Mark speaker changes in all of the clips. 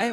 Speaker 1: 哎，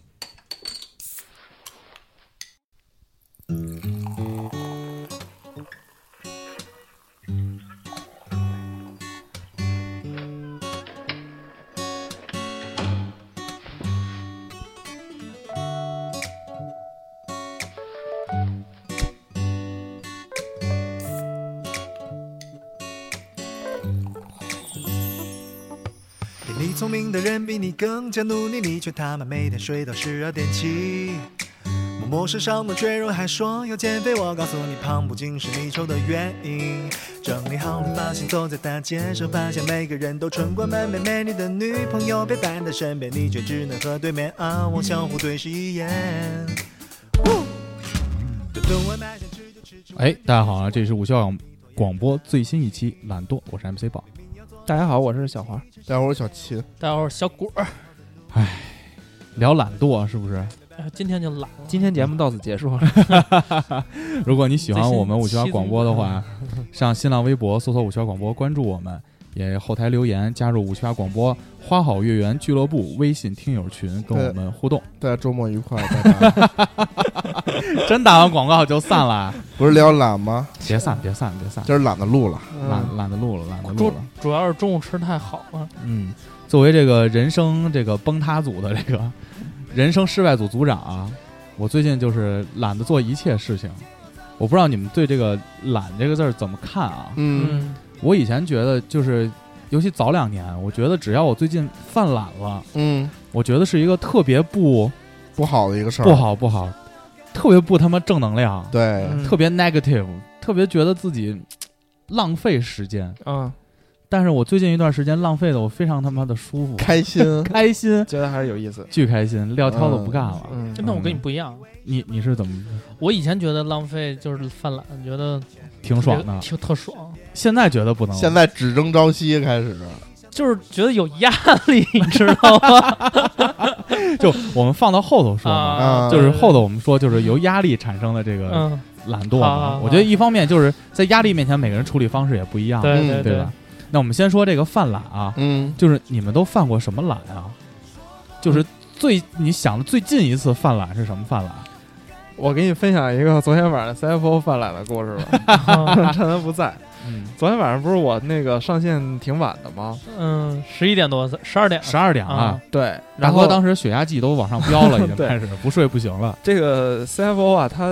Speaker 2: 比你聪明的人比你更加努力，你却他妈每天睡到十二点起。默默是上的赘肉，还说要减肥。我告诉你，胖不仅是你丑的原因。整理好了发型，走在大街上，发现每个人都春光满面。美丽的女朋友别摆在身边，你却只能和对面啊望相互对视一眼。哦顿顿外卖想吃就吃吃
Speaker 3: 哎，大家好啊，这是午休广播最新一期《懒惰》，我是 MC 宝。
Speaker 4: 大家好，我是小华。
Speaker 5: 待会儿我小秦，
Speaker 4: 大家好，我是小果儿。
Speaker 3: 聊懒惰啊是不 是？
Speaker 6: 哎今天就懒了，
Speaker 4: 今天节目到此结束了。
Speaker 3: 如果你喜欢我们
Speaker 6: 最
Speaker 3: 五
Speaker 6: 新
Speaker 3: 七八广播的话，上新浪微博搜索五七八广播，关注我们，也后台留言，加入五七八广播花好月圆俱乐部微信听友群，跟我们互 动。
Speaker 5: 大家周末愉快，拜拜。
Speaker 3: 真打完广告就散了，啊
Speaker 5: 不是聊懒吗？
Speaker 3: 别散，别散，别散，
Speaker 5: 今儿懒得录了，
Speaker 4: 嗯
Speaker 3: 懒懒得录了，懒得录
Speaker 6: 主
Speaker 3: 了。
Speaker 6: 主要是中午吃太好了，
Speaker 3: 嗯，作为这个人生这个崩塌组的这个 人生失败组组长啊，我最近就是懒得做一切事情。我不知道你们对这个“懒”这个字儿怎么看啊？
Speaker 5: 嗯，
Speaker 3: 我以前觉得就是，尤其早两年，我觉得只要我最近犯懒了，
Speaker 5: 嗯，
Speaker 3: 我觉得是一个特别不
Speaker 5: 不好的一个事儿，
Speaker 3: 不，好不好，特别不他妈正能量，
Speaker 5: 对，
Speaker 4: 嗯
Speaker 3: 特别 negative，特别觉得自己嘖浪费时间。
Speaker 4: 嗯，
Speaker 3: 但是我最近一段时间浪费的我非常他妈的舒服，
Speaker 5: 开心，
Speaker 3: 开心，
Speaker 4: 觉得还是有意思。
Speaker 3: 巨开心，撂挑子不干了。
Speaker 4: 嗯，
Speaker 6: 真的我跟你不一样。
Speaker 3: 你你是怎么
Speaker 6: 我以前觉得浪费就是犯懒，觉得
Speaker 3: 挺爽的？
Speaker 6: 挺特爽，
Speaker 3: 现在觉得不能，
Speaker 5: 现在只争朝夕开始，
Speaker 6: 就是觉得有压力，你知道吗？
Speaker 3: 就我们放到后头说嘛。
Speaker 6: 啊，
Speaker 3: 就是后
Speaker 6: 头，
Speaker 3: 头我们说，就是由压力产生的这个
Speaker 6: 嗯，
Speaker 3: 懒
Speaker 4: 啊
Speaker 3: 惰
Speaker 6: 好好
Speaker 3: 嘛。
Speaker 6: 好
Speaker 3: 我觉得一方面就是在压力面前，每个人处理方式也不一样，
Speaker 6: 对
Speaker 5: 嗯
Speaker 6: 对
Speaker 3: 啊吧，？那我们先说这个犯懒啊，
Speaker 5: 嗯，
Speaker 3: 就是你们都犯过什么懒啊？就是最你想的最近一次犯懒是什么犯懒？
Speaker 4: 我给你分享一个昨天晚上 CFO 犯懒的故事吧， 趁他不在。
Speaker 3: 嗯，
Speaker 4: 昨天晚上不是我那个上线挺晚的吗？
Speaker 6: 嗯，十一点多，十二点，
Speaker 3: 十二点
Speaker 6: 啊
Speaker 3: 了，
Speaker 4: 对，
Speaker 3: 大
Speaker 4: 然
Speaker 3: 哥
Speaker 4: 后
Speaker 3: 当时血压计都往上飙了，已经
Speaker 4: 对
Speaker 3: 开始不睡不行了。
Speaker 4: 这个 CFO 啊， 他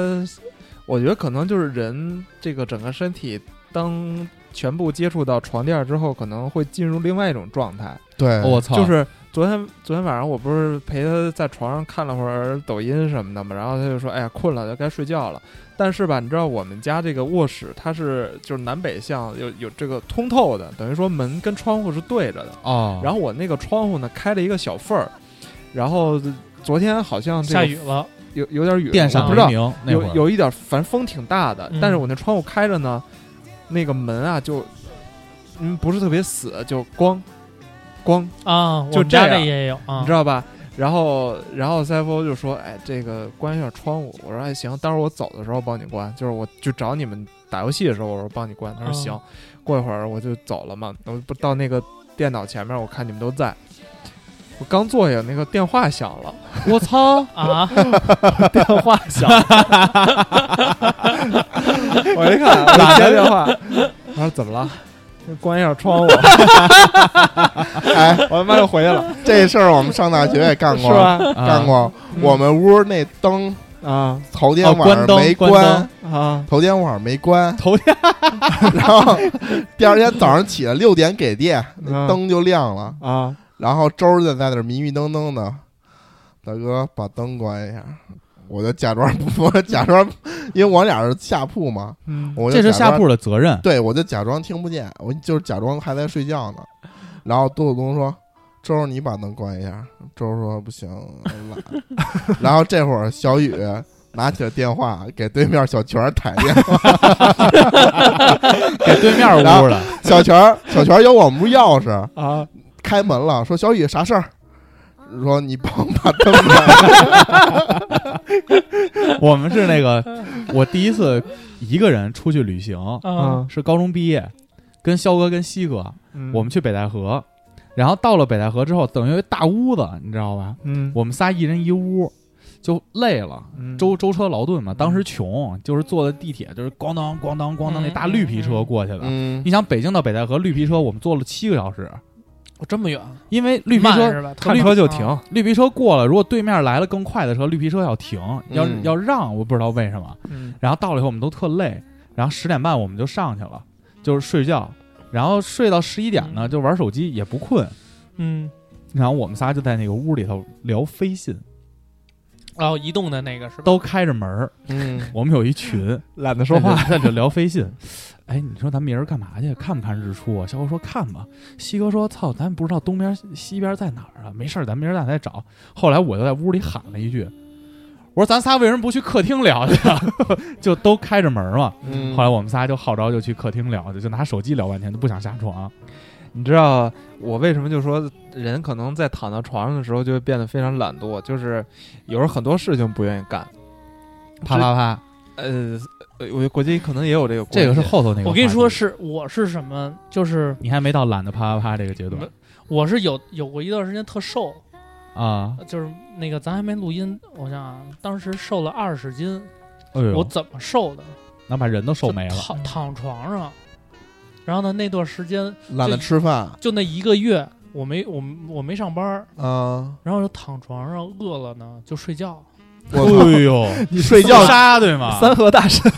Speaker 4: 我觉得可能就是人这个整个身体当全部接触到床垫之后，可能会进入另外一种状态。
Speaker 5: 对，
Speaker 3: 哦我操，
Speaker 4: 就是昨天昨天晚上我不是陪他在床上看了会儿抖音什么的嘛，然后他就说：“哎呀，困了，就该睡觉了。”但是吧，你知道我们家这个卧室它是就是南北向有有这个通透的，等于说门跟窗户是对着的。
Speaker 6: 啊
Speaker 3: 哦，
Speaker 4: 然后我那个窗户呢开了一个小缝儿，然后昨天好像这个
Speaker 6: 下雨了，
Speaker 4: 有有点雨，
Speaker 3: 电
Speaker 4: 我
Speaker 3: 闪
Speaker 4: 不
Speaker 3: 雷
Speaker 4: 知道
Speaker 3: 鸣那
Speaker 4: 有
Speaker 3: 会儿，
Speaker 4: 有一点，反正风挺大的，
Speaker 6: 嗯
Speaker 4: 但是我那窗户开着呢，那个门啊就嗯不是特别死，就咣咣
Speaker 6: 啊，我
Speaker 4: 就
Speaker 6: 们
Speaker 4: 这
Speaker 6: 家
Speaker 4: 样
Speaker 6: 这也有啊
Speaker 4: 你知，道吧？然后，然后 CFO 就说：“哎，这个关一下窗户。”我说：“哎，行，待会儿我走的时候帮你关，就是我去找你们打游戏的时候，我说帮你关。”他说：“
Speaker 6: 哦
Speaker 4: 行。过一会儿我就走了嘛，我不到那个电脑前面，我看你们都在。我刚坐下，那个电话响了，
Speaker 3: 我操，
Speaker 6: 啊，
Speaker 4: 电话响了，我一看，我接电话，我说怎么了？关一下窗户，
Speaker 5: 哎，
Speaker 4: 我他妈又回去了，
Speaker 5: 这事儿我们上大学也干
Speaker 4: 是
Speaker 5: 过，
Speaker 4: 吧？
Speaker 3: 啊
Speaker 5: 干过，
Speaker 4: 嗯
Speaker 5: 我们屋那灯
Speaker 4: 啊
Speaker 5: 头天
Speaker 3: 哦
Speaker 5: 晚上
Speaker 3: 关灯
Speaker 5: 没
Speaker 3: 关
Speaker 5: 关
Speaker 3: 灯，
Speaker 4: 啊！
Speaker 5: 头天晚上没关，
Speaker 3: 头
Speaker 5: 天， 然后第二天早上起来六点给电，那
Speaker 4: 嗯
Speaker 5: 灯就亮了，
Speaker 4: 啊，
Speaker 5: 然后周儿就在那儿迷迷瞪瞪的，大哥把灯关一下，我就假装不， 我假装，因为我俩是下铺嘛，
Speaker 4: 嗯，
Speaker 5: 我就
Speaker 3: 这是
Speaker 5: 假装
Speaker 3: 下，铺的责任。
Speaker 5: 对我就假装听不见，我就是假装还在睡觉呢。然后杜东说：“周儿，你把灯关一下。”周儿说：“不行，懒。” 然后这会儿小雨拿起了电话给对面小泉儿打电话，
Speaker 3: 给对面屋了，
Speaker 5: 小泉儿小泉儿有我们屋钥匙，
Speaker 4: 啊，
Speaker 5: 开门了，说小雨啥事儿？说你帮我把灯关了。
Speaker 3: 我们是那个，我第一次一个人出去旅行，
Speaker 6: 啊，
Speaker 3: 是高中毕业，跟肖哥跟西哥，
Speaker 4: 嗯
Speaker 3: 我们去北戴河，然后到了北戴河之后，等于有一大屋子，你知道吧？
Speaker 4: 嗯
Speaker 3: 我们仨一人一屋，就累了，
Speaker 4: 嗯
Speaker 3: 舟舟车劳顿嘛。当时穷，就是坐的地铁，就是咣当咣当
Speaker 4: 嗯
Speaker 3: 咣当那大绿皮车过去的。
Speaker 5: 嗯
Speaker 3: 你想北京到北戴河绿皮车，我们坐了七个小时，
Speaker 6: 我这么远，
Speaker 3: 因为绿皮
Speaker 6: 慢
Speaker 3: 车
Speaker 6: 是吧？
Speaker 4: 看
Speaker 3: 绿
Speaker 4: 车就停，
Speaker 3: 绿皮车过了，如果对面来了更快的车，绿皮车要停，要、
Speaker 5: 嗯
Speaker 3: 要让，我不知道为什么。
Speaker 4: 嗯
Speaker 3: 然后到了以后我们都特累，然后十点半我们就上去了，就是睡觉，然后睡到十一点呢，
Speaker 6: 嗯
Speaker 3: 就玩手机也不困，
Speaker 6: 嗯，
Speaker 3: 然后我们仨就在那个屋里头聊飞信，
Speaker 6: 然后哦移动的那个是吧？
Speaker 3: 都开着门儿，
Speaker 5: 嗯，
Speaker 3: 我们有一群
Speaker 1: 懒得
Speaker 3: 说话，在这 聊飞信。哎，你说咱明儿干嘛去？看不看日出啊？小伙说看吧。西哥说：“操，咱不知道东边西边在哪儿啊？没事儿，咱明儿咱再找。”后来我就在屋里喊了一句：“我说咱仨为什么不去客厅聊去啊？ 就都开着门儿嘛。”
Speaker 5: 嗯
Speaker 3: 后来我们仨就号召就去客厅聊，就就拿手机聊半天，都不想下床。
Speaker 4: 你知道我为什么就说人可能在躺到床上的时候就会变得非常懒惰，就是有时候很多事情不愿意干。
Speaker 3: 啪啪啪，
Speaker 4: 呃，我国际可能也有这个观
Speaker 3: 这个
Speaker 4: 点，
Speaker 3: 是后头那个。
Speaker 6: 我跟你说，，是我是什么？就是
Speaker 3: 你还没到懒得啪啪啪这个阶段
Speaker 6: 没我是有有过一段时间特瘦，
Speaker 3: 啊！
Speaker 6: 就是那个咱还没录音，我想啊，当时瘦了二十斤，
Speaker 3: 哎
Speaker 6: 我
Speaker 3: 呦，
Speaker 6: 怎么瘦的？
Speaker 3: 能把人都瘦
Speaker 6: 就
Speaker 3: 没了。
Speaker 6: 躺躺床上。然后呢，那段时间
Speaker 5: 懒得吃饭
Speaker 6: 就那一个月，我没我我没上班儿，
Speaker 5: 啊！
Speaker 6: 然后就躺床上，饿了呢就睡觉，
Speaker 5: 我操，
Speaker 3: 哎呦，
Speaker 5: 你睡
Speaker 3: 自
Speaker 5: 觉
Speaker 3: 杀对吗？
Speaker 1: 三和大 神，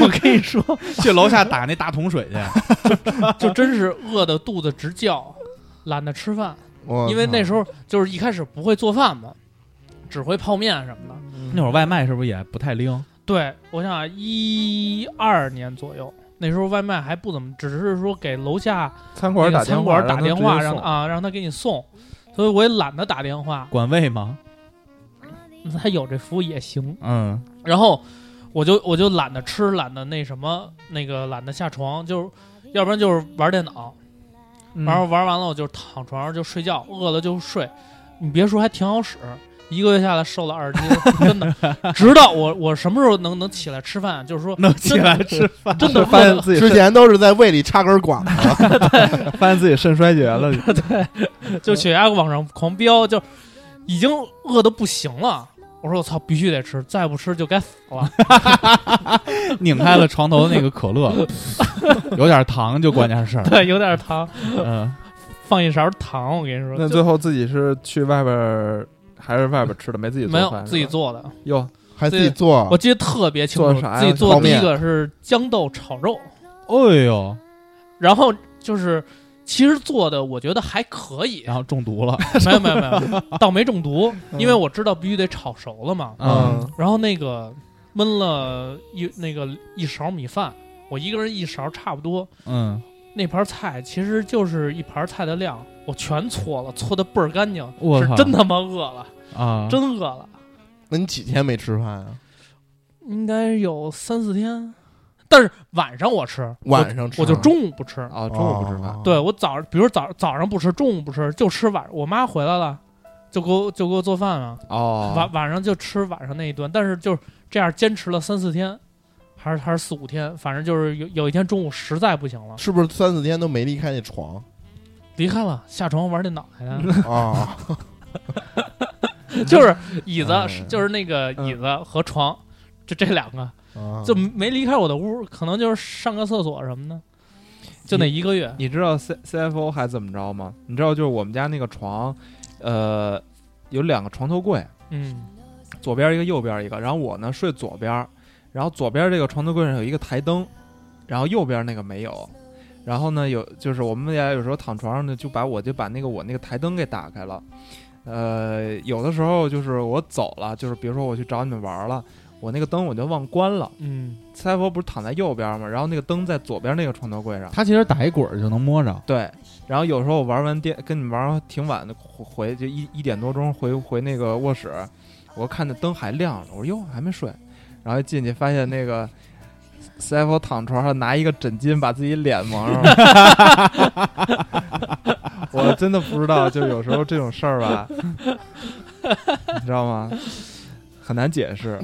Speaker 6: 我跟你说，
Speaker 3: 去楼下打那大桶水去。
Speaker 6: 就真是饿的肚子直叫，懒得吃饭，
Speaker 5: 我
Speaker 6: 因为那
Speaker 5: 操
Speaker 6: 时候就是一开始不会做饭嘛，只会泡面什么的。
Speaker 3: 那会儿外卖是不是也不太灵？
Speaker 6: 对，我想想一二年左右，那时候外卖还不怎么，只是说给楼下
Speaker 4: 餐
Speaker 6: 那
Speaker 4: 馆
Speaker 6: 个
Speaker 4: 打电
Speaker 6: 餐
Speaker 4: 话，
Speaker 6: 馆打电话，
Speaker 4: 让
Speaker 6: 让
Speaker 4: 他直接送
Speaker 6: 啊让他给你送，所以我也懒得打电话，
Speaker 3: 管胃吗？
Speaker 6: 他有这服务也行。
Speaker 3: 嗯，
Speaker 6: 然后我就我就懒得吃，懒得那什么，那个懒得下床，就是要不然就是玩电脑，
Speaker 4: 嗯
Speaker 6: 然后玩完了我就躺床上就睡觉，饿了就睡。你别说，还挺好使，一个月下来瘦了二十斤，真 的。直到我我什么时候能能起来吃饭，啊就是说
Speaker 3: 能起来吃饭。
Speaker 6: 真的
Speaker 4: 发
Speaker 6: 饿
Speaker 4: 现
Speaker 6: 了，
Speaker 4: 自己
Speaker 5: 之前都是在胃里插根管子，
Speaker 4: 发现自己肾衰竭了，
Speaker 6: 就血压往上狂飙，就已经饿得不行了。我说我操，必须得吃，再不吃就该死了。
Speaker 3: 拧开了床头那个可 乐，有点糖就关键事儿。
Speaker 6: 对，有点糖，
Speaker 3: 嗯，
Speaker 6: 放一勺糖，我跟你说
Speaker 4: 那，最后自己是去外边儿还是外边儿吃的，没自己
Speaker 6: 就
Speaker 4: 做
Speaker 6: 没
Speaker 4: 饭
Speaker 6: 有自己
Speaker 4: 是吧
Speaker 6: 做的。
Speaker 4: 哟，
Speaker 5: 还自己做
Speaker 6: 我，记得特别清
Speaker 4: 做
Speaker 6: 楚
Speaker 4: 啥，呀
Speaker 6: 自己做
Speaker 5: 泡
Speaker 6: 第
Speaker 5: 面
Speaker 6: 一个是豇豆炒肉，
Speaker 3: 哎呦，
Speaker 6: 然后就是其实做的我觉得还可 以，
Speaker 3: 然后中毒了。
Speaker 6: 没有没有没有，倒没中毒，
Speaker 4: 嗯
Speaker 6: 因为我知道必须得炒熟了嘛。
Speaker 3: 嗯，
Speaker 6: 然后那个焖了一那个一勺米饭，我一个人一勺差不多，
Speaker 3: 嗯，
Speaker 6: 那盘菜其实就是一盘菜的量，我全搓了，搓的倍儿干净，
Speaker 3: 我
Speaker 6: 是
Speaker 3: 靠
Speaker 6: 真他妈饿了，
Speaker 3: 啊，
Speaker 6: 真饿了，
Speaker 5: 那你几天没吃饭啊？
Speaker 6: 应该有三四天，但是晚上我吃，
Speaker 5: 晚上吃
Speaker 6: 我就中午不吃。
Speaker 4: 啊，中午不吃饭，，
Speaker 6: 对
Speaker 5: 哦
Speaker 6: 我早上，比如早早上不吃，中午不吃，就吃晚。我妈回来了，就给我就给我做饭啊，
Speaker 4: 哦
Speaker 6: 晚，晚上就吃晚上那一顿。但是就是这样坚持了三四天，还是还是四五天，反正就是有有一天中午实在不行了，
Speaker 5: 是不是三四天都没离开那床
Speaker 6: 离开了，下床玩电脑去了，
Speaker 5: 啊？
Speaker 6: 就是椅子，
Speaker 5: 嗯
Speaker 6: 是就是那个椅子和床，就这两个
Speaker 5: 啊
Speaker 6: 就没离开我的屋，可能就是上个厕所什么的，就那一个月。
Speaker 4: 你知道 C C F O 还怎么着吗？你知道就是我们家那个床，呃，有两个床头柜，
Speaker 6: 嗯
Speaker 4: 左边一个，右边一个。然后我呢睡左边，然后左边这个床头柜上有一个台灯，然后右边那个没有。然后呢，有就是我们家有时候躺床上呢，就把我就把那个我那个台灯给打开了。呃，有的时候就是我走了，就是比如说我去找你们玩了，我那个灯我就忘关了。
Speaker 6: 嗯，
Speaker 4: 赛佛不是躺在右边吗？然后那个灯在左边那个床头柜上。
Speaker 3: 他其实打一滚儿就能摸着。
Speaker 4: 对，然后有时候我玩完电，跟你们玩挺晚的，回回就一一点多钟回回那个卧室，我看那灯还亮着，我说哟还没睡，然后一进去发现那个 CFO 躺床上拿一个枕巾把自己脸蒙上了， 我真的不知道，就有时候这种事儿吧，你知道吗？很难解释，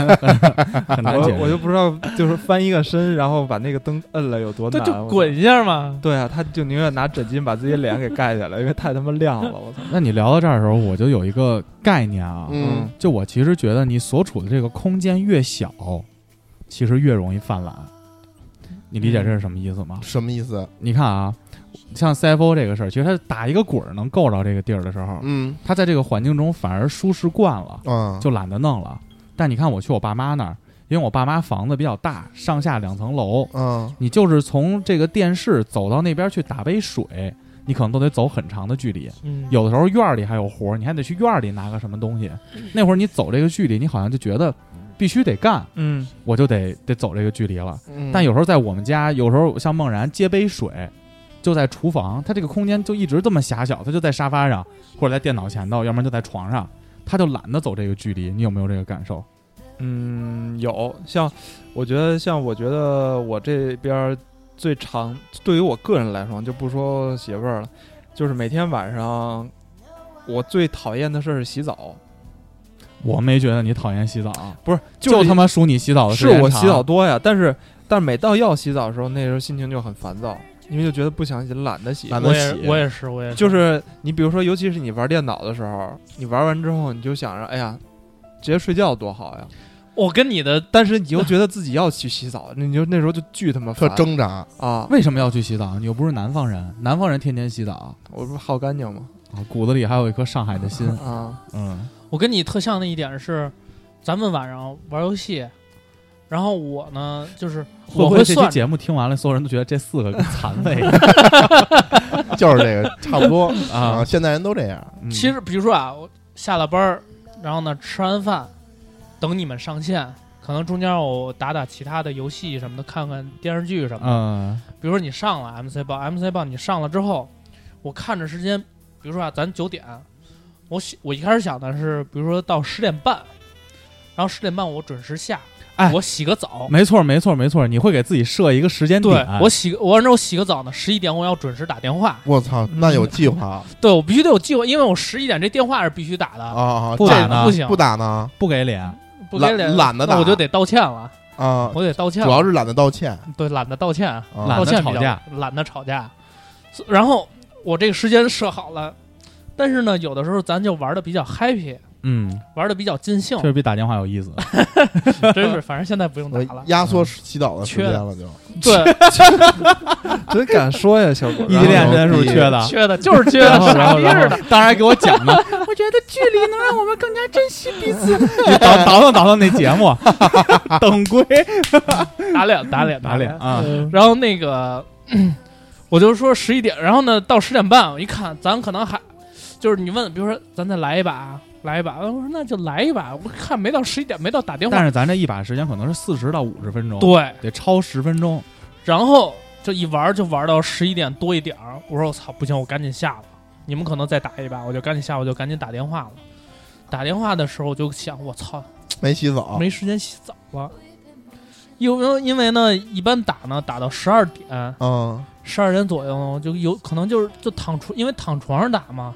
Speaker 3: 很难解
Speaker 4: 我我
Speaker 3: 释。
Speaker 4: 就不知道，就是翻一个身，然后把那个灯摁了有多
Speaker 6: 对，
Speaker 4: 难。
Speaker 6: 就
Speaker 4: 我
Speaker 6: 滚！一下嘛。
Speaker 4: 对啊，他就宁愿拿枕巾把自己脸给盖起来，因为太他妈亮了。我操！
Speaker 3: 那你聊到这儿的时候，我就有一个概念啊，
Speaker 5: 嗯，
Speaker 3: 就我其实觉得你所处的这个空间越小，其实越容易犯懒。你理解这是什么意思吗？
Speaker 5: 什么意思？
Speaker 3: 你看啊，像 CFO 这个事儿，其实他打一个滚儿能够着这个地儿的时候，
Speaker 5: 嗯
Speaker 3: 他在这个环境中反而舒适惯了，
Speaker 5: 啊，
Speaker 3: 就懒得弄了。但你看我去我爸妈那儿，因为我爸妈房子比较大，上下两层楼，
Speaker 5: 嗯
Speaker 3: 你就是从这个电视走到那边去打杯水，你可能都得走很长的距离。
Speaker 6: 嗯，
Speaker 3: 有的时候院儿里还有活儿，你还得去院儿里拿个什么东西。那会儿你走这个距离，你好像就觉得必须得干，
Speaker 4: 嗯
Speaker 3: 我就得得走这个距离了。
Speaker 5: 嗯，
Speaker 3: 但有时候在我们家，有时候像梦然接杯水，就在厨房，他这个空间就一直这么狭小，他就在沙发上，或者在电脑前头，要不然就在床上，他就懒得走这个距离。你有没有这个感受？
Speaker 4: 嗯，有像，我觉得像我觉得我这边儿最长，对于我个人来说，就不说媳妇儿了，就是每天晚上我最讨厌的事儿是洗澡，
Speaker 3: 我没觉得你讨厌洗澡，
Speaker 4: 不是
Speaker 3: 就是他妈数你洗澡的时
Speaker 4: 是
Speaker 3: 间
Speaker 4: 我
Speaker 3: 长
Speaker 4: 洗澡多呀，但是但每到要洗澡的时候，那时候心情就很烦躁，因为就觉得不想洗，懒得洗。
Speaker 5: 懒得
Speaker 6: 我也
Speaker 5: 洗
Speaker 6: 我也是我也是，
Speaker 4: 就是你比如说，尤其是你玩电脑的时候，你玩完之后，你就想着，哎呀，直接睡觉多好呀。
Speaker 6: 我跟你的
Speaker 4: 但是你又觉得自己要去洗澡，那你就那时候就巨他妈
Speaker 5: 特
Speaker 4: 烦
Speaker 5: 挣扎，
Speaker 4: 啊！
Speaker 3: 为什么要去洗澡？你又不是南方人，南方人天天洗澡
Speaker 4: 我不是好干净吗？。
Speaker 3: 啊，骨子里还有一颗上海的心
Speaker 4: 啊，
Speaker 3: 嗯，
Speaker 6: 我跟你特像的一点是，咱们晚上玩游戏，然后我呢就是
Speaker 3: 会不
Speaker 6: 我
Speaker 3: 会这期
Speaker 6: 算着，
Speaker 3: 节目听完了，所有人都觉得这四 个跟残废
Speaker 5: 就是这个差不多
Speaker 3: 啊？
Speaker 5: 啊。现在人都这样，
Speaker 3: 嗯
Speaker 6: 其实比如说啊，我下了班儿，然后呢吃完饭，等你们上线，可能中间我打打其他的游戏什么的，看看电视剧什么的。
Speaker 3: 嗯
Speaker 6: 比如说你上了 MC 报，MC 报你上了之后，我看着时间，比如说啊，咱九点，我想我一开始想的是，比如说到十点半，然后十点半我准时下，
Speaker 3: 哎
Speaker 6: 我洗个澡，
Speaker 3: 没错，没错，没错，你会给自己设一个时间
Speaker 6: 对
Speaker 3: 点。
Speaker 6: 我洗个，我按照我洗个澡呢，十一点我要准时打电话，
Speaker 5: 我操，那有计划
Speaker 6: 对我必须得有计划，因为我十一点这电话是必须打的，
Speaker 5: 啊！
Speaker 3: 哦不
Speaker 5: 这
Speaker 3: 打呢
Speaker 6: 嗯不行，
Speaker 5: 不打呢
Speaker 3: 不给脸，
Speaker 6: 不给脸
Speaker 5: 懒懒得
Speaker 6: 那
Speaker 5: 打
Speaker 6: 我就得道歉了，
Speaker 5: 啊，
Speaker 6: 我得道歉
Speaker 5: 主
Speaker 6: 了，
Speaker 5: 要是懒得道歉，
Speaker 6: 对懒得道歉，
Speaker 5: 啊
Speaker 3: 懒
Speaker 6: 道
Speaker 3: 得
Speaker 6: 歉比
Speaker 3: 吵
Speaker 6: 较
Speaker 3: 架，
Speaker 6: 懒得吵架。所然后我这个时间设好了，但是呢，有的时候咱就玩的比较 happy，
Speaker 3: 嗯，
Speaker 6: 玩的比较尽兴
Speaker 3: 确，实比打电话有意思。
Speaker 6: 真是，反正现在不用
Speaker 5: 我
Speaker 6: 打了。
Speaker 5: 压缩洗澡的时间
Speaker 6: 缺的
Speaker 5: 了就。
Speaker 6: 对，
Speaker 4: 真敢说呀， 小狗
Speaker 3: 异地恋真是缺的，
Speaker 6: 缺的就是缺
Speaker 3: 啊然
Speaker 6: 的
Speaker 3: 后然后
Speaker 6: 傻逼
Speaker 3: 然后
Speaker 6: 似的。，
Speaker 3: 当然给我讲呢，
Speaker 7: 我觉得距 离能让我们更加珍惜彼此。
Speaker 3: 你倒倒腾倒腾那节 目，等归
Speaker 6: 打脸打脸
Speaker 3: 打脸
Speaker 6: 脸。
Speaker 3: 啊！
Speaker 6: 然后那个，我就说十一点，然后呢到十点半，我一看咱可能还就是你问，比如说咱再来一把啊，来一把，我说那就来一把。我看没到十一点，没到打电
Speaker 3: 但
Speaker 6: 话，
Speaker 3: 是咱这一把时间可能是四十到五十分钟，
Speaker 6: 对，
Speaker 3: 得超十分钟。
Speaker 6: 然后这一玩就玩到十一点多一点儿，我说我操，不行，我赶紧下了。你们可能再打一把，我就赶紧下，我就赶紧打电话了。打电话的时候我就想，我操，
Speaker 5: 没洗澡，
Speaker 6: 没时间洗澡了。因为因为呢，一般打呢打到十二点，
Speaker 5: 嗯，
Speaker 6: 十二点左右呢，我就有可能就是就躺床，因为躺床上打嘛，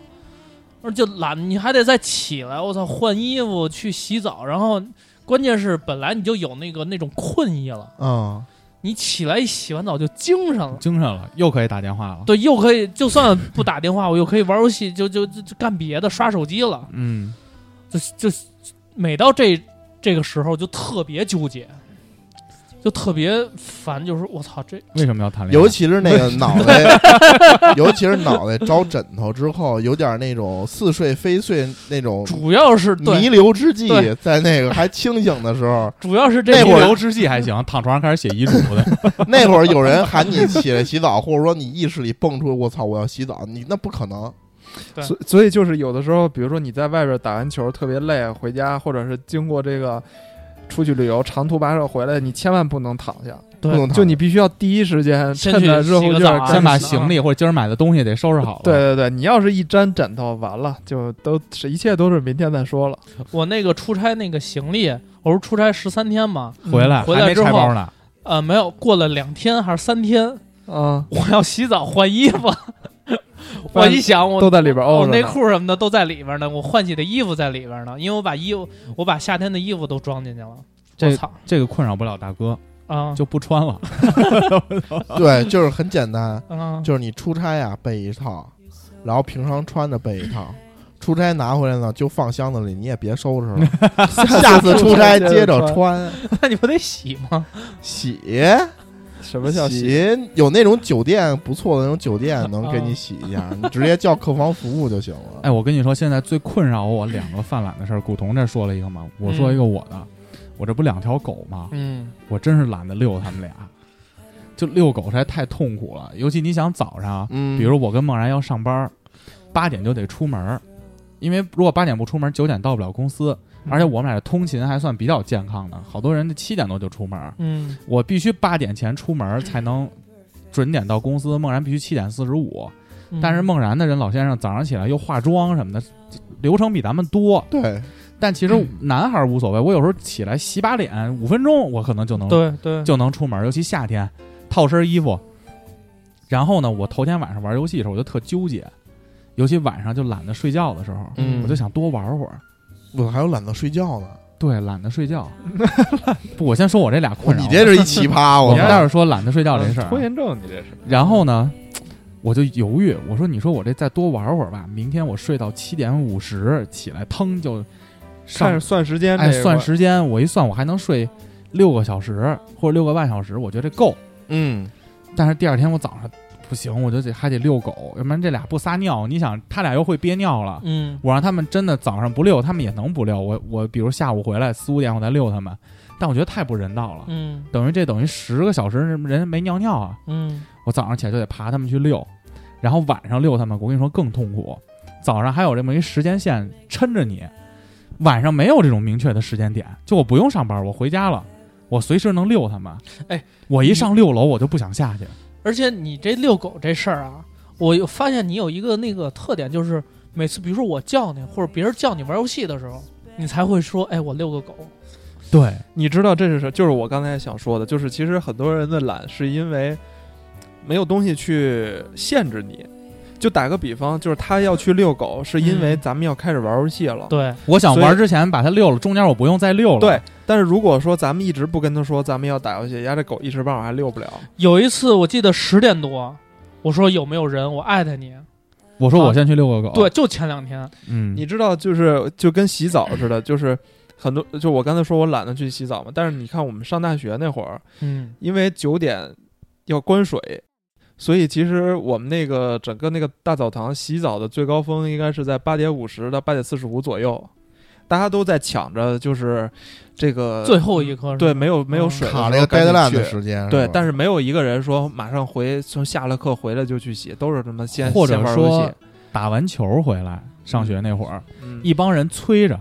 Speaker 6: 而且懒，你还得再起来，我操，换衣服去洗澡，然后关键是本来你就有那个那种困意了，
Speaker 5: 嗯，
Speaker 6: 你起来一洗完澡就精神了。
Speaker 3: 精神了，又可以打电话了。
Speaker 6: 对，又可以就算不打电话，我又可以玩游戏，就就就就干别的，刷手机了。
Speaker 3: 嗯，
Speaker 6: 就就每到这这个时候就特别纠结，就特别烦，就是我操这
Speaker 3: 为什么要谈恋爱？
Speaker 5: 尤其是那个脑袋， 尤其是脑袋招枕头之后，有点那种似睡非睡那种
Speaker 6: 主要是
Speaker 5: 弥
Speaker 6: 对，
Speaker 5: 留之际
Speaker 6: 对，
Speaker 5: 在那个还清醒的时
Speaker 6: ，
Speaker 5: 候
Speaker 6: 主要是
Speaker 5: 那
Speaker 6: 这
Speaker 5: 会儿
Speaker 3: 弥留之际还行，躺床上开始写遗嘱 的，
Speaker 5: 那会儿有人喊你起来洗澡，或者说你意识里蹦出“我操，我要洗澡”，你那不可能。
Speaker 6: 对
Speaker 4: 所所以就是有的时候，比如说你在外边打完球特别累，回家或者是经过这个出去旅游长途跋涉回来，你千万不能躺下，
Speaker 6: 对
Speaker 5: 不能躺
Speaker 4: 就你必须要第一时间
Speaker 6: 先
Speaker 4: 趁
Speaker 6: 去
Speaker 4: 着热
Speaker 6: 洗
Speaker 4: 乎
Speaker 6: 个
Speaker 4: 劲
Speaker 6: 澡
Speaker 4: 儿
Speaker 6: 啊
Speaker 3: 先
Speaker 4: 赶
Speaker 3: 把
Speaker 4: 紧
Speaker 3: 行李或者今儿买的东西得收拾好了。
Speaker 4: 对，对对，你要是一沾枕头，完了就都是一切都是明天再说了。
Speaker 6: 我那个出差那个行李，我不是出差十三天嘛，
Speaker 3: 嗯回来
Speaker 6: 回
Speaker 3: 还
Speaker 6: 来
Speaker 3: 没
Speaker 6: 之
Speaker 3: 拆
Speaker 6: 后
Speaker 3: 包呢，
Speaker 6: 呃，没有过了两天还是三天，
Speaker 4: 啊，
Speaker 6: 我要洗澡换衣服， 我一想，我
Speaker 4: 都在里边
Speaker 6: 我
Speaker 4: 哦着呢
Speaker 6: 内裤什么的都在里边呢，我换洗的衣服在里边呢，因为我把衣服，我把夏天的衣服都装进去了。我
Speaker 3: 这
Speaker 6: 操
Speaker 3: 这个困扰不了大哥，
Speaker 6: 啊
Speaker 3: 就不穿 了。
Speaker 5: 对，就是很简单，
Speaker 6: 啊！
Speaker 5: 就是你出差啊备一套，然后平常穿着备一套。出差拿回来呢，就放箱子里，你也别收拾了。下次出差接着穿，
Speaker 6: 那你不得洗吗？
Speaker 5: 洗
Speaker 4: 什么叫洗？
Speaker 5: 洗 有那种酒店不错的那种酒店能给你洗一下，你直接叫客房服务就行了。
Speaker 3: 哎，我跟你说，现在最困扰我两个犯懒的事儿，古潼这说了一个嘛，我说一个我的，我这不两条狗吗？
Speaker 6: 嗯，
Speaker 3: 我真是懒得遛他们俩，就遛狗实在太痛苦了。尤其你想早上，
Speaker 5: 嗯，
Speaker 3: 比如我跟梦然要上班儿，八点就得出门儿，因为如果八点不出门，九点到不了公司。
Speaker 6: 嗯
Speaker 3: 而且我们俩的通勤还算比较健康的，好多人就七点多就出门儿，
Speaker 6: 嗯
Speaker 3: 我必须八点前出门儿才能准点到公司。梦然必须七点四十五，
Speaker 6: 嗯，
Speaker 3: 但是梦然的人老先生早上起来又化妆什么的，流程比咱们多。
Speaker 5: 对，
Speaker 3: 但其
Speaker 5: 嗯
Speaker 3: 实男孩儿无所谓，我有时候起来洗把脸五分钟，我可能就能
Speaker 6: 对对，
Speaker 3: 就能出门，尤其夏天，套身衣服。然后呢，我头天晚上玩游戏的时候，我就特纠结，尤其晚上就懒得睡觉的时候，
Speaker 5: 嗯
Speaker 3: 我就想多玩会儿。
Speaker 5: 我还有懒得睡觉呢。
Speaker 3: 对，懒得睡 觉。不，我先说我这俩困扰。
Speaker 5: 哦你这是一奇葩，
Speaker 3: 我
Speaker 5: 我
Speaker 3: 们
Speaker 5: 们
Speaker 3: 待会儿说懒得睡觉这事儿
Speaker 5: 呃
Speaker 3: 啊。
Speaker 4: 拖延症，你这是
Speaker 3: 然后呢，我就犹豫，我说：“你说我这再多玩会儿吧，明天我睡到七点五十起来，腾就
Speaker 4: 看
Speaker 3: 上
Speaker 4: 着算时间这
Speaker 3: 哎
Speaker 4: 个，
Speaker 3: 算时间，我一算我还能睡六个小时或者六个半小时，我觉得这够。
Speaker 5: 嗯，
Speaker 3: 但是第二天我早上不行，我就得还得遛狗，要不然这俩不撒尿，你想他俩又会憋尿了。
Speaker 6: 嗯
Speaker 3: 我让他们真的早上不遛，他们也能不遛。我我比如下午回来四五点我再遛他们，但我觉得太不人道了，
Speaker 6: 嗯
Speaker 3: 等于这等于十个小时人没尿尿啊。
Speaker 6: 嗯
Speaker 3: 我早上起来就得爬他们去遛，然后晚上遛他们，我跟你说更痛苦。早上还有这么一时间线抻着你，晚上没有这种明确的时间点，就我不用上班，我回家了，我随时能遛他们。
Speaker 6: 哎，
Speaker 3: 我一上六楼我就不想下去。
Speaker 6: 而且你这遛狗这事儿啊，我有发现你有一个那个特点，就是每次比如说我叫你，或者别人叫你玩游戏的时候，你才会说，哎，我遛个狗。
Speaker 3: 哦对，
Speaker 4: 你知道这是什？就是我刚才想说的，就是其实很多人的懒是因为没有东西去限制你。就打个比方，就是他要去遛狗，是因为
Speaker 6: 嗯
Speaker 4: 咱们要开始玩游戏了。
Speaker 6: 对，
Speaker 3: 我想
Speaker 4: 所
Speaker 3: 玩
Speaker 4: 以
Speaker 3: 之前把它遛了，中间我不用再遛了。
Speaker 4: 对，但是如果说咱们一直不跟他说咱们要打游戏，人家这狗一时半会儿还遛不了。
Speaker 6: 有一次我记得十点多，我说有没有人，我艾特你。
Speaker 3: 哦我说我先去遛个狗。
Speaker 6: 对，，就前两天，
Speaker 3: 嗯，
Speaker 4: 啊你知道，就是就跟洗澡似的，就是很多，就我刚才说我懒得去洗澡嘛。但是你看我们上大学那会儿，
Speaker 6: 嗯
Speaker 4: 因为九点要关水，所以其实我们那个整个那个大澡堂洗澡的最高峰应该是在八点五十到八点四十五左右，大家都在抢着就是这个
Speaker 6: 最后一颗是吧
Speaker 4: 呃嗯对没有没有水的时候
Speaker 5: 卡了一个
Speaker 4: 赶
Speaker 5: deadline
Speaker 4: 紧
Speaker 5: 的
Speaker 4: 去
Speaker 5: 时间，
Speaker 4: 对，但
Speaker 5: 是吧
Speaker 4: 是没有一个人说马上回，从下了课回来就去洗，都是他妈先
Speaker 3: 或者
Speaker 4: 先玩游
Speaker 3: 说
Speaker 4: 戏
Speaker 3: 打完球回来，上学那会儿，
Speaker 4: 嗯
Speaker 3: 一帮人催着，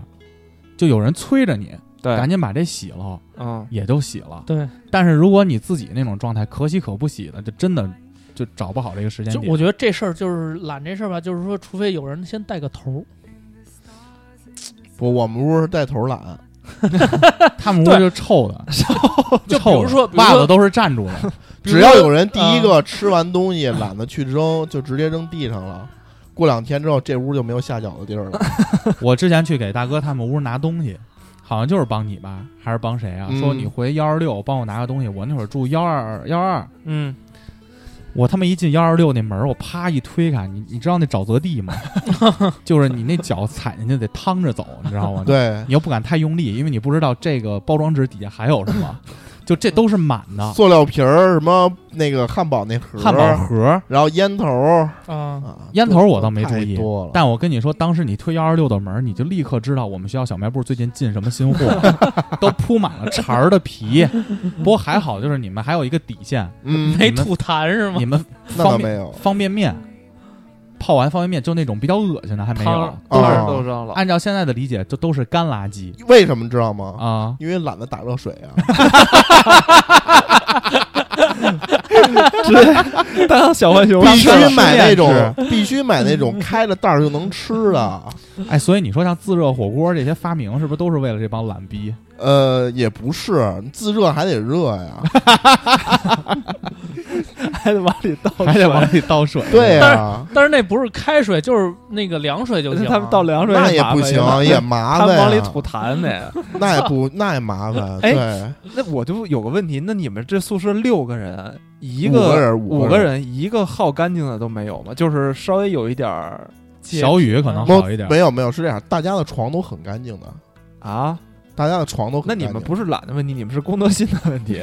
Speaker 3: 就有人催着你
Speaker 4: 对
Speaker 3: 赶，紧把这洗了，
Speaker 4: 嗯，
Speaker 3: 也就洗了。
Speaker 6: 对，
Speaker 3: 但是如果你自己那种状态可喜可不喜的，就真的就找不好这个时间
Speaker 6: 就
Speaker 3: 点。
Speaker 6: 我觉得这事儿就是懒这事儿吧，就是说，除非有人先带个头儿，
Speaker 5: 不，我们屋是带头懒，
Speaker 3: 他们屋
Speaker 6: 对
Speaker 3: 就是臭 的，
Speaker 6: 就比
Speaker 3: 臭
Speaker 6: 如
Speaker 3: 的
Speaker 6: 说，比如
Speaker 3: 袜子
Speaker 6: 说，
Speaker 3: 都是站住的。
Speaker 6: 比如
Speaker 5: 只
Speaker 6: 说
Speaker 5: 要有人第一个吃完东西懒得去扔，就直接扔地上了。过两天之后，这屋就没有下脚的地儿了。
Speaker 3: 我之前去给大哥他们屋拿东西，好像就是帮你吧，还是帮谁啊？
Speaker 5: 嗯
Speaker 3: 说你回幺二六帮我拿个东西。我那会儿住幺二幺二，
Speaker 4: 嗯，
Speaker 3: 我他妈一进幺二六那门儿，我啪一推开，你你知道那沼泽地 吗？就是你那脚踩进去得趟着走，你知道吗？
Speaker 5: 对，
Speaker 3: 你又不敢太用力，因为你不知道这个包装纸底下还有什么，就这都是满的。
Speaker 5: 塑料瓶儿，什么那个汉堡那盒儿，
Speaker 3: 汉堡盒儿，
Speaker 5: 然后烟头儿
Speaker 6: 啊，
Speaker 4: 嗯
Speaker 5: 啊，
Speaker 3: 烟头我倒没注
Speaker 5: 太
Speaker 3: 意
Speaker 5: 多了。
Speaker 3: 但我跟你说，当时你推幺二六的门儿，你就立刻知道我们学校小卖部最近进什么新货， 都铺满了肠儿的皮。不过还好，就是你们还有一个底线，
Speaker 5: 嗯，
Speaker 6: 没吐痰是吗
Speaker 3: 你？们
Speaker 5: 那倒
Speaker 3: 方
Speaker 5: 没
Speaker 3: 便
Speaker 5: 有。
Speaker 3: 方便面泡完方便面就那种比较恶心的还没
Speaker 6: 汤
Speaker 3: 有
Speaker 6: 儿。
Speaker 4: 都是
Speaker 5: 哦
Speaker 4: 都扔了。
Speaker 3: 按照现在的理解，这都是干垃圾
Speaker 5: 为什么知道吗？
Speaker 3: 啊！
Speaker 5: 因为懒得打热水啊。
Speaker 4: 当小浣熊
Speaker 5: 必须
Speaker 4: 是
Speaker 5: 买那种，必须买那种开了袋儿就能吃的。
Speaker 3: 哎，所以你说像自热火锅这些发明，是不是都是为了这帮懒逼？
Speaker 5: 呃，也不是，自热还得热呀。
Speaker 8: 还得往里倒
Speaker 3: 还得往里 倒水。
Speaker 5: 对 呀，
Speaker 6: 但是那不是开水，就是那个凉水就
Speaker 8: 水，
Speaker 6: 行。
Speaker 8: 他们倒凉水
Speaker 5: 那也
Speaker 8: 麻
Speaker 5: 不
Speaker 8: 烦
Speaker 5: 行， 也麻
Speaker 8: 他
Speaker 5: 烦
Speaker 8: 们
Speaker 5: 呀。
Speaker 8: 往里吐痰呢。
Speaker 5: 那也不，那也麻烦。
Speaker 4: 哎
Speaker 5: 对，
Speaker 4: 那我就有个问题，那你们这宿舍六个人，一
Speaker 5: 五个人
Speaker 4: 五
Speaker 5: 五
Speaker 4: 个
Speaker 5: 个
Speaker 4: 人一个好干净的都没有吗？就是稍微有一点儿洁
Speaker 3: 小雨可能
Speaker 5: 不
Speaker 3: 好一点，
Speaker 5: 没有没有，是这样，大家的床都很干净的，
Speaker 4: 啊，
Speaker 5: 大家的床都很
Speaker 4: 那
Speaker 5: 干
Speaker 4: 你
Speaker 5: 净
Speaker 4: 们不是懒的问题，你们是公德心的问题，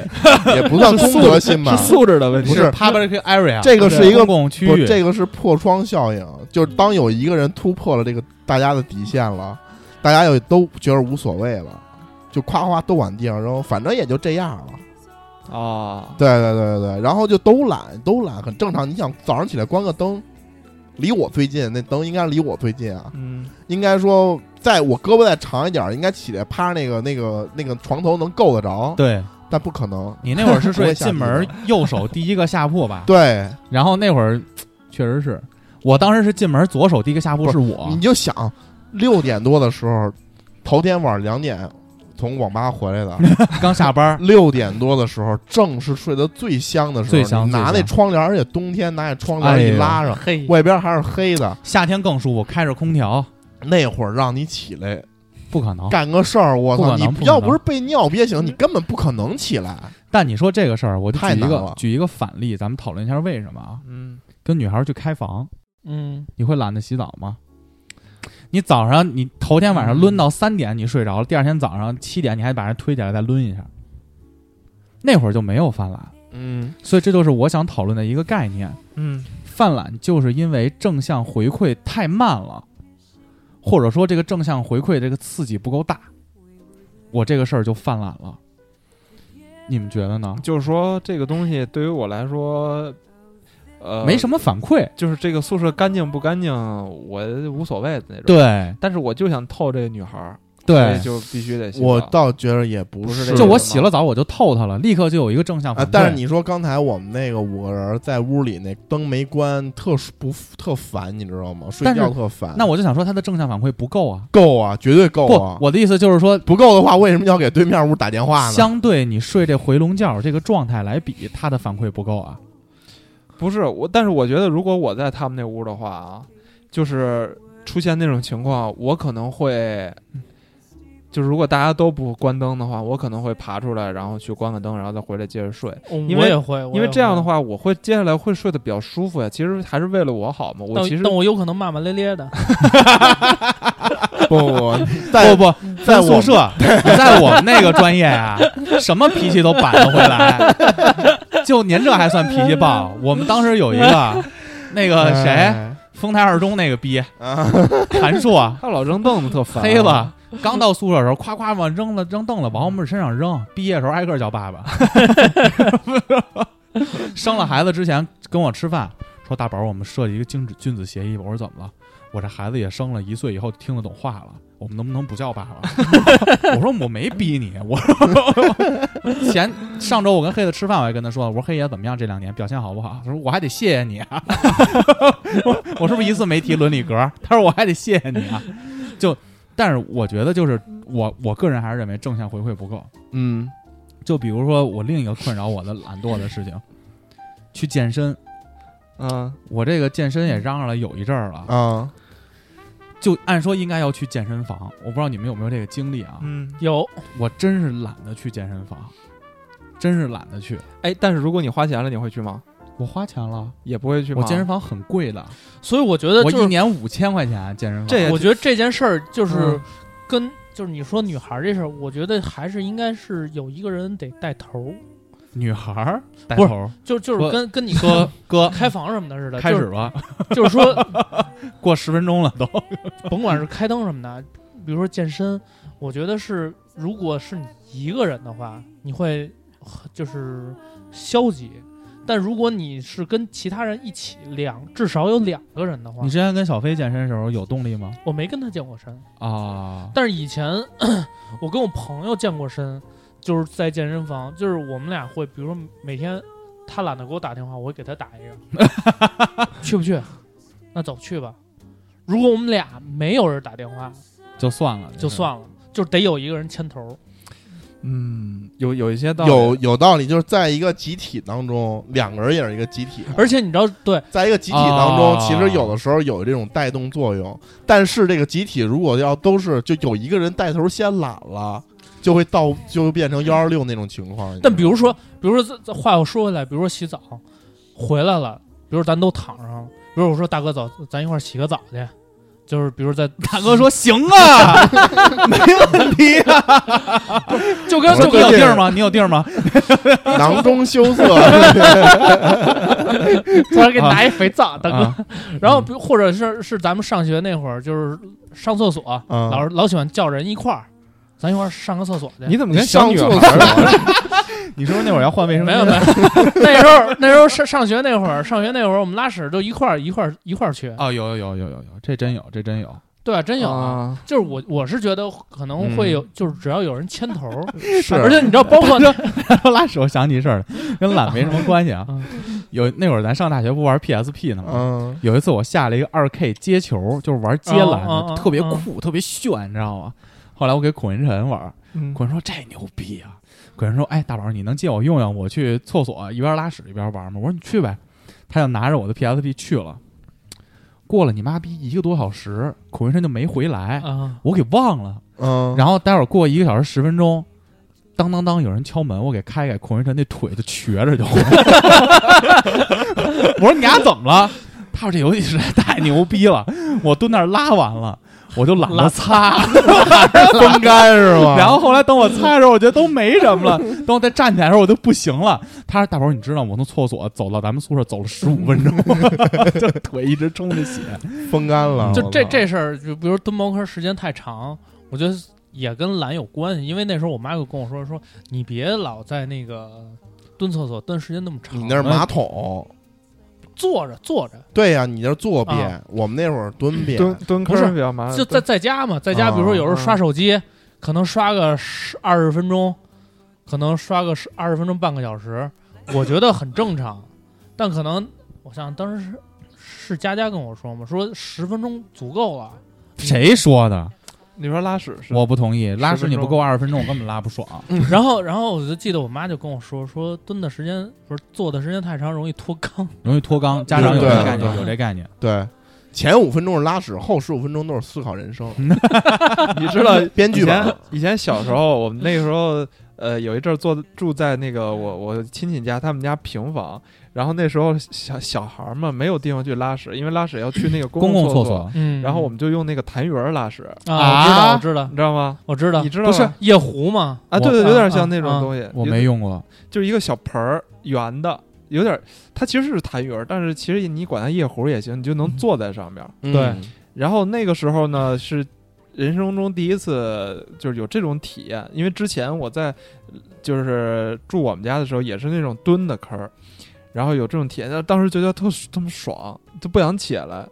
Speaker 5: 也不算公德心吧
Speaker 4: 是？素质的问题。
Speaker 5: 不是
Speaker 3: public area，
Speaker 5: 这个是一个
Speaker 3: 公共区
Speaker 5: 不，
Speaker 3: 域，
Speaker 5: 这个是破窗效应，就是当有一个人突破了这个大家的底线了，大家又都觉得无所谓了，就夸夸都往地上扔，反正也就这样了。
Speaker 4: 啊，
Speaker 5: 对对对对对，然后就都懒，都懒很正常。你想早上起来关个灯，离我最近，那灯应该离我最近啊，
Speaker 4: 嗯，
Speaker 5: 应该说在我胳膊再长一点儿，应该起来趴那个那个那个床头能够得着，
Speaker 3: 对
Speaker 5: 但不可能。
Speaker 3: 你那会儿是
Speaker 5: 我
Speaker 3: 睡
Speaker 5: 也想
Speaker 3: 进门
Speaker 5: 起
Speaker 3: 右手第一个下铺吧？
Speaker 5: 对，
Speaker 3: 然后那会儿确实是我当时是进门左手第一个下铺
Speaker 5: 不
Speaker 3: 是
Speaker 5: 是
Speaker 3: 我
Speaker 5: 你，就想六点多的时候，头天晚上两点从网吧回 来的，
Speaker 3: 刚下班儿，
Speaker 5: 六点多的时候正是睡得最香的时候，
Speaker 3: 最香
Speaker 5: 你拿
Speaker 3: 最香
Speaker 5: 那窗帘，而且冬天拿那窗
Speaker 3: 哎
Speaker 5: 帘
Speaker 3: 呀
Speaker 5: 一拉上，
Speaker 6: 嘿，
Speaker 5: 外边还是黑的，
Speaker 3: 夏天更舒服，开着空调，
Speaker 5: 那会儿让你起来
Speaker 3: 不可能。
Speaker 5: 干个事儿，我
Speaker 3: 哦不可
Speaker 5: 操！
Speaker 3: 能不
Speaker 5: 你
Speaker 3: 可
Speaker 5: 要
Speaker 3: 能
Speaker 5: 不是被尿憋醒，你根本不可能起来。
Speaker 3: 但你说这个事儿，我就
Speaker 5: 太
Speaker 3: 举一
Speaker 5: 难
Speaker 3: 个
Speaker 5: 了
Speaker 3: 举一个反例，咱们讨论一下为什么啊？
Speaker 4: 嗯，
Speaker 3: 跟女孩儿去开房，
Speaker 6: 嗯，
Speaker 3: 你会懒得洗澡吗？你早上你头天晚上抡到三点，你睡着了，
Speaker 5: 嗯
Speaker 3: 第二天早上七点你还把人推起来再抡一下，那会儿就没有犯懒，
Speaker 5: 嗯，
Speaker 3: 所以这就是我想讨论的一个概念。
Speaker 4: 嗯，
Speaker 3: 犯懒就是因为正向回馈太慢了，或者说这个正向回馈这个刺激不够大，我这个事儿就犯懒了。你们觉得呢？
Speaker 4: 就是说这个东西对于我来说，呃，
Speaker 3: 没
Speaker 4: 么，
Speaker 3: 什么反馈，
Speaker 4: 就是这个宿舍干净不干净，我无所谓的那种。，
Speaker 3: 对
Speaker 4: 但是我就想透这个女孩儿，所以
Speaker 3: 对，
Speaker 4: 就必须得洗澡
Speaker 5: 我倒觉得也不
Speaker 4: 不是
Speaker 5: 是
Speaker 4: 这
Speaker 3: 就
Speaker 4: 个
Speaker 3: 我
Speaker 4: 吗
Speaker 3: 洗了澡我就透它了，立刻就有一个正向
Speaker 5: 啊
Speaker 3: 反馈。，
Speaker 5: 但是你说刚才我们那个五个人在屋里那灯没关，特舒不特烦，你知道吗？睡
Speaker 3: 但是
Speaker 5: 觉特烦。
Speaker 3: 那我就想说它的正向反馈不够啊，
Speaker 5: 够啊，绝对够
Speaker 3: 不
Speaker 5: 啊！，
Speaker 3: 我的意思就是说，
Speaker 5: 不够的话，为什么要给对面屋打电话呢？
Speaker 3: 相对你睡这回笼觉这个状态来比，它的反馈不够啊。
Speaker 4: 不是我，但是我觉得如果我在他们那屋的话啊，就是出现那种情况，我可能会，就是如果大家都不关灯的话，我可能会爬出来，然后去关个灯，然后再回来接着睡。因
Speaker 6: 哦我
Speaker 4: 为
Speaker 6: 也会，我
Speaker 4: 因
Speaker 6: 也
Speaker 4: 为这样的
Speaker 6: 会，
Speaker 4: 话，我会接下来会睡得比较舒服呀。其实还是为了我好嘛。我
Speaker 6: 但
Speaker 4: 其实
Speaker 6: 但我有可能骂骂咧咧 的。
Speaker 5: 不不不，在
Speaker 3: 不不，在
Speaker 5: 在我
Speaker 3: 宿舍，你在我们那个专业啊，什么脾气都板得回来，就您这还算脾气暴。我们当时有一个那个
Speaker 4: 哎
Speaker 3: 谁，
Speaker 5: 哎
Speaker 3: 丰台二中那个逼，
Speaker 5: 啊
Speaker 3: 韩硕，
Speaker 4: 他老扔凳子特 烦、啊
Speaker 3: 黑子。刚到宿舍的时候，夸夸往扔了扔凳子，往我们身上扔。毕业的时候挨个叫爸爸。 生了孩子之前跟我吃饭，说大宝，我们设计一个君子君子协议吧。我说怎么了？我这孩子也生了一岁以后听得懂话了，我们能不能不叫爸爸？ 我说我没逼你，我说 前上周我跟黑子吃饭，我还跟他说，我说黑爷怎么样这两年表现好不好？他说我还得谢谢你啊， 我我是不是一次没提伦理格？他说我还得谢谢你啊，就但是我觉得就是我我个人还是认为正向回馈不够。
Speaker 5: 嗯，
Speaker 3: 就比如说我另一个困扰我的懒惰的事情，去健身，
Speaker 4: 嗯，
Speaker 3: 我这个健身也嚷嚷了有一阵儿了，
Speaker 5: 啊，
Speaker 3: 就按说应该要去健身房，我不知道你们有没有这个经历啊？
Speaker 4: 嗯，
Speaker 6: 有，
Speaker 3: 我真是懒得去健身房，真是懒得去。
Speaker 4: 哎，但是如果你花钱了，你会去吗？
Speaker 3: 我花钱了，
Speaker 4: 也不会去吗。
Speaker 3: 我健身房很贵的，
Speaker 6: 所以我觉得
Speaker 3: 我
Speaker 6: 就
Speaker 3: 一
Speaker 6: 是，
Speaker 3: 年五千块钱健身房。
Speaker 4: 这也
Speaker 6: 我觉得这件事儿就是
Speaker 4: 嗯
Speaker 6: 跟就是你说女孩儿这事儿，我觉得还是应该是有一个人得带头儿，
Speaker 3: 女孩儿带
Speaker 6: 不是
Speaker 3: 头儿
Speaker 6: 就就
Speaker 3: 说
Speaker 6: 是跟跟你
Speaker 3: 说
Speaker 6: 说
Speaker 3: 哥
Speaker 6: 开房什么的似的，
Speaker 3: 开
Speaker 6: 就
Speaker 3: 始
Speaker 6: 是
Speaker 3: 吧，
Speaker 6: 就是说
Speaker 3: 过十分钟了都。
Speaker 6: 甭管是开灯什么的，比如说健身，我觉得是，如果是你一个人的话，你会很就是消极；但如果你是跟其他人一起两，至少有两个人的话
Speaker 3: 你，之前跟小飞健身的时候有动力吗？
Speaker 6: 我没跟他健过身，
Speaker 3: 啊，
Speaker 6: 但是以前 我跟我朋友健过身，就是在健身房，就是我们俩会，比如说每天他懒得给我打电话，我会给他打一个，去不去？那走去吧。如果我们俩没有人打电话，嗯
Speaker 3: 就算了，
Speaker 6: 就算了，就得有一个人牵头。
Speaker 4: 嗯，有有一些道理
Speaker 5: 有有道理，就是在一个集体当中，两个人也是一个集体啊，
Speaker 6: 而且你知道，对，
Speaker 5: 在一个集体当中，
Speaker 3: 啊
Speaker 5: 其实有的时候有这种带动作用，但是这个集体如果要都是就有一个人带头先懒了，就会到就会变成幺二六那种情况。
Speaker 6: 但比如说，比如说，这这话又说回来，比如说洗澡回来了，比如咱都躺上了，比如我说大哥走，咱一块儿洗个澡去，就是比如在
Speaker 3: 大哥 说行啊，没问题啊，
Speaker 6: 就
Speaker 3: 哥
Speaker 6: 跟
Speaker 5: 我
Speaker 3: 说
Speaker 6: 就
Speaker 3: 你
Speaker 5: 最
Speaker 3: 有
Speaker 5: 近
Speaker 6: 跟
Speaker 3: 地儿吗？你有地儿吗？
Speaker 5: 你知道吗囊中羞涩，
Speaker 6: 突然给拿一肥皂，大哥，
Speaker 3: 啊，
Speaker 6: 啊 然后比如或者是是咱们上学那会儿，就是上厕所，
Speaker 5: 嗯
Speaker 6: 老是老喜欢叫人一块儿，咱一块儿上个厕所去。
Speaker 4: 你怎么跟小
Speaker 5: 上
Speaker 4: 女
Speaker 5: 厕
Speaker 4: 孩
Speaker 5: 所
Speaker 4: 儿聊呢
Speaker 3: 你是不是那会儿要换卫生
Speaker 6: 没
Speaker 3: 间？
Speaker 6: 有 没有，那时候那时候上上学那会儿，上学那会儿我们拉屎都一块儿一块儿一块儿去，
Speaker 3: 啊，有有有有有有，这真有，这真有。
Speaker 6: 对啊，真有啊。
Speaker 4: 啊？
Speaker 6: 就是我我是觉得可能
Speaker 5: 嗯
Speaker 6: 会有，就是只要有人牵头，
Speaker 5: 是
Speaker 4: 啊
Speaker 6: 而且你知道，包括
Speaker 3: 拉屎，我想起一事儿来，跟懒没什么关系啊
Speaker 6: 嗯。
Speaker 3: 有那会儿咱上大学不玩 PSP 呢吗？
Speaker 5: 嗯，
Speaker 3: 有一次我下了一个二 K 接球，就是玩接
Speaker 6: 嗯嗯
Speaker 3: 篮
Speaker 6: 嗯
Speaker 3: 的，特别
Speaker 6: 嗯
Speaker 3: 酷，特别炫，你知道吗？后来我给孔云晨玩，
Speaker 6: 嗯
Speaker 3: 孔云说这牛逼啊！孔云说：“哎，大宝，你能借我用用？我去厕所一边拉屎一边玩吗？”我说：“你去呗。”他就拿着我的 PSP 去了。过了你妈逼一个多小时，孔云晨就没回来，
Speaker 5: 哦
Speaker 6: 啊，
Speaker 3: 我给忘了。
Speaker 5: 嗯，
Speaker 3: 然后待会儿过一个小时十分钟，当当当，有人敲门，我给开开，孔云晨那腿就瘸着就。 我说你俩怎么了？他说这游戏实在太牛逼了，我蹲那儿拉完了，我就懒得擦，
Speaker 5: 风干是吗？
Speaker 3: 然后后来等我擦的时候，我觉得都没什么了，等我再站起来的时候我就不行了。他说大宝，你知道吗我从厕所走到咱们宿舍走了十五分钟， 就腿一直冲着血。
Speaker 5: 风干了，
Speaker 6: 就这
Speaker 5: 我操
Speaker 6: 这事儿，就比如蹲茅坑时间太长，我觉得也跟懒有关系，因为那时候我妈就跟我说说，你别老在那个蹲厕所蹲时间那么长，
Speaker 5: 你那是马桶，
Speaker 6: 坐着坐着，
Speaker 5: 对呀，你那是坐便
Speaker 6: 啊，
Speaker 5: 我们那会儿蹲便，
Speaker 4: 蹲蹲
Speaker 6: 不是
Speaker 4: 坑比较麻烦，
Speaker 6: 就在在家嘛，在家，比如
Speaker 4: 啊
Speaker 6: 说有时候刷手机，可能刷个十二十分钟，可能刷个十二十分钟半个小时，我觉得很正常。但可能我想当时是是佳佳跟我说嘛，说十分钟足够了。
Speaker 3: 谁说的？
Speaker 4: 你说拉屎是
Speaker 3: 我不同意，拉
Speaker 4: 10
Speaker 3: 屎你不
Speaker 4: 分钟
Speaker 3: 够二十分钟，我根本拉不爽。
Speaker 4: 嗯
Speaker 6: 然后，然后我就记得我妈就跟我说，说蹲的时间不是坐的时间太长容易脱 肛。
Speaker 3: 容易脱肛，家长有
Speaker 5: 对
Speaker 3: 这概念，
Speaker 5: 对
Speaker 3: 有这概念。
Speaker 5: 对。前五分钟是拉屎，后十五分钟都是思考人生。嗯
Speaker 4: 你知道
Speaker 5: 编剧
Speaker 4: 以
Speaker 5: 吧
Speaker 4: 前以前小时候，我们那个时候，呃，有一阵儿坐住在那个我我亲戚家，他们家平房，然后那时候小小孩儿嘛，没有地方去拉屎，因为拉屎要去那个
Speaker 3: 公
Speaker 4: 共
Speaker 3: 共
Speaker 4: 厕
Speaker 3: 厕，所
Speaker 6: 嗯
Speaker 4: 然后我们就用那个痰盂儿拉屎，
Speaker 6: 啊，我知道，
Speaker 4: 你知道吗？
Speaker 6: 我知道，我
Speaker 4: 你
Speaker 6: 知道，
Speaker 4: 知道吗
Speaker 3: 不是
Speaker 6: 夜壶嘛，
Speaker 3: 我
Speaker 4: 啊，对对，有点像
Speaker 6: 啊
Speaker 4: 那
Speaker 6: 啊
Speaker 4: 种东西，
Speaker 3: 我
Speaker 4: 有
Speaker 3: 没用过，
Speaker 4: 就是一个小盆儿圆的，有点儿，它其实是痰盂儿，但是其实你管它夜壶儿也行，你就能坐在上面儿。
Speaker 5: 嗯
Speaker 6: 对
Speaker 4: 然后那个时候呢，是人生中第一次就是有这种体验，因为之前我在呃就是住我们家的时候，也是那种蹲的坑儿，然后有这种体验，但当时觉得特特么爽，就不想起来。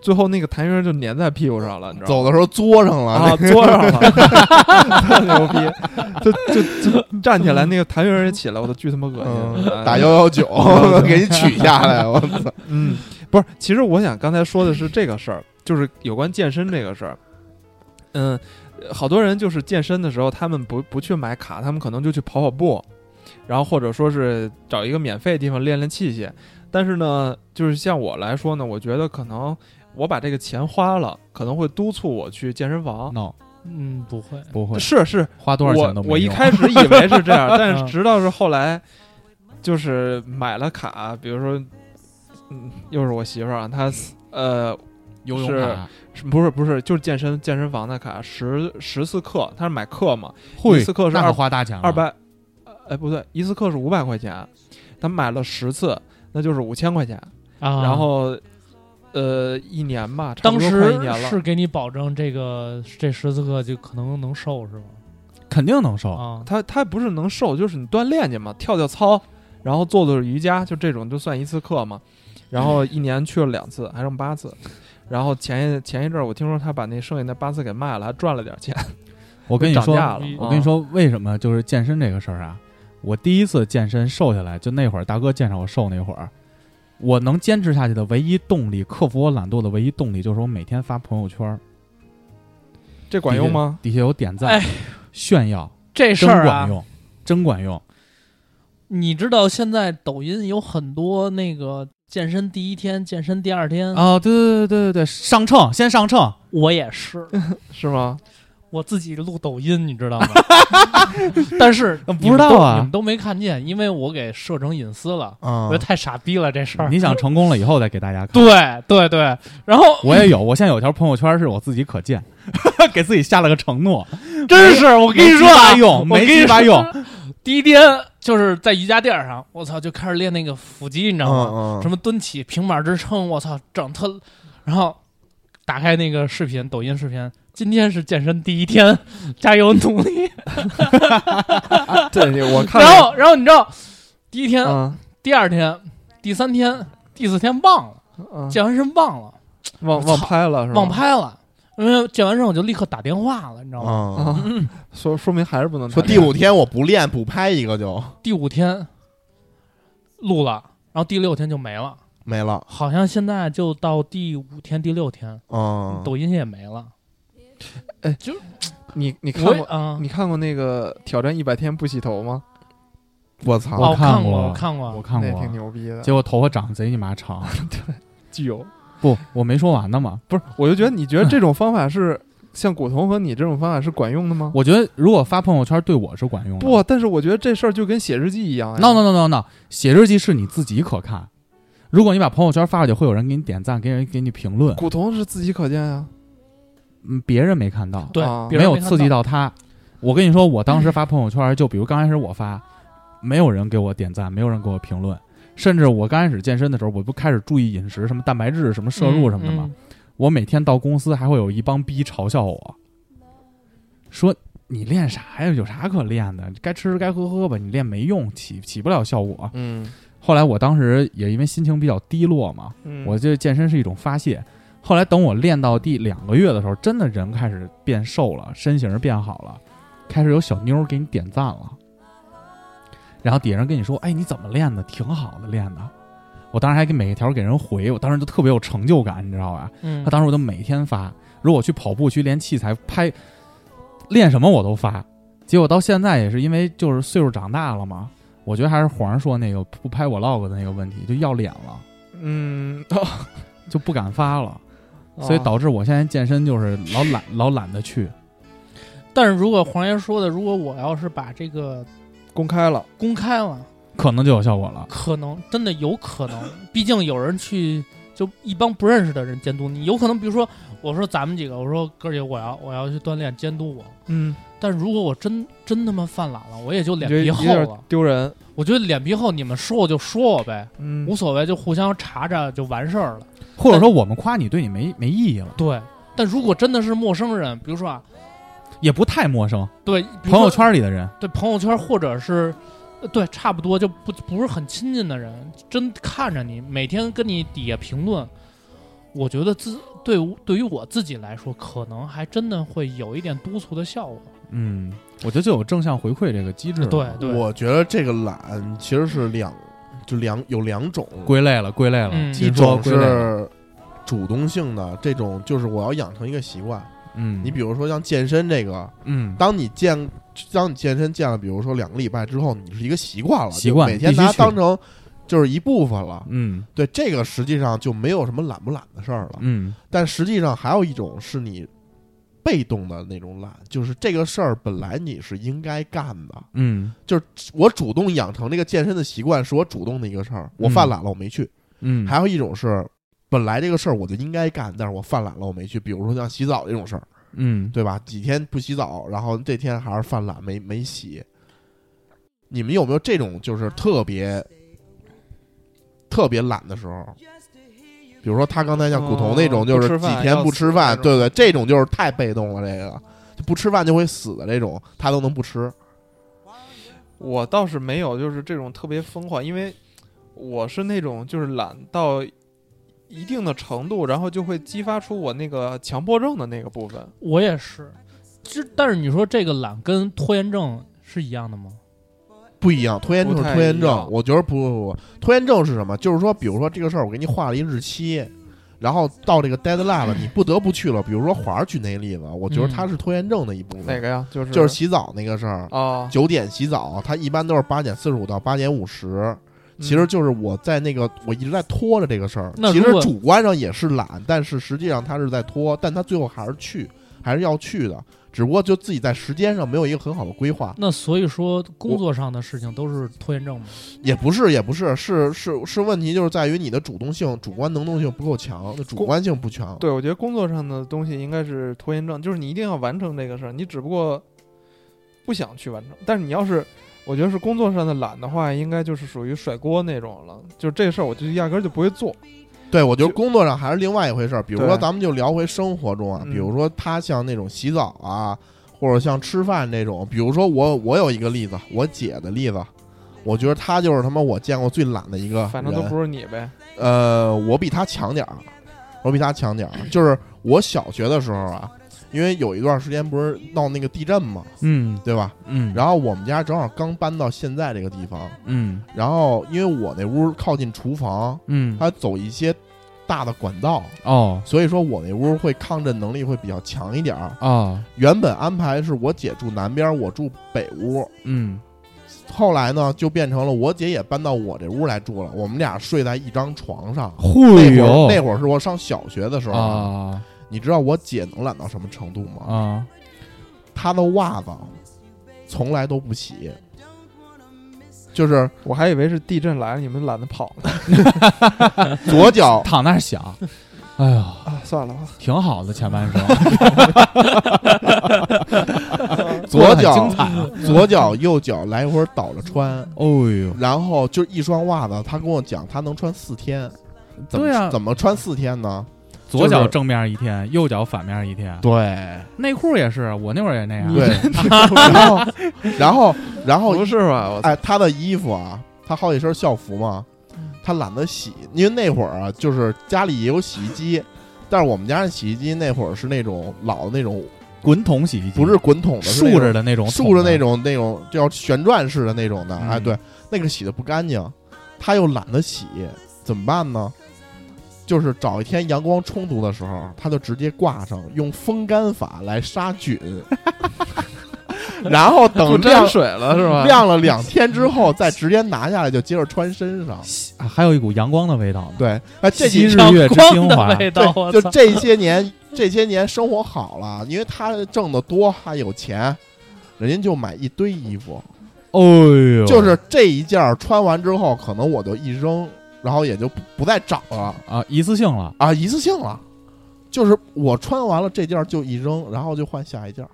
Speaker 4: 最后那个痰盂就粘在屁股上了，你知道
Speaker 5: 走
Speaker 4: 吗？
Speaker 5: 的时候作上了，
Speaker 4: 啊，坐上了， 特牛逼，就就就站起来，那个痰盂也起来，我都巨他妈恶心
Speaker 6: 啊
Speaker 5: 嗯，
Speaker 4: 哎，
Speaker 5: 打幺幺九给你取下 来，我操！
Speaker 4: 嗯，不是，其实我想刚才说的是这个事儿，就是有关健身这个事儿。嗯，呃好多人就是健身的时候，他们不不去买卡，他们可能就去跑跑步，然后或者说是找一个免费的地方练练器械。但是呢，就是像我来说呢，我觉得可能我把这个钱花了，可能会督促我去健身房。
Speaker 3: no
Speaker 6: 嗯，不会，
Speaker 3: 不会，
Speaker 4: 是是，
Speaker 3: 花多少钱都没
Speaker 4: 我我一
Speaker 3: 用
Speaker 4: 开始以为是 这样，但是
Speaker 6: 嗯
Speaker 4: 直到是后来，就是买了卡，比如说，嗯，又是我媳妇儿啊，
Speaker 3: 嗯
Speaker 4: 她呃，
Speaker 3: 游泳
Speaker 4: 是
Speaker 3: 卡，
Speaker 4: 是不是不是，就是健身健身房的卡，十十次课，她是买课嘛，
Speaker 3: 会
Speaker 4: 一次课是
Speaker 3: 那可
Speaker 4: 二
Speaker 3: 花大钱了，
Speaker 4: 二百，哎不对，一次课是五百块钱，她买了十次，那就是五千块钱，
Speaker 6: 啊，
Speaker 4: 然后。呃，一年吧，差
Speaker 6: 当
Speaker 4: 不多快一
Speaker 6: 时
Speaker 4: 年了。
Speaker 6: 是给你保证这个这十四克就可能能瘦是吗？
Speaker 3: 肯定能瘦。
Speaker 6: 啊，
Speaker 4: 它它不是能瘦，就是你锻炼去嘛，跳跳操，然后做做瑜伽，就这种就算一次课嘛。然后一年去了两次，还剩八次。然后前一前一阵儿，我听说他把那剩下那八次给卖了，还赚了点钱。
Speaker 3: 我跟你
Speaker 4: 涨
Speaker 3: 说，
Speaker 4: 价了
Speaker 6: 嗯，
Speaker 3: 我跟你，说，为什么就是健身这个事儿啊？我第一次健身瘦下来，就那会儿大哥介绍我瘦那会儿，我能坚持下去的唯一动力，克服我懒惰的唯一动力，就是我每天发朋友圈儿，
Speaker 4: 这管用吗？
Speaker 3: 底下有点赞、炫耀，
Speaker 6: 这事
Speaker 3: 真
Speaker 6: 儿
Speaker 3: 管
Speaker 6: 啊，
Speaker 3: 用，真管用。
Speaker 6: 你知道现在抖音有很多那个健身第一天、健身第二天，
Speaker 3: 啊，对对对对对对，上秤先上秤，
Speaker 6: 我 也是，
Speaker 4: 是吗？
Speaker 6: 我自己录抖音，你知道吗？但是
Speaker 3: 嗯
Speaker 6: 你
Speaker 3: 不
Speaker 6: 们
Speaker 3: 知道
Speaker 6: 都
Speaker 3: 啊
Speaker 6: 你们都没看见，因为我给设成隐私了，
Speaker 5: 啊
Speaker 6: 我觉得太傻逼了这事儿。
Speaker 3: 你想成功了以后再给大家看。
Speaker 6: 对对对，然后
Speaker 3: 我也有，我现在有条朋友圈是我自己可见， 给自己下了个承诺。
Speaker 6: 真是我跟你说
Speaker 3: 没鸡巴
Speaker 6: 啊，
Speaker 3: 用
Speaker 6: 我
Speaker 3: 没
Speaker 6: 跟你
Speaker 3: 鸡巴
Speaker 6: 说啊
Speaker 3: 用。
Speaker 6: 第一天就是在瑜伽垫上，我操，就开始练那个腹肌，你知道
Speaker 3: 啊
Speaker 6: 吗？
Speaker 5: 嗯
Speaker 6: 什
Speaker 5: 嗯，
Speaker 6: 么蹲起、平板支撑，我操，整特。然后打开那个视频，抖音视频，今天是健身第一天，加油努力。
Speaker 4: 对，你我看
Speaker 6: 然后，然后你知道，第一天、
Speaker 4: 啊
Speaker 6: 第二天、第三天、第四天忘了，
Speaker 4: 啊，
Speaker 6: 健完身忘了，
Speaker 4: 忘忘拍了是吧？
Speaker 6: 忘拍了。因为健完身我就立刻打电话了，你嗯知道吗？
Speaker 5: 啊，
Speaker 4: 啊，说说明还是不能
Speaker 5: 说
Speaker 4: 谈
Speaker 5: 第
Speaker 4: 恋爱
Speaker 5: 五天我不练补拍一个就
Speaker 6: 第五天录了，然后第六天就没了，
Speaker 5: 没了，
Speaker 6: 好像现在就到第五天、第六天，
Speaker 5: 嗯，
Speaker 6: 抖音也没了。
Speaker 4: 你你看
Speaker 6: 我也
Speaker 4: 过嗯
Speaker 6: 啊，
Speaker 4: 你看过那个挑战一百天不洗头吗？
Speaker 5: 我
Speaker 6: 哦
Speaker 5: 操，
Speaker 6: 我
Speaker 3: 看
Speaker 6: 看
Speaker 3: 过
Speaker 6: 我看过
Speaker 3: 我，看
Speaker 4: 那
Speaker 3: 过
Speaker 4: 挺，牛逼的
Speaker 3: 结，果头发长得贼你妈长。
Speaker 4: 巨有。
Speaker 3: 不，我没说完呢嘛。
Speaker 4: 不是，我就觉得你觉得这种方法是像古潼和你这种方法是管用的吗？
Speaker 3: 我觉得如果发朋友圈对我是管用的。
Speaker 4: 不，但是我觉得这事儿就跟写日记一样呀。
Speaker 3: ，no no no no no，写日记是你自己可看。如果你把朋友圈发出去，会有人给你点赞，给人给你评论，
Speaker 4: 古潼是自己可见呀。
Speaker 3: 嗯，别人没看到，
Speaker 6: 对
Speaker 4: 啊，
Speaker 6: 别
Speaker 3: 没
Speaker 6: 人
Speaker 3: 有
Speaker 6: 看嗯
Speaker 3: 刺激到他。我跟你说，我当时发朋友圈，就比如刚开始我发，没有人给我点赞，没有人给我评论，甚至我刚开始健身的时候，我不开始注意饮食，什么蛋白质、什么摄入什么的吗？
Speaker 6: 嗯嗯
Speaker 3: 我每天到公司还会有一帮逼嘲笑我，说你练啥呀？有啥可练的？该吃吃该喝喝吧，你练没用，起起不了效果。
Speaker 4: 嗯，
Speaker 3: 后来我当时也因为心情比较低落嘛，我觉得健身是一种发泄。后来等我练到第两个月的时候，真的人开始变瘦了，身形变好了，开始有小妞儿给你点赞了，然后底下人跟你说：“哎，你怎么练的？挺好的，练的。”我当时还给每一条给人回，我当时就特别有成就感，你知道吧？
Speaker 6: 嗯
Speaker 3: 啊他，当时我就每天发，如果我去跑步去练器材拍，练什么我都发。结果到现在也是因为就是岁数长大了嘛，我觉得还是皇上说那个不拍 vlog 的那个问题，就要脸了，
Speaker 4: 嗯，
Speaker 3: 就不敢发了，
Speaker 6: 哦
Speaker 3: 所以导致我现在健身就是老懒老懒得去。
Speaker 6: 但是如果黄爷说的，如果我要是把这个
Speaker 4: 公开了，
Speaker 6: 公开了，
Speaker 3: 可能就有效果了，
Speaker 6: 可能真的有可能，毕竟有人去就一帮不认识的人监督你，有可能比如说我说咱们几个，我说哥儿姐我要我要去锻炼监督我，
Speaker 4: 嗯，
Speaker 6: 但如果我真真他妈犯懒了，我也就
Speaker 4: 你
Speaker 6: 脸
Speaker 4: 觉得
Speaker 6: 皮
Speaker 4: 有
Speaker 6: 厚
Speaker 4: 点
Speaker 6: 了，
Speaker 4: 丢人。
Speaker 6: 我觉得脸皮厚，你们说我就说我呗，
Speaker 4: 嗯
Speaker 6: 无，所谓，就互相查查就完事儿了。
Speaker 3: 或者说我们夸你对你没没意义了，
Speaker 6: 对，但如果真的是陌生人，比如说啊，
Speaker 3: 也不太陌生，
Speaker 6: 对比如
Speaker 3: 朋友
Speaker 6: 说
Speaker 3: 圈里的人，
Speaker 6: 对朋友圈或者是，呃对，差不多就不不是很亲近的人，真看着你每天跟你底下评论，我觉得自对我对于我自己来说，可能还真的会有一点督促的效果。
Speaker 3: 嗯，我觉得就有正向回馈这个机制了。
Speaker 6: 对对，
Speaker 5: 嗯我觉得这个懒其实是两，就两有两种，
Speaker 3: 归类了，归类了，
Speaker 6: 嗯
Speaker 3: 其
Speaker 5: 一
Speaker 3: 实说
Speaker 5: 种
Speaker 3: 归类了，
Speaker 5: 是主动性的，这种就是我要养成一个习惯。
Speaker 3: 嗯，
Speaker 5: 你比如说像健身这个，
Speaker 3: 嗯，
Speaker 5: 当你健，当你健身健了，比如说两个礼拜之后，你是一个习惯了，
Speaker 3: 习惯
Speaker 5: 就每天
Speaker 3: 必须
Speaker 5: 拿它
Speaker 3: 去
Speaker 5: 当成就是一部分了。
Speaker 3: 嗯
Speaker 5: 对，这个实际上就没有什么懒不懒的事儿了。
Speaker 3: 嗯
Speaker 5: 但实际上还有一种是你被动的那种懒，就是这个事儿本来你是应该干的。
Speaker 3: 嗯
Speaker 5: 我主动养成这个健身的习惯，是我主动的一个事儿。我犯懒了，我没去。
Speaker 3: 嗯，
Speaker 5: 还有一种是，本来这个事儿我就应该干，但是我犯懒了，我没去。比如说像洗澡这种事儿，
Speaker 3: 嗯，
Speaker 5: 对吧？几天不洗澡，然后这天还是犯懒没没洗。你们有没有这种就是特别特别懒的时候？比如说他刚才像古潼那种，
Speaker 4: 哦
Speaker 5: 就是
Speaker 4: 不吃
Speaker 5: 几
Speaker 4: 饭
Speaker 5: 天不吃饭，
Speaker 4: 要死
Speaker 5: 对对，这种就是太被动了。这个就不吃饭就会死的这种，他都能不吃。
Speaker 4: 我倒是没有，就是这种特别疯狂，因为我是那种就是懒到一定的程度，然后就会激发出我那个强迫症的那个部分。
Speaker 6: 我也是。这但是你说这个懒跟拖延症是一样的吗？
Speaker 5: 不一样，拖延症
Speaker 4: 不
Speaker 5: 是
Speaker 4: 太
Speaker 5: 拖延
Speaker 4: 一
Speaker 5: 症，
Speaker 4: 样
Speaker 5: 我觉得不不不，拖延症是什么？就是说，比如说这个事儿，我给你画了一日期，然后到这个 deadline 了，你不得不去了。比如说华儿举那个例子，我觉得它是拖延症的一部分，
Speaker 4: 哪个呀？就是
Speaker 5: 就是洗澡那个事儿。
Speaker 4: 哦，
Speaker 5: 九点洗澡，它一般都是八点四十五到八点五十。
Speaker 4: 嗯
Speaker 5: 其实就是我在那个，我一直在拖着这个事儿。
Speaker 6: 那
Speaker 5: 其
Speaker 6: 如
Speaker 5: 实
Speaker 6: 果
Speaker 5: 主观上也是懒，但是实际上他是在拖，但他最后还是去，还是要去的。只不过就自己在时间上没有一个很好的规划，
Speaker 6: 那所以说，工作上的事情都是拖延症吗？
Speaker 5: 也不是，也不是，是是是，问题就是在于你的主动性、主观能动性不够强，主观性不强。
Speaker 4: 对，我觉得工作上的东西应该是拖延症，就是你一定要完成这个事儿，你只不过不想去完成。但是你要是，我觉得是工作上的懒的话，应该就是属于甩锅那种了，就这事儿我就压根儿就不会做。
Speaker 5: 对，我觉得
Speaker 4: 就
Speaker 5: 工作上还是另外一回事儿。比如说，
Speaker 4: 对
Speaker 5: 咱们就聊回生活中啊，
Speaker 4: 嗯
Speaker 5: 比如说他像那种洗澡啊，或者像吃饭这种。比如说我，我有一个例子，我姐的例子，我觉得她就是他妈我见过最懒的一个人。
Speaker 4: 反正都不是你呗。
Speaker 5: 呃，我比她强点儿，我比她强点儿。就是我小学的时候啊，因为有一段时间不是闹那个地震嘛，
Speaker 3: 嗯
Speaker 5: 对吧？
Speaker 3: 嗯，
Speaker 5: 然后我们家正好刚搬到现在这个地方，
Speaker 3: 嗯
Speaker 5: 然后因为我那屋靠近厨房，
Speaker 3: 嗯
Speaker 5: 它走一些大的管道，
Speaker 3: 哦
Speaker 5: 所以说我那屋会抗震能力会比较强一点儿。
Speaker 3: 哦
Speaker 5: 原本安排是我姐住南边，我住北屋，
Speaker 3: 嗯
Speaker 5: 后来呢就变成了我姐也搬到我这屋来住了，我们俩睡在一张床上。
Speaker 3: 忽
Speaker 5: 那会
Speaker 3: 悠
Speaker 5: 儿那会儿是我上小学的时候，
Speaker 3: 啊
Speaker 5: 你知道我姐能懒到什么程度吗？
Speaker 3: 啊
Speaker 5: 她的袜子从来都不洗，就是
Speaker 4: 我还以为是地震来了，你们懒得跑呢。
Speaker 5: 左脚
Speaker 3: 躺那儿想，哎呀，
Speaker 4: 啊，算了 吧，
Speaker 3: 挺好的前 半生，
Speaker 5: 左
Speaker 3: 很精
Speaker 5: 脚
Speaker 3: 彩啊，
Speaker 5: 左脚右脚来回倒着穿，
Speaker 3: 哦呦，
Speaker 5: 然后就一双袜子，他跟我讲他能穿四天，怎么、
Speaker 3: 对啊
Speaker 5: 怎么穿四天呢？
Speaker 3: 左
Speaker 5: 就
Speaker 3: 脚
Speaker 5: 是
Speaker 3: 正面一天，右脚反面一天，
Speaker 5: 对
Speaker 3: 内裤也是，啊我那会儿也那样，
Speaker 5: 对，然后然后然后
Speaker 4: 不是吧？我操，
Speaker 5: 哎，他的衣服啊，他好几身校服嘛，他懒得洗，因为那会儿啊，就是家里也有洗衣机，但是我们家的洗衣机那会儿是那种老的那种，
Speaker 3: 滚筒洗衣机
Speaker 5: 不是滚筒的，是
Speaker 3: 嗯
Speaker 5: 那
Speaker 3: 竖
Speaker 5: 种
Speaker 3: 着的那种，
Speaker 5: 竖着那，种那种叫旋转式的那种的，哎，
Speaker 3: 嗯
Speaker 5: 对，那个洗的不干净，他又懒得洗，怎么办呢？就是找一天阳光充足的时候，他就直接挂上，用风干法来杀 菌，然后
Speaker 4: 不
Speaker 5: 等
Speaker 4: 沾
Speaker 5: 晾
Speaker 4: 水了是吧？
Speaker 5: 晾了两天之后，再直接拿下来就接着穿身上。
Speaker 3: 啊还有一股阳光的味道呢，
Speaker 5: 对，那这
Speaker 3: 昔
Speaker 5: 几
Speaker 3: 日
Speaker 6: 阳
Speaker 3: 月之
Speaker 6: 光
Speaker 3: 精
Speaker 6: 的
Speaker 3: 华，
Speaker 6: 味道，我
Speaker 5: 对，就
Speaker 6: 操！
Speaker 5: 这些年，这些年生活好了，因为他挣得多，他有钱，人家就买一堆衣服。
Speaker 3: 哦呦，
Speaker 5: 就是这一件儿穿完之后，可能我就一扔，然后也就不不再找了
Speaker 3: 啊，一次性了，
Speaker 5: 啊，一次性了。就是我穿完了这件儿就一扔，然后就换下一件儿。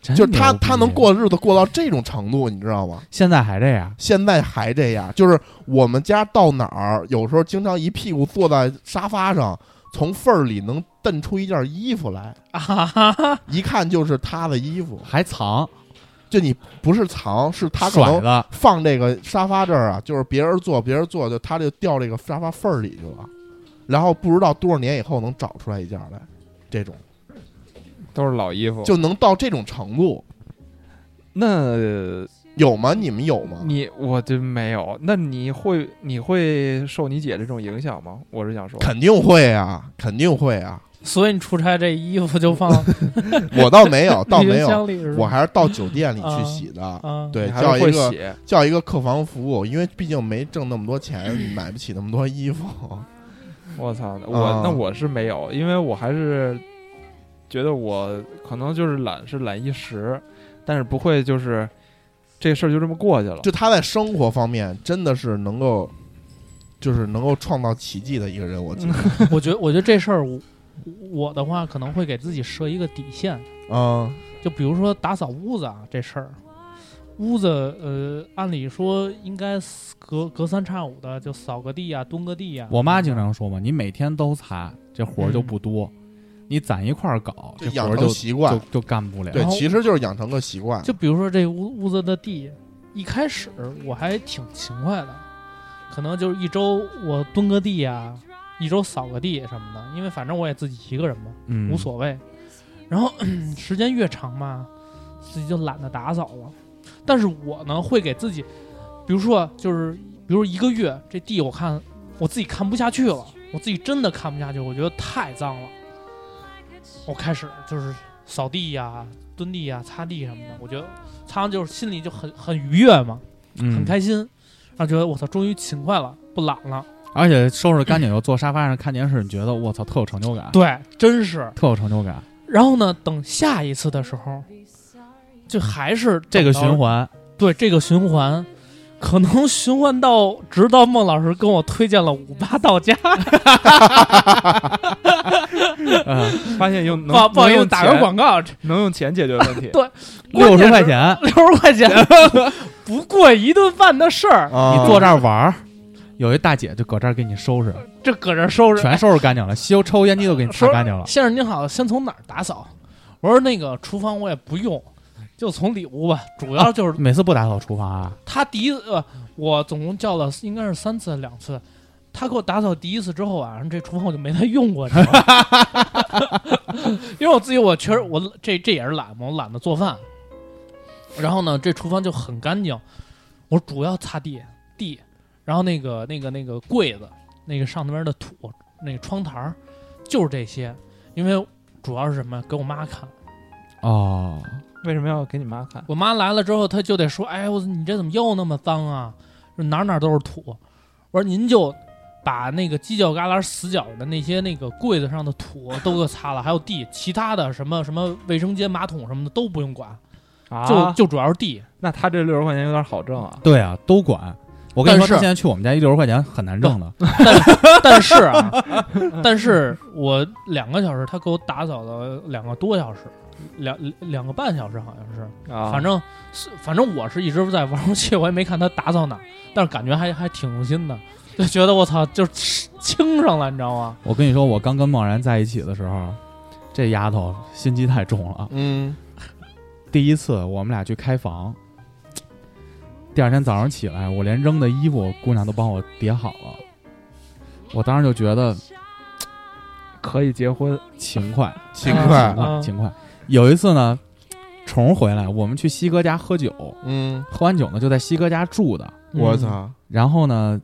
Speaker 3: 真
Speaker 5: 就是他
Speaker 3: 牛逼
Speaker 5: 他能，过日子过到这种程度，你知道吗？
Speaker 3: 现在还这样，
Speaker 5: 现在还这样，就是我们家到哪儿，有时候经常一屁股坐在沙发上，从缝儿里能蹬出一件衣服来，
Speaker 6: 啊
Speaker 5: 一看就是他的衣服。
Speaker 3: 还藏，
Speaker 5: 就你不是藏，是他可
Speaker 3: 甩
Speaker 5: 能
Speaker 3: 了，
Speaker 5: 放这个沙发这儿啊，就是别人坐，别人坐，就他就掉这个沙发缝儿里去了，然后不知道多少年以后能找出来一件来，这种
Speaker 4: 都是老衣服。
Speaker 5: 就能到这种程度，
Speaker 4: 那
Speaker 5: 有吗？你们有吗？
Speaker 4: 你我真没有。那你会你会受你姐这种影响吗？我是想说，
Speaker 5: 肯定会啊，肯定会啊，
Speaker 6: 所以你出差这衣服就放
Speaker 5: 我倒没有， 倒
Speaker 6: 旅
Speaker 5: 没
Speaker 6: 行
Speaker 5: 有，
Speaker 6: 箱里是吧？
Speaker 5: 我还是到酒店里去
Speaker 6: 啊
Speaker 5: 洗的，
Speaker 6: 啊，
Speaker 5: 对，
Speaker 4: 你还
Speaker 5: 叫
Speaker 4: 是
Speaker 5: 一
Speaker 4: 会
Speaker 5: 个
Speaker 4: 写。
Speaker 5: 叫一个客房服务，因为毕竟没挣那么多钱，买不起那么多衣服，
Speaker 4: 我操，我、
Speaker 5: 啊
Speaker 4: 那我是没有，因为我还是觉得我可能就是懒是懒一时，但是不会就是这事儿就这么过去了。
Speaker 5: 就他在生活方面真的是能够，就是能够创造奇迹的一个人，我记得，
Speaker 6: 我觉得我觉得这事儿我，我的话可能会给自己设一个底线，
Speaker 5: 嗯
Speaker 6: 就比如说打扫屋子啊这事儿，屋子呃，按理说应该隔隔三差五的就扫个地啊，蹲个地啊。
Speaker 3: 我妈经常说嘛，你每天都擦，这活儿就不多，你攒一块儿搞，这
Speaker 5: 嗯就
Speaker 3: 活
Speaker 5: 养
Speaker 3: 儿就
Speaker 5: 成习惯
Speaker 3: 就，就干不了。
Speaker 5: 对
Speaker 6: 然，后
Speaker 5: 其实就是养成个习惯。
Speaker 6: 就比如说这屋屋子的地，一开始我还挺勤快的，可能就是一周我蹲个地啊，一周扫个地什么的，因为反正我也自己一个人嘛，
Speaker 3: 嗯，
Speaker 6: 无所谓。然后 时间越长嘛，自己就懒得打扫了。但是我呢，会给自己，比如说就是，比如一个月这地我看我自己看不下去了，我我自己真的看不下去，我觉得太脏了。我开始就是扫地呀、蹲地呀、擦地什么的，我觉得擦完就是心里就很很愉悦嘛，很
Speaker 3: 嗯，
Speaker 6: 开心，然后觉得我操，终于勤快了，不懒了。
Speaker 3: 而且收拾干净以后坐沙发上看电视，你觉得我操特有成就感，
Speaker 6: 对，真是。
Speaker 3: 特有成就感。
Speaker 6: 然后呢，等下一次的时候，就还是
Speaker 3: 这个
Speaker 6: 等到
Speaker 3: 循环，
Speaker 6: 对这个循环，可能循环到直到孟老师跟我推荐了五八到家，
Speaker 3: 嗯，
Speaker 4: 发现用能
Speaker 6: 不不好
Speaker 4: 能
Speaker 6: 意思
Speaker 4: 用
Speaker 6: 打个
Speaker 4: 钱
Speaker 6: 广告，
Speaker 4: 能用钱解决问题
Speaker 6: 对
Speaker 3: 六十块钱，
Speaker 6: 六十块钱 不贵一顿饭的事儿，
Speaker 5: 啊，
Speaker 3: 你坐这儿玩儿，有一大姐就搁这儿给你收拾，
Speaker 6: 这搁这收拾。
Speaker 3: 全收拾干净了，吸抽烟机都给你擦干净了。
Speaker 6: 先生您好，先从哪儿打扫？我说那个厨房我也不用，就从里屋吧，主要就是
Speaker 3: 每次不打扫厨房啊，
Speaker 6: 他第一次，呃，我总共叫了应该是三次两次，他给我打扫第一次之后啊，这厨房我就没再用过，知道吗因为我自己我确实我这这也是懒嘛，我懒得做饭，然后呢，这厨房就很干净，我主要擦地地，然后那个那个那个柜子，那个上面的土，那个窗台儿，就是这些，因为主要是什么，给我妈看。
Speaker 3: 哦，
Speaker 4: 为什么要给你妈看？
Speaker 6: 我妈来了之后，她就得说：“哎，我你这怎么又那么脏啊？说哪儿哪儿都是土。”我说：“您就把那个犄角旮旯、死角的那些那个柜子上的土都给擦了，还有地，其他的什么什么卫生间、马桶什么的都不用管，
Speaker 4: 啊
Speaker 6: 就、就主要是地。
Speaker 4: 那他这六十块钱有点好挣啊。
Speaker 3: 对啊，都管。我跟你说，
Speaker 6: 但是
Speaker 3: 他现在去我们家一六十块钱很难挣的，
Speaker 6: 但是啊， 但是我两个小时，她给我打扫了两个多小时，两两个半小时好像是。
Speaker 4: 啊，
Speaker 6: 反正是，反正我是一直在玩游戏，我也没看他打扫哪儿，但是感觉还还挺用心的，就觉得我操，就是轻上了，你知道吗？
Speaker 3: 我跟你说，我刚跟梦然在一起的时候，这丫头心机太重了。
Speaker 5: 嗯，
Speaker 3: 第一次我们俩去开房，第二天早上起来，我连扔的衣服姑娘都帮我叠好了，我当时就觉得
Speaker 4: 可以结婚，
Speaker 3: 勤快，
Speaker 5: 勤快，
Speaker 3: 勤
Speaker 4: 嗯
Speaker 3: 快，
Speaker 6: 啊
Speaker 3: 勤快。有一次呢，虫回来，我们去西哥家喝酒，
Speaker 5: 嗯，
Speaker 3: 喝完酒呢就在西哥家住的。
Speaker 6: 嗯
Speaker 5: 我操，
Speaker 3: 然后呢，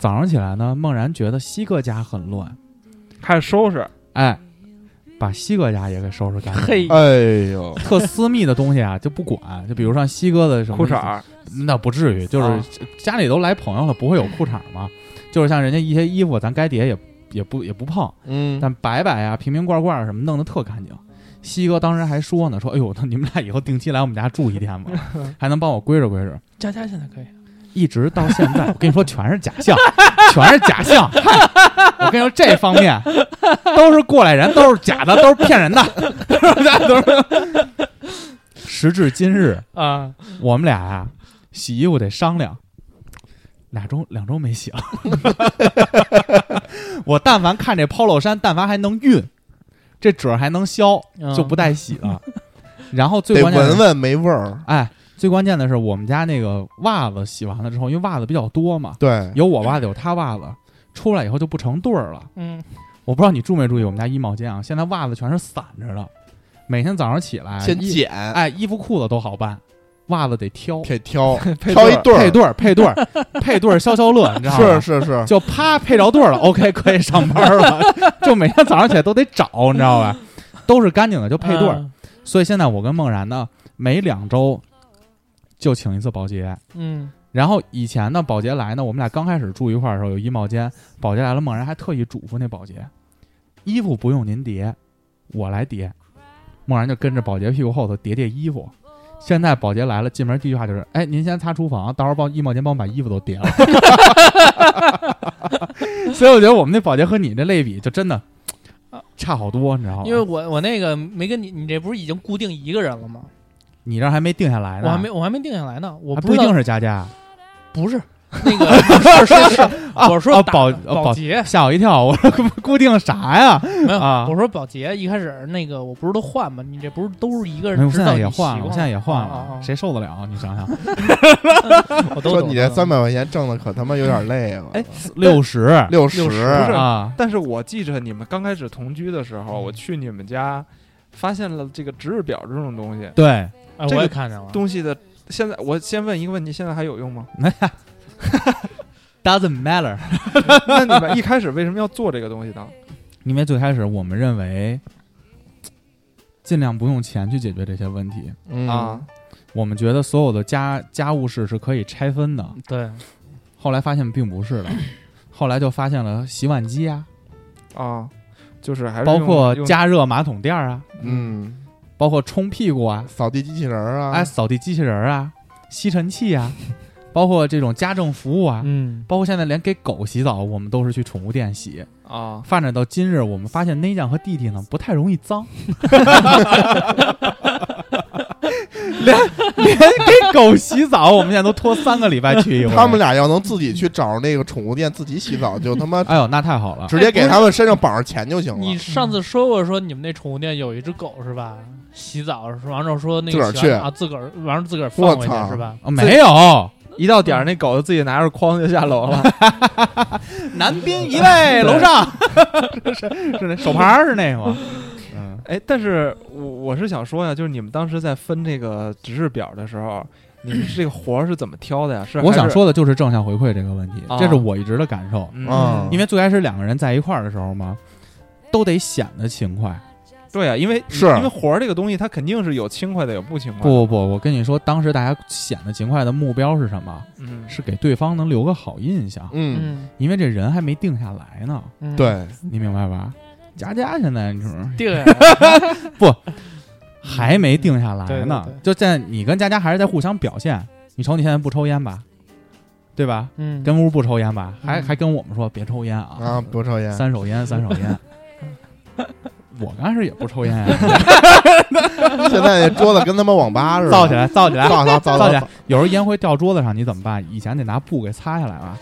Speaker 3: 早上起来呢，梦然觉得西哥家很乱，
Speaker 4: 开始收拾，
Speaker 3: 哎，把西哥家也给收拾干 净。
Speaker 6: 嘿，
Speaker 5: 哎呦，
Speaker 3: 特私密的东西啊就不管，就比如像西哥的什么
Speaker 4: 裤衩，儿，
Speaker 3: 那不至于，就是
Speaker 4: 啊
Speaker 3: 家里都来朋友了，不会有裤衩嘛。就是像人家一些衣服，咱该叠也也不也不碰，
Speaker 5: 嗯，
Speaker 3: 但摆摆啊、瓶瓶罐罐什么弄得特干净。西哥当时还说呢，说哎呦，那你们俩以后定期来我们家住一天吧，还能帮我归着归着。
Speaker 6: 佳佳现在可以，
Speaker 3: 一直到现在，我跟你说全是假象，全是假象。嗨我跟你说这方面都是过来人，都是假的，都是骗人的， 都是。时至今日，
Speaker 6: 啊，
Speaker 3: 我们俩啊，洗衣服得商量，俩周两周没洗了。 我但凡看这 polo 衫，但凡还能熨，这褶儿还能削，
Speaker 6: 嗯
Speaker 3: 就不带洗了。然后最
Speaker 5: 得
Speaker 3: 关键的是
Speaker 5: 闻闻没味儿，
Speaker 3: 哎，最关键的是我们家那个袜子洗完了之后，因为袜子比较多嘛，
Speaker 5: 对，
Speaker 3: 有我袜子有他袜子，出来以后就不成对儿了。
Speaker 6: 嗯，
Speaker 3: 我不知道你注没注意我们家衣帽间啊，现在袜子全是散着的，每天早上起来
Speaker 5: 先
Speaker 3: 衣
Speaker 5: 捡，
Speaker 3: 哎，衣服裤子都好办，袜子得挑，
Speaker 5: 得挑
Speaker 4: 配
Speaker 5: 挑一
Speaker 4: 对
Speaker 5: 对
Speaker 3: 配
Speaker 5: 儿，
Speaker 3: 对儿配对儿配对儿消消乐，你知道吗？
Speaker 5: 是是是，
Speaker 3: 就啪配着对儿了，OK 可以上班了。 就每天早上起来都得找，你知道吧？都是干净的，就配对儿。
Speaker 6: 啊，
Speaker 3: 所以现在我跟梦然呢，每两周就请一次保洁。
Speaker 6: 嗯，
Speaker 3: 然后以前呢，保洁来呢，我们俩刚开始住一块儿的时候有衣帽间，保洁来了，梦然还特意嘱咐那保洁，衣服不用您叠，我来叠。梦然就跟着保洁屁股后头叠叠衣服。现在保洁来了，进门第一句话就是：“哎，您先擦厨房，到时候帮衣帽间帮我把衣服都叠了。” 所以我觉得我们那保洁和你这类比就真的呃差好啊多，你知道吗？
Speaker 6: 因为我我那个没跟你，你这不是已经固定一个人了吗？
Speaker 3: 你这还没定下来呢，
Speaker 6: 我还没我还没定下来呢，我
Speaker 3: 还
Speaker 6: 不
Speaker 3: 不
Speaker 6: 知
Speaker 3: 一
Speaker 6: 道
Speaker 3: 定是佳 佳，
Speaker 6: 不 是那个是是是，我说
Speaker 3: 啊
Speaker 6: 打
Speaker 3: 保啊
Speaker 6: 保洁
Speaker 3: 吓我一跳，我 说固定啥呀？
Speaker 6: 没有
Speaker 3: 啊
Speaker 6: 我说保洁一开始那个我不是都换吗？你这不是都是一
Speaker 3: 没
Speaker 6: 个
Speaker 3: 有，
Speaker 6: 人，
Speaker 3: 我
Speaker 6: 直
Speaker 3: 哎现
Speaker 6: 到
Speaker 3: 在
Speaker 6: 你
Speaker 3: 也换
Speaker 6: 习
Speaker 3: 了，
Speaker 6: 惯了，
Speaker 3: 我现在也换
Speaker 6: 啊啊
Speaker 3: 了
Speaker 6: 啊，
Speaker 3: 谁受得了？你想想，
Speaker 6: 我都
Speaker 5: 说
Speaker 6: 懂
Speaker 5: 你
Speaker 6: 我
Speaker 5: 这
Speaker 3: 嗯
Speaker 6: 都懂
Speaker 5: 三百块钱挣的可他妈有点累了，
Speaker 4: 哎，
Speaker 3: 六十
Speaker 5: 六
Speaker 4: 六十不是
Speaker 3: 啊，
Speaker 4: 但是我记着你们刚开始同居的时候，我去你们家，发现了这个值日表这种东西，
Speaker 3: 对，
Speaker 6: 哎
Speaker 4: 这
Speaker 6: 我也
Speaker 4: 个
Speaker 6: 看见了，
Speaker 4: 东西的。现在我先问一个问题：现在还有用吗？
Speaker 3: Doesn't matter。
Speaker 4: 那你们一开始为什么要做这个东西呢？
Speaker 3: 因为最开始我们认为，尽量不用钱去解决这些问题。
Speaker 5: 嗯
Speaker 4: 啊，
Speaker 3: 我们觉得所有的家家务事是可以拆分的，
Speaker 6: 对，
Speaker 3: 后来发现并不 是的。后来就发现了洗碗机啊，
Speaker 4: 啊，就是还是
Speaker 3: 包
Speaker 4: 用
Speaker 3: 括
Speaker 4: 用
Speaker 3: 加热马桶垫儿啊，
Speaker 5: 嗯，
Speaker 3: 包括冲屁股啊，
Speaker 5: 扫地机器人儿啊，
Speaker 3: 哎，扫地机器人儿啊，吸尘器 啊，包括这种家政服务啊，
Speaker 4: 嗯
Speaker 3: 包括现在连给狗洗澡，我们都是去宠物店洗。
Speaker 4: 啊，
Speaker 3: 发展到今日，我们发现内酱和弟弟呢不太容易 脏，连连给狗洗澡，我们现在都拖三个礼拜去一回。
Speaker 5: 他们俩要能自己去找那个宠物店自己洗澡，就他妈
Speaker 3: 哎呦，那太好了，
Speaker 5: 直接给他们身上绑上钱就行
Speaker 6: 你
Speaker 5: 了。
Speaker 6: 上次说过说你们那宠物店有一只狗是吧？洗澡完之后说那
Speaker 5: 自个儿
Speaker 6: 个
Speaker 5: 去
Speaker 6: 洗完啊，自个儿完了自个儿
Speaker 5: 我
Speaker 6: 放回去
Speaker 5: 操
Speaker 6: 是吧？
Speaker 3: 哦没有，
Speaker 4: 一到点儿那狗就自己拿着筐就下楼了，
Speaker 3: 男宾一位，楼上是是是那手牌儿是那个吗？嗯，
Speaker 4: 哎，但是我我是想说呀，就是你们当时在分这个职事表的时候，你们这个活儿是怎么挑的呀？是
Speaker 3: 我想
Speaker 4: 还是，
Speaker 3: 说的就是正向回馈这个问题，
Speaker 4: 啊
Speaker 3: 这是我一直的感受。
Speaker 4: 嗯，
Speaker 5: 嗯，
Speaker 3: 因为最开始两个人在一块儿的时候嘛，都得显得勤快。
Speaker 4: 啊对呀，因为
Speaker 5: 是
Speaker 4: 因为活儿这个东西，它肯定是有轻快的，有不轻快。
Speaker 3: 不不不，我跟你说，当时大家显得勤快的目标是什么？
Speaker 4: 嗯，
Speaker 3: 是给对方能留个好印象，
Speaker 5: 嗯，
Speaker 6: 嗯，
Speaker 3: 因为这人还没定下来呢，
Speaker 6: 嗯，
Speaker 5: 对，
Speaker 3: 你明白吧？佳佳现在你说
Speaker 6: 定 下来
Speaker 3: 还没定下来呢，
Speaker 6: 对对对
Speaker 3: 就在你跟佳佳还是在互相表现。你瞅你现在不抽烟吧，对吧？
Speaker 6: 嗯，
Speaker 3: 跟屋不抽烟吧，还
Speaker 6: 嗯
Speaker 3: 还跟我们说别抽烟啊，
Speaker 5: 啊，不抽烟，
Speaker 3: 三手烟三手烟。我刚开始也不抽烟、啊，
Speaker 5: 现在那桌子跟他妈网吧似 的，
Speaker 3: 造起来，造起来，
Speaker 5: 啊造造造
Speaker 3: 造起来！有时候烟灰掉桌子上，你怎么办？以前得拿布给擦下来啊，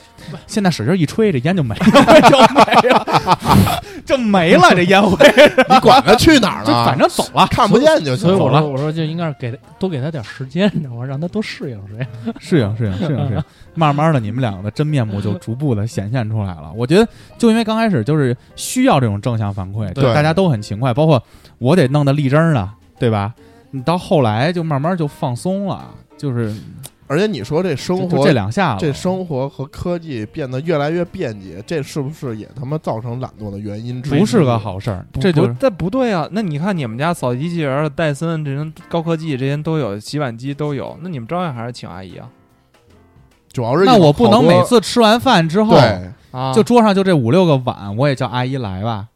Speaker 3: 现在使劲一吹，这烟就没了， 就没了， 就没了这烟灰，
Speaker 5: 你管他去哪儿
Speaker 3: 就
Speaker 5: 了，
Speaker 3: 反正走了。
Speaker 5: 看不见就行
Speaker 6: 所以我
Speaker 3: 走了
Speaker 6: 说，我说就应该是给他多给他点时间，你知道吗？让他多适应适应。
Speaker 3: 是啊呀，是呀，是呀，是呀。慢慢的，你们两个的真面目就逐步的显现出来了。我觉得，就因为刚开始就是需要这种正向反馈，
Speaker 5: 对
Speaker 3: 大家都很勤快，包括我得弄得力争的，对吧？你到后来就慢慢就放松了，就是
Speaker 5: 而且你说这生
Speaker 3: 就就
Speaker 5: 活
Speaker 3: 这两下了。
Speaker 5: 这生活和科技变得越来越便捷，这是不是也他妈造成懒惰的原因之一？
Speaker 3: 不是个好事儿，
Speaker 4: 不
Speaker 3: 这就是
Speaker 4: 不但不对啊！那你看你们家扫地机器人儿、戴森这些高科技，这些都有，洗碗机都有，那你们照样还是请阿姨啊
Speaker 5: 主要是
Speaker 3: 那
Speaker 5: 有
Speaker 3: 我不
Speaker 5: 好
Speaker 3: 能
Speaker 5: 多
Speaker 3: 每次吃完饭之后，
Speaker 5: 对，
Speaker 4: 啊！
Speaker 3: 就桌上就这五六个碗，我也叫阿姨来吧。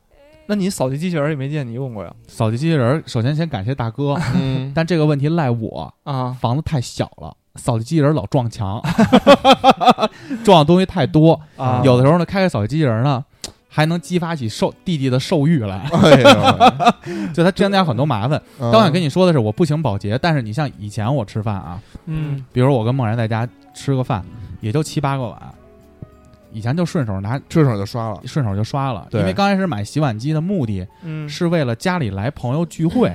Speaker 4: 那你扫地机器人儿也没见你用过呀
Speaker 3: 扫地机器人儿，首先先感谢大哥，
Speaker 5: 嗯，
Speaker 3: 但这个问题赖我，
Speaker 4: 啊！
Speaker 3: 房子太小了，扫地机器人儿老撞墙， 撞的东西太多。
Speaker 4: 啊
Speaker 3: 有的时候呢，开开扫地机器人儿呢，还能激发起兽弟弟的兽欲来，
Speaker 5: 哎呦，
Speaker 3: 就他增加很多麻烦。
Speaker 5: 嗯
Speaker 3: 刚想跟你说的是，我不行保洁，但是你像以前我吃饭啊，
Speaker 6: 嗯，
Speaker 3: 比如我跟梦然在家吃个饭，也就七八个碗，以前就顺手拿
Speaker 5: 这手就刷了，
Speaker 3: 顺手就刷了，
Speaker 5: 对
Speaker 3: 因为刚开始买洗碗机的目的
Speaker 4: 嗯
Speaker 3: 是为了家里来朋友聚会，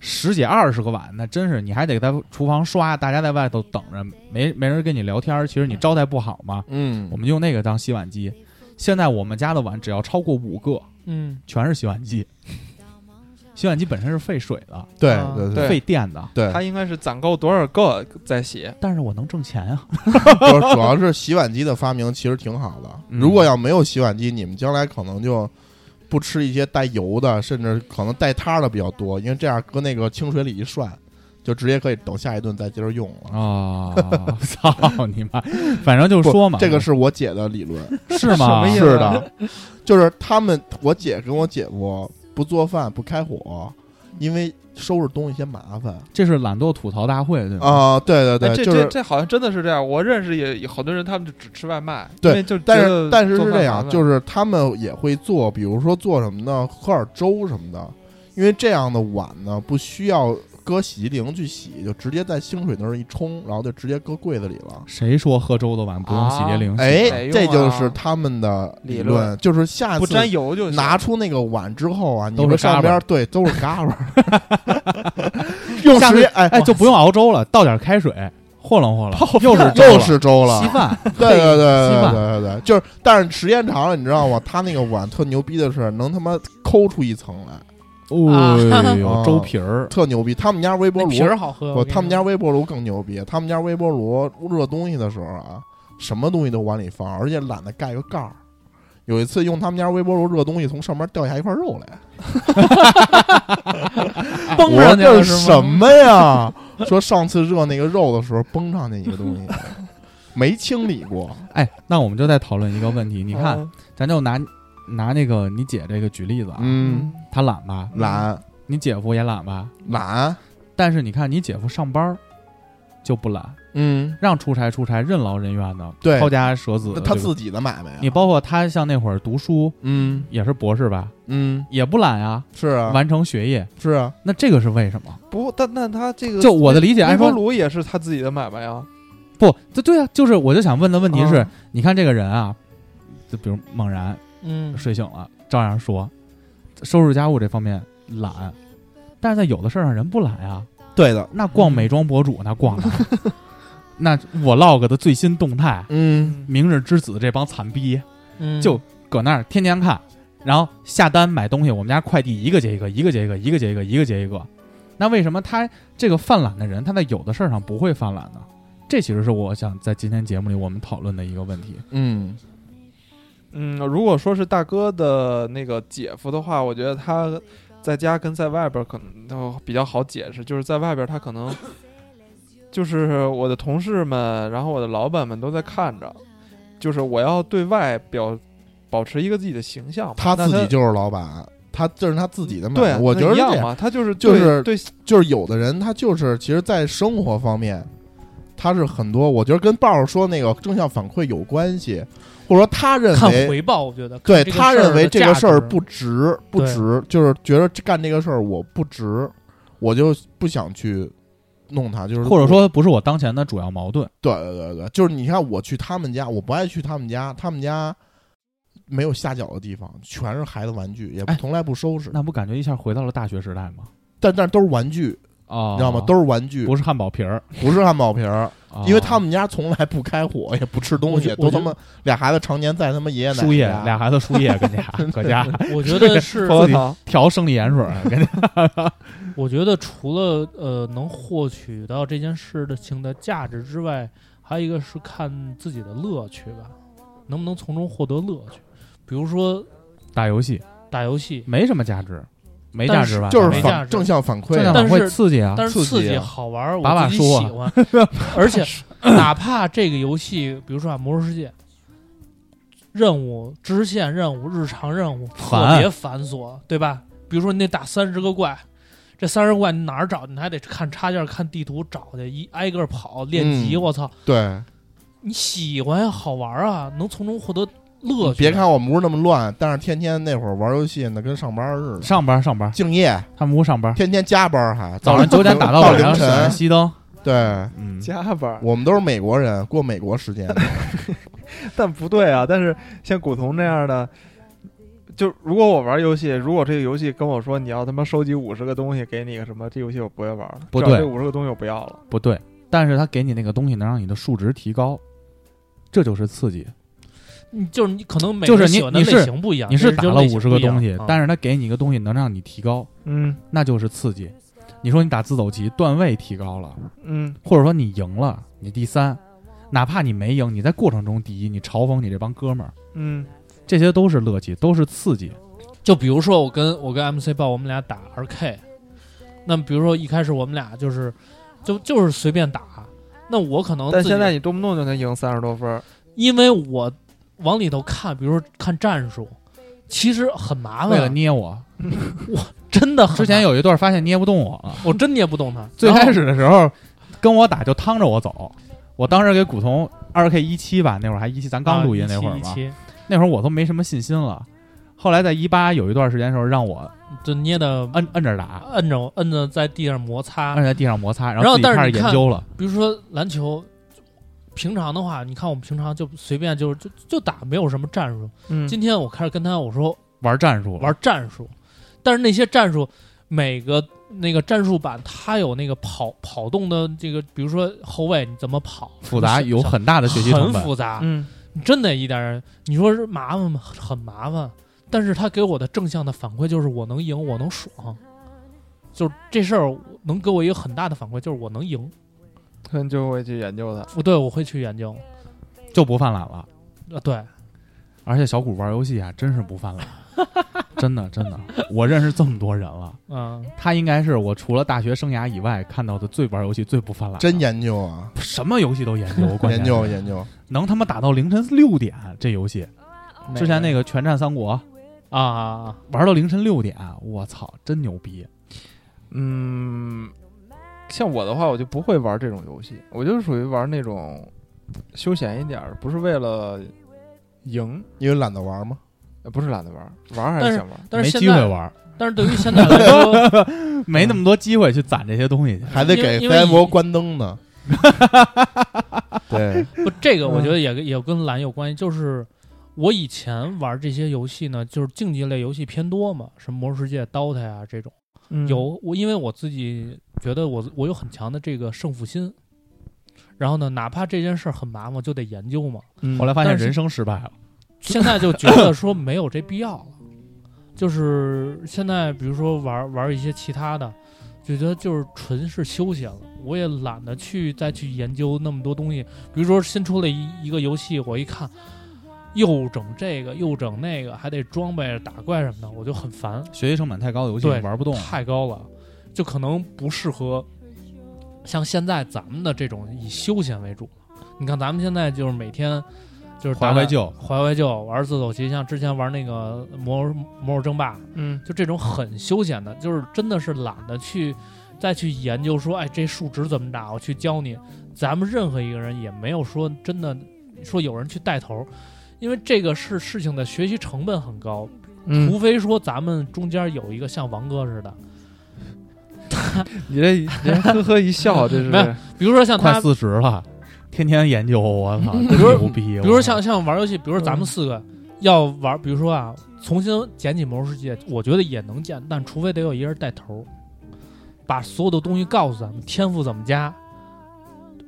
Speaker 3: 十几二十个碗，那真是你还得在厨房刷，大家在外头等着，没没人跟你聊天儿，其实你招待不好嘛。
Speaker 5: 嗯
Speaker 3: 我，们用那个当洗碗机，现在我们家的碗只要超过五个，
Speaker 6: 嗯，
Speaker 3: 全是洗碗机。洗碗机本身是费水的、
Speaker 5: 对
Speaker 6: 啊
Speaker 5: 对
Speaker 4: 对
Speaker 3: 费电的，
Speaker 5: 对，
Speaker 4: 他应该是攒够多少个再洗？
Speaker 3: 但是我能挣钱啊！
Speaker 5: 主主要是洗碗机的发明其实挺好的。
Speaker 3: 嗯
Speaker 5: 如果要没有洗碗机，你们将来可能就不吃一些带油的，甚至可能带汤的比较多，因为这样搁那个清水里一涮，就直接可以等下一顿再接着用了。
Speaker 3: 啊、 操你妈！反正就是
Speaker 5: 不
Speaker 3: 说嘛，嗯
Speaker 5: 这个是我姐的理论，
Speaker 3: 是吗？
Speaker 4: 什么意思啊
Speaker 5: 是的，就是他们，我姐跟我姐夫不做饭不开火，因为收拾东西嫌麻烦
Speaker 3: 这是懒惰吐槽大会，对吗？
Speaker 5: 啊、对
Speaker 4: 哎
Speaker 5: 对对，
Speaker 4: 这
Speaker 5: 就
Speaker 4: 这
Speaker 5: 是
Speaker 4: 这好像真的是这样。我认识也有好多人，他们就只吃外卖，
Speaker 5: 对
Speaker 4: 因为就
Speaker 5: 但是但是是这样，就是是他们也会做，比如说做什么呢？喝点粥什么的，因为这样的碗呢不需要搁洗涤灵去洗，就直接在清水那儿一冲，然后就直接搁柜子里了。
Speaker 3: 谁说喝粥的碗不用洗洁灵洗？
Speaker 4: 哎
Speaker 5: 哎，
Speaker 4: 呦
Speaker 5: 这就
Speaker 4: 啊
Speaker 5: 是他们的
Speaker 4: 理
Speaker 5: 论，
Speaker 4: 论
Speaker 5: 就是下
Speaker 4: 不
Speaker 5: 次
Speaker 4: 沾油就行
Speaker 5: 拿出那个碗之后啊，你
Speaker 3: 都是
Speaker 5: 们上
Speaker 3: 嘎
Speaker 5: 边
Speaker 3: 巴
Speaker 5: 儿对都是嘎巴儿， 用
Speaker 3: 下
Speaker 5: 时
Speaker 3: 次
Speaker 5: 间哎
Speaker 3: 哎，就不用熬粥了，倒点开水和弄和弄，又是粥了
Speaker 5: 又是粥了啊
Speaker 3: 稀，饭，
Speaker 5: 对对对对
Speaker 3: 稀
Speaker 5: 对
Speaker 3: 饭
Speaker 5: 对对，就是，但是时间长了，你知道吗？他那个碗特牛逼的是，能他妈抠出一层来，
Speaker 3: 哦
Speaker 5: 啊
Speaker 3: 呦，粥皮儿，
Speaker 5: 特牛逼。他们家微波
Speaker 6: 那
Speaker 5: 炉
Speaker 6: 皮，儿好喝。
Speaker 5: 不，
Speaker 6: 我跟你
Speaker 5: 他们
Speaker 6: 说
Speaker 5: 家微波炉更牛逼。他们家微波炉热东西的时候啊，什么东西都往里放，而且懒得盖个盖儿。有一次用他们家微波炉热东西，从上面掉下一块肉 来，
Speaker 6: 蹦上去
Speaker 5: 我这
Speaker 6: 了是吗？
Speaker 5: 什么呀？说上次热那个肉的时候崩上那一个东西，没清理过。
Speaker 3: 哎，那我们就再讨论一个问题。你看，
Speaker 5: 哦
Speaker 4: 嗯，
Speaker 3: 咱就拿拿那个你姐这个举例子啊，
Speaker 5: 嗯，
Speaker 3: 她懒吧，
Speaker 5: 懒
Speaker 3: 你姐夫也懒吧，
Speaker 5: 懒，
Speaker 3: 但是你看你姐夫上班儿就不懒，
Speaker 5: 嗯，
Speaker 3: 让出差出差，任劳任怨的，
Speaker 5: 对
Speaker 3: 抛家舍子
Speaker 5: 那
Speaker 3: 的，
Speaker 5: 他
Speaker 3: 对吧
Speaker 5: 自己的买卖
Speaker 3: 你
Speaker 5: 呀。
Speaker 3: 包括他像那会儿读书
Speaker 5: 嗯
Speaker 3: 也是博士吧，
Speaker 5: 嗯，
Speaker 3: 也不懒啊，
Speaker 5: 是啊，
Speaker 3: 完成学业。
Speaker 5: 是啊，
Speaker 3: 那这个是为什么？
Speaker 4: 不，但但他这个
Speaker 3: 就我的理解
Speaker 4: 微波
Speaker 3: ，iPhone
Speaker 4: 炉也是他自己的买卖啊呀。
Speaker 3: 不，这对啊，就是我就想问的问题是
Speaker 4: 啊，
Speaker 3: 你看这个人啊，就比如猛然
Speaker 6: 嗯，
Speaker 3: 睡醒了，照样说收拾家务这方面懒，但是在有的事儿上人不懒呀，
Speaker 5: 对的，
Speaker 3: 那逛美妆博主那逛的， 那 vlog 的最新动态，
Speaker 5: 嗯
Speaker 3: 明日之子这帮惨逼
Speaker 6: 嗯
Speaker 3: 就搁那儿天天看，然后下单买东西，我们家快递一个接一个，一个接一个，一个接一个，一个接一个。那为什么他这个犯懒的人，他在有的事儿上不会犯懒呢？这其实是我想在今天节目里我们讨论的一个问题。
Speaker 5: 嗯，
Speaker 4: 嗯，如果说是大哥的那个姐夫的话，我觉得他在家跟在外边儿可能都比较好解释，就是在外边儿他可能就是我的同事们，然后我的老板们都在看着，就是我要对外表保持一个自己的形象嘛。
Speaker 5: 他
Speaker 4: 那
Speaker 5: 自己就是老板，他这是他自己的买
Speaker 4: 对啊
Speaker 5: 卖。，我
Speaker 4: 那
Speaker 5: 觉得
Speaker 4: 一
Speaker 5: 是这
Speaker 4: 样
Speaker 5: 样，
Speaker 4: 嘛，他就是
Speaker 5: 就
Speaker 4: 对
Speaker 5: 是
Speaker 4: 对
Speaker 5: 就是有的人他就是其实，在生活方面，他是很多，我觉得跟豹儿说那个正向反馈有关系，或者说他认
Speaker 6: 看
Speaker 5: 为。
Speaker 6: 回报，我觉得
Speaker 5: 对
Speaker 6: 看这个
Speaker 5: 他
Speaker 6: 事儿
Speaker 5: 认为
Speaker 6: 的
Speaker 5: 这个
Speaker 6: 价
Speaker 5: 事儿
Speaker 6: 值
Speaker 5: 不值，不
Speaker 6: 对
Speaker 5: 值，就是觉得干这个事儿我不值，我就不想去弄他，就是
Speaker 3: 或者说不是我当前的主要矛盾。
Speaker 5: 对对对对，就是你看我去他们家，我不爱去他们家，他们家没有下脚的地方，全是孩子玩具，也不
Speaker 3: 哎
Speaker 5: 从来不收拾。
Speaker 3: 那不感觉一下回到了大学时代吗？
Speaker 5: 但但都是玩具，
Speaker 3: 啊、
Speaker 5: 你知道吗？都是玩具，
Speaker 3: 不是汉堡皮儿，
Speaker 5: 不是汉堡皮儿，
Speaker 3: 啊
Speaker 5: 因为他们家从来不开火，也不吃东西，
Speaker 6: 我觉
Speaker 5: 都
Speaker 6: 我
Speaker 5: 他
Speaker 6: 觉
Speaker 5: 妈俩孩子常年在他妈爷爷奶
Speaker 3: 输
Speaker 5: 奶
Speaker 3: 液，
Speaker 5: 家。
Speaker 3: 哦俩孩子输液跟 家搁家
Speaker 6: 我觉得 是，
Speaker 4: 泡泡糖，
Speaker 5: 嗯
Speaker 3: 调生理盐水儿，跟家
Speaker 6: 我觉得除了呃能获取到这件事的情的价值之外，还有一个是看自己的乐趣吧，能不能从中获得乐趣？比如说
Speaker 3: 打游戏
Speaker 6: 打游戏，
Speaker 3: 没什么价值，没价值吧？
Speaker 5: 就是
Speaker 6: 没价
Speaker 5: 反
Speaker 6: 值
Speaker 5: 正向反馈
Speaker 3: 正
Speaker 5: 啊，
Speaker 3: 向
Speaker 6: 但
Speaker 3: 反
Speaker 6: 是
Speaker 3: 馈刺激啊，
Speaker 6: 但是
Speaker 5: 刺
Speaker 6: 刺
Speaker 5: 激
Speaker 6: 激
Speaker 5: 啊
Speaker 6: 好玩儿，
Speaker 3: 把把
Speaker 6: 我自己
Speaker 3: 输
Speaker 6: 喜
Speaker 3: 啊
Speaker 6: 欢， 而且哪怕这个游戏，比如说啊，《魔兽世界》，任务、支线任务、日常任务特
Speaker 3: 烦
Speaker 6: 别繁琐，对吧？比如说你得打三十个怪，这三十怪你哪儿找？你还得看插件、看地图找去，一挨个跑练级。
Speaker 5: 嗯
Speaker 6: 我操，
Speaker 5: 对，
Speaker 6: 你喜欢呀，好玩啊，能从中获得乐
Speaker 5: 你
Speaker 6: 趣。
Speaker 5: 别看我们屋那么乱，但是天天那会儿玩游戏呢，跟上班似的，
Speaker 3: 上班上班，
Speaker 5: 敬业，
Speaker 3: 他们屋上班，
Speaker 5: 天天加班还
Speaker 3: 早上九点打到晚
Speaker 5: 凌
Speaker 3: 上
Speaker 5: 晨。
Speaker 3: 熄灯，
Speaker 5: 对，
Speaker 3: 嗯，
Speaker 4: 加班儿，
Speaker 5: 我们都是美国人，过美国时 间。
Speaker 4: 但不对啊。但是像古潼这样的，就如果我玩游戏，如果这个游戏跟我说你要他妈收集五十个东西给你个什么，这游戏我不会玩了，
Speaker 3: 不
Speaker 4: 至少
Speaker 3: 对
Speaker 4: 这五十个东西我不要了。
Speaker 3: 不对，但是他给你那个东西能让你的数值提高，这就是刺激。
Speaker 6: 你就是你可能每
Speaker 3: 就
Speaker 6: 个
Speaker 3: 是
Speaker 6: 人
Speaker 3: 你
Speaker 6: 喜欢的
Speaker 3: 你是
Speaker 6: 类型不一样，嗯
Speaker 3: 你
Speaker 6: 是
Speaker 3: 是打了五十个东西，但
Speaker 6: 是
Speaker 3: 是他给你一个东西能让你提高，
Speaker 4: 嗯
Speaker 3: 那就是刺激。你说你打自走棋段位提高了，
Speaker 4: 嗯，
Speaker 3: 或者说你赢了，你第三，哪怕你没赢，你在过程中第一，你嘲讽你这帮哥们儿，
Speaker 4: 嗯
Speaker 3: 这些都是乐趣，都是刺激。
Speaker 6: 就比如说我跟我跟 MC 豹，我们俩打 RK，那么比如说一开始我们俩就是就就是随便打，那我可能
Speaker 4: 但
Speaker 6: 自己
Speaker 4: 现在你动不动就能赢三十多分儿，
Speaker 6: 因为我往里头看，比如说看战术，其实很麻
Speaker 3: 为了
Speaker 6: 烦，
Speaker 3: 捏我，
Speaker 6: 真的很
Speaker 3: 之前
Speaker 6: 麻
Speaker 3: 有一段发现捏不动我了，
Speaker 6: 烦我真捏不动他，
Speaker 3: 最
Speaker 6: 然后
Speaker 3: 开始的时候跟我打就趟着我走，我当时给古潼二 K 一七吧，那会儿还一七，咱刚录音那会儿
Speaker 6: 啊
Speaker 3: 嘛，
Speaker 6: 17 17
Speaker 3: 那会儿我都没什么信心了。后来在一八有一段时间的时候，让我
Speaker 6: 就捏的
Speaker 3: 摁摁着打，
Speaker 6: 摁着摁着在地上摩擦，
Speaker 3: 摁着在地上摩擦，然
Speaker 6: 然
Speaker 3: 后
Speaker 6: 后
Speaker 3: 自己
Speaker 6: 但是
Speaker 3: 开始
Speaker 6: 你看
Speaker 3: 研究了。
Speaker 6: 比如说篮球，平常的话，你看我们平常就随便就就就打，没有什么战术。
Speaker 4: 嗯
Speaker 6: 今天我开始跟他我说
Speaker 3: 玩战术了，
Speaker 6: 玩战术，但是那些战术每个那个战术版它有那个跑跑动的这个，比如说后卫你怎么跑，
Speaker 3: 复杂有
Speaker 6: 很
Speaker 3: 很大的学习成
Speaker 6: 很
Speaker 3: 本。
Speaker 6: 复杂，
Speaker 4: 嗯
Speaker 6: 你真得一点儿你说是麻烦吗？很麻烦，但是他给我的正向的反馈就是我能赢，我能爽。就是这事儿能给我一个很大的反馈，就是我能赢，
Speaker 4: 可能就会去研究它。
Speaker 6: 不对，我会去研究。
Speaker 3: 就不犯懒了。
Speaker 6: 啊，对，
Speaker 3: 而且小谷玩游戏啊，真是不犯 懒，真的真的，我认识这么多人了，
Speaker 6: 嗯，
Speaker 3: 他应该是我除了大学生涯以外看到的最玩游戏最不犯懒的，
Speaker 5: 真研究啊，
Speaker 3: 什么游戏都研究，关键
Speaker 5: 研
Speaker 3: 是
Speaker 5: 究研究。
Speaker 3: 能他妈打到凌晨六点，这游戏之前那
Speaker 6: 个
Speaker 3: 个《全战三国》
Speaker 6: 啊啊，
Speaker 3: 玩到凌晨六点，我操，真牛逼！
Speaker 4: 嗯，像我的话，我就不会玩这种游戏，我就是属于玩那种休闲一点儿，不是为了赢，
Speaker 5: 因为懒得玩嘛，
Speaker 4: 呃不是懒得玩，玩还
Speaker 6: 但
Speaker 4: 是
Speaker 6: 是
Speaker 4: 想玩。
Speaker 6: 但
Speaker 3: 没
Speaker 6: 是现
Speaker 3: 机会
Speaker 6: 在，
Speaker 3: 玩，
Speaker 6: 但是对于现在来说，
Speaker 3: 没那么多机会去攒这些东西去。
Speaker 5: 还得给
Speaker 6: 因为因为
Speaker 5: CFO 关灯呢。对，
Speaker 6: 不，这个我觉得也跟也跟懒有关系，就是。我以前玩这些游戏呢，就是竞技类游戏偏多嘛，什么《魔兽世界》、《DOTA》呀这种。
Speaker 4: 嗯
Speaker 6: 有我，因为我自己觉得我我有很强的这个胜负心，然后呢，哪怕这件事儿很麻烦，就得研究嘛。
Speaker 3: 后来发现
Speaker 6: 嗯但是
Speaker 3: 人生失败了，
Speaker 6: 现在就觉得说没有这必要了，就是现在比如说玩玩一些其他的，就觉得就是纯是休闲了，我也懒得去再去研究那么多东西。比如说新出了一一个游戏，我一看。又整这个，又整那个，还得装备打怪什么的，我就很烦。
Speaker 3: 学习成本太高的游戏
Speaker 6: 对
Speaker 3: 玩不动了。
Speaker 6: 太高了，就可能不适合像现在咱们的这种以休闲为主。你看咱们现在就是每天就是打
Speaker 3: 怀怀旧，
Speaker 6: 怀怀旧，玩自走棋，像之前玩那个魔魔兽争霸，
Speaker 4: 嗯，
Speaker 6: 就这种很休闲的，就是真的是懒得去再去研究说，哎，这数值怎么打，我去教你。咱们任何一个人也没有说真的说有人去带头，因为这个是事情的学习成本很高，
Speaker 4: 嗯
Speaker 6: 除非说咱们中间有一个像王哥似的，
Speaker 4: 你这你这呵呵一 笑，这是
Speaker 6: 没有比如说像
Speaker 3: 快
Speaker 6: 他，
Speaker 3: 四十了，天天研究，我 操，真
Speaker 6: 比如
Speaker 3: 牛逼！
Speaker 6: 比
Speaker 3: 我
Speaker 6: 如说
Speaker 3: 操
Speaker 6: 像像玩游戏，比如说
Speaker 3: 嗯
Speaker 6: 咱们四个要玩，比如说啊，重新捡起《魔兽世界》，我觉得也能捡，但除非得有一人带头，把所有的东西告诉咱们，天赋怎么加。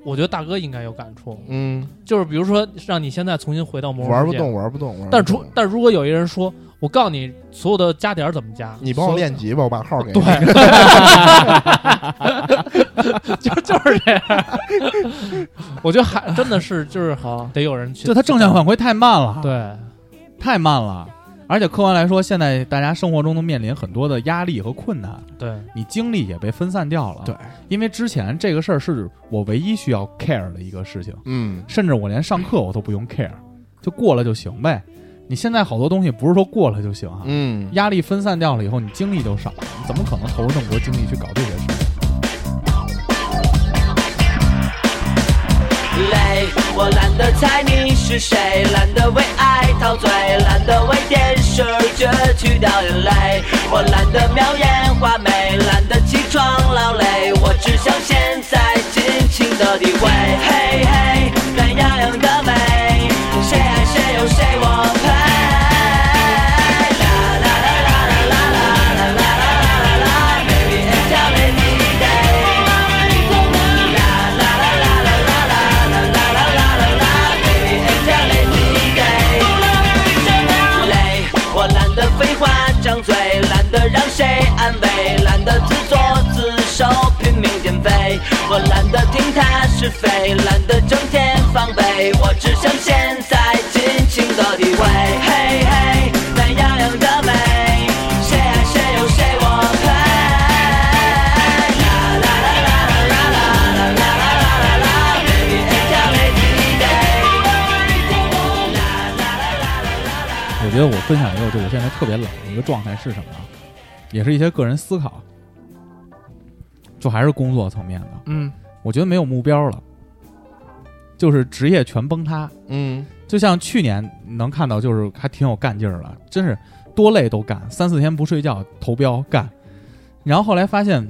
Speaker 6: 我觉得大哥应该有感触，
Speaker 5: 嗯，
Speaker 6: 就是比如说让你现在重新回到《魔兽世界》，
Speaker 5: 玩不动，玩不动，玩不动
Speaker 6: 但除但如果有一人说，我告诉你所有的加点儿怎么加，
Speaker 5: 你帮我
Speaker 6: 所有
Speaker 5: 练级吧，我把号给你。
Speaker 6: 对，就就是这样。我觉得还真的是 就是
Speaker 4: 好
Speaker 6: 得有人去，
Speaker 3: 就它正向反馈太慢了，，
Speaker 6: 对，
Speaker 3: 太慢了。而且客观来说，现在大家生活中都面临很多的压力和困难，
Speaker 6: 对，
Speaker 3: 你精力也被分散掉了。
Speaker 5: 对，
Speaker 3: 因为之前这个事儿是我唯一需要 care 的一个事情，
Speaker 5: 嗯，
Speaker 3: 甚至我连上课我都不用 care，就过了就行呗。你现在好多东西不是说过了就行啊，
Speaker 5: 嗯，
Speaker 3: 压力分散掉了以后，你精力都少了，你怎么可能投入那么多精力去搞这些事儿？
Speaker 9: 累，我懒得猜你是谁，懒得为爱陶醉，懒得为电视攫取掉眼泪，我懒得描艳画眉，懒得起床劳累，我只想现在尽情的体会。嘿嘿，暖洋洋的美，谁爱谁有谁我配。啦啦啦啦啦啦啦啦啦啦啦啦，Baby it's your lazy day。啦啦啦啦啦啦啦啦啦啦啦啦，Baby it's your lazy day。累，我懒得废话张嘴，懒得让谁安慰，懒得自作自受拼命减肥，我懒得听他是非，懒得整天防备，我只想现在尽情的体会。嘿嘿，暖洋洋的美，谁爱谁有谁我配。啦啦啦啦啦啦啦啦啦啦啦啦，Baby it's your lazy day。啦啦啦啦啦啦。
Speaker 3: 我觉得我分享一个，就我现在特别懒的一个状态是什么啊？也是一些个人思考，就还是工作层面的。
Speaker 4: 嗯
Speaker 3: 我觉得没有目标了，就是职业全崩塌。
Speaker 5: 嗯，
Speaker 3: 就像去年能看到，就是还挺有干劲儿了，真是多累都干，三四天不睡觉投标干。然后后来发现，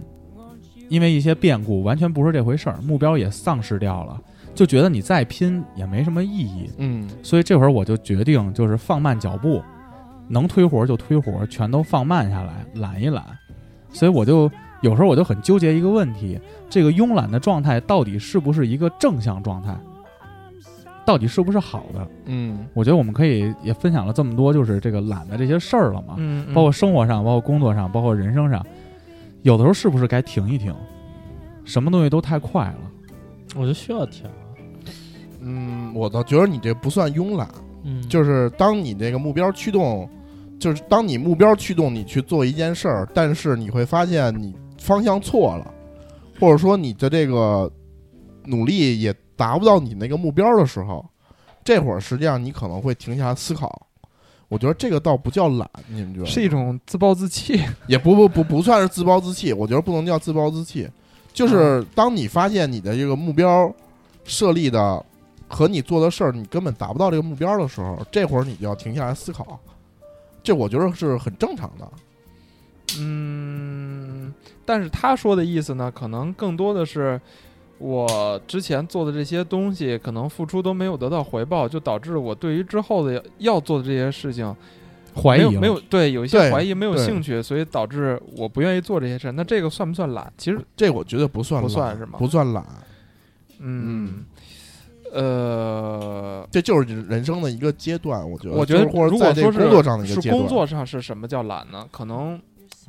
Speaker 3: 因为一些变故，完全不是这回事儿，目标也丧失掉了，就觉得你再拼也没什么意义。
Speaker 5: 嗯，
Speaker 3: 所以这会儿我就决定就是放慢脚步，能推活就推活，全都放慢下来，懒一懒。所以我就有时候我就很纠结一个问题：这个慵懒的状态到底是不是一个正向状态？到底是不是好的？
Speaker 5: 嗯，
Speaker 3: 我觉得我们可以也分享了这么多，就是这个懒的这些事儿了嘛，
Speaker 4: 嗯
Speaker 3: 包括生活上，包括工作上，包括人生上，有的时候是不是该停一停？什么东西都太快了。
Speaker 6: 啊我就需要听。
Speaker 5: 嗯，我倒觉得你这不算慵懒，
Speaker 6: 嗯，
Speaker 5: 就是当你这个目标驱动，就是当你目标驱动你去做一件事儿，但是你会发现你方向错了，或者说你的这个努力也达不到你那个目标的时候，这会儿实际上你可能会停下来思考。我觉得这个倒不叫懒，你们觉得
Speaker 4: 是一种自暴自弃。
Speaker 5: 也不不不不算是自暴自弃，我觉得不能叫自暴自弃，
Speaker 4: 嗯
Speaker 5: 就是当你发现你的这个目标设立的和你做的事儿，你根本达不到这个目标的时候，这会儿你就要停下来思考，这我觉得是很正常的。
Speaker 4: 嗯，但是他说的意思呢，可能更多的是我之前做的这些东西，可能付出都没有得到回报，就导致我对于之后的要要做的这些事情
Speaker 3: 怀疑
Speaker 4: 没有
Speaker 3: 了
Speaker 4: 没有对有一
Speaker 5: 对
Speaker 4: 些怀疑，没有
Speaker 5: 对
Speaker 4: 兴趣，所以导致我不愿意做这些事儿。那这个算不算懒？其实，
Speaker 5: 这我觉得不算
Speaker 4: 不
Speaker 5: 懒
Speaker 4: 算是吗
Speaker 5: 不算懒，
Speaker 4: 嗯，呃，
Speaker 5: 这就是人生的一个阶段。我觉得，
Speaker 4: 我觉得
Speaker 5: 就是或者
Speaker 4: 如
Speaker 5: 在
Speaker 4: 果
Speaker 5: 这个
Speaker 4: 说是
Speaker 5: 工作上的一个
Speaker 4: 是
Speaker 5: 阶段，
Speaker 4: 工作上是什么叫懒呢？可能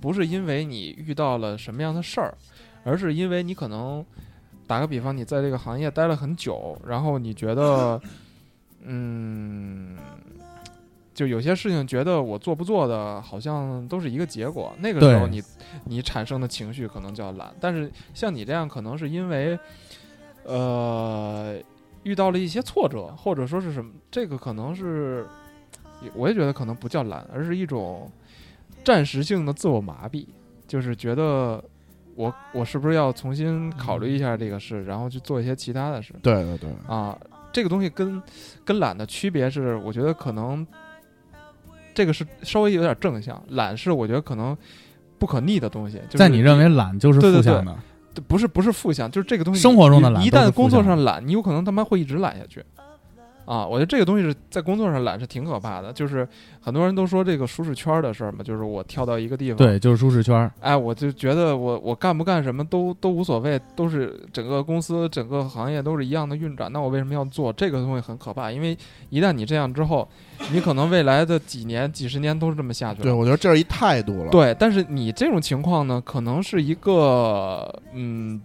Speaker 4: 不是因为你遇到了什么样的事儿，而是因为你可能打个比方，你在这个行业待了很久，然后你觉得，嗯，就有些事情觉得我做不做的，好像都是一个结果。那个时候
Speaker 3: 对
Speaker 4: 你你产生的情绪可能叫懒，但是像你这样，可能是因为，呃。遇到了一些挫折，或者说是什么，这个可能是也我也觉得可能不叫懒，而是一种暂时性的自我麻痹，就是觉得我我是不是要重新考虑一下这个事，然后去做一些其他的事
Speaker 5: 对对对，
Speaker 4: 啊？这个东西跟跟懒的区别是，我觉得可能这个是稍微有点正向，懒是我觉得可能不可逆的东西，就是、
Speaker 3: 在你认为懒就是
Speaker 4: 对对
Speaker 3: 负
Speaker 4: 对
Speaker 3: 向的，
Speaker 4: 不是不是负向，就是这个东西
Speaker 3: 生活中的懒
Speaker 4: 你一
Speaker 3: 都是
Speaker 4: 旦
Speaker 3: 负
Speaker 4: 工作
Speaker 3: 向的
Speaker 4: 上懒，你有可能他妈会一直懒下去。啊，我觉得这个东西是在工作上懒是挺可怕的，就是很多人都说这个舒适圈儿的事儿嘛，就是我跳到一个地方，，
Speaker 3: 对，就是舒适圈儿。
Speaker 4: 哎，我就觉得我我干不干什么都都无所谓，都是整个公司整个行业都是一样的运转，那我为什么要做这个东西很可怕？因为一旦你这样之后，你可能未来的几年几十年都是这么下去了
Speaker 5: 对。我觉得这是一态度了。，
Speaker 4: 对，但是你这种情况呢，可能是一个嗯，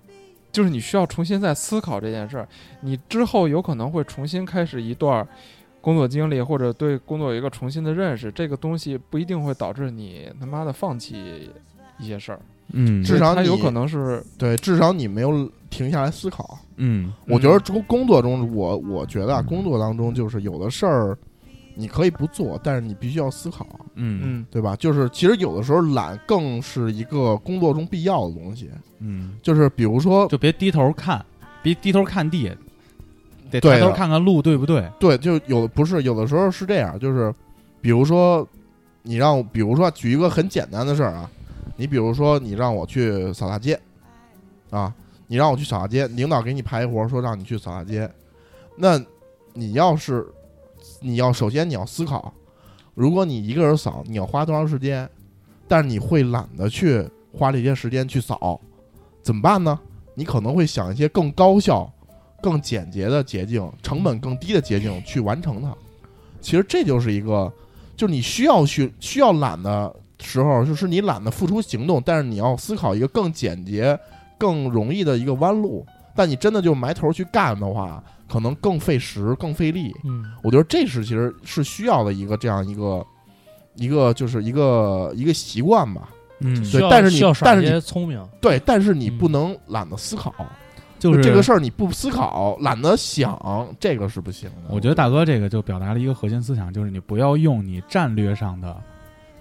Speaker 4: 就是你需要重新再思考这件事儿，你之后有可能会重新开始一段儿工作经历，或者对工作有一个重新的认识，这个东西不一定会导致你他妈的放弃一些事儿，
Speaker 3: 嗯
Speaker 5: 至少
Speaker 4: 它有
Speaker 5: 你
Speaker 4: 可能是
Speaker 5: 对，至少你没有停下来思考。
Speaker 3: 嗯，
Speaker 5: 我觉得工工作中，我我觉得啊，工作当中就是有的事儿，你可以不做，但是你必须要思考，
Speaker 3: 嗯
Speaker 4: 嗯
Speaker 5: 对吧？就是其实有的时候懒更是一个工作中必要的东西，
Speaker 3: 嗯，
Speaker 5: 就是比如说，
Speaker 3: 就别低头看，别低头看地，得
Speaker 5: 对
Speaker 3: 抬头
Speaker 5: 了
Speaker 3: 看看路对不对？
Speaker 5: 对，就有的不是有的时候是这样，就是比如说你让，比如说举一个很简单的事儿啊，你比如说你让我去扫大街，啊，你让我去扫大街，领导给你派一活儿说让你去扫大街，那你要是你要首先你要思考，如果你一个人扫，你要花多长时间，但是你会懒得去花这些时间去扫，怎么办呢？你可能会想一些更高效、更简洁的捷径，成本更低的捷径去完成它。其实这就是一个，就是你需要去需要懒的时候，就是你懒得付出行动，但是你要思考一个更简洁、更容易的一个弯路。但你真的就埋头去干的话，可能更费时、更费力。
Speaker 6: 嗯
Speaker 5: 我觉得这是其实是需要的一个这样一个一个就是一个一个习惯吧。
Speaker 3: 嗯，
Speaker 6: 需要
Speaker 5: 但是你
Speaker 6: 需要耍
Speaker 5: 但是
Speaker 6: 一
Speaker 5: 你
Speaker 6: 些聪明，
Speaker 5: 对，但是你
Speaker 6: 嗯
Speaker 5: 不能懒得思考，
Speaker 3: 就是
Speaker 5: 这个事儿你不思考，懒得想，这个是不行的。
Speaker 3: 我觉得大哥这个就表达了一个核心思想，就是你不要用你战略上的，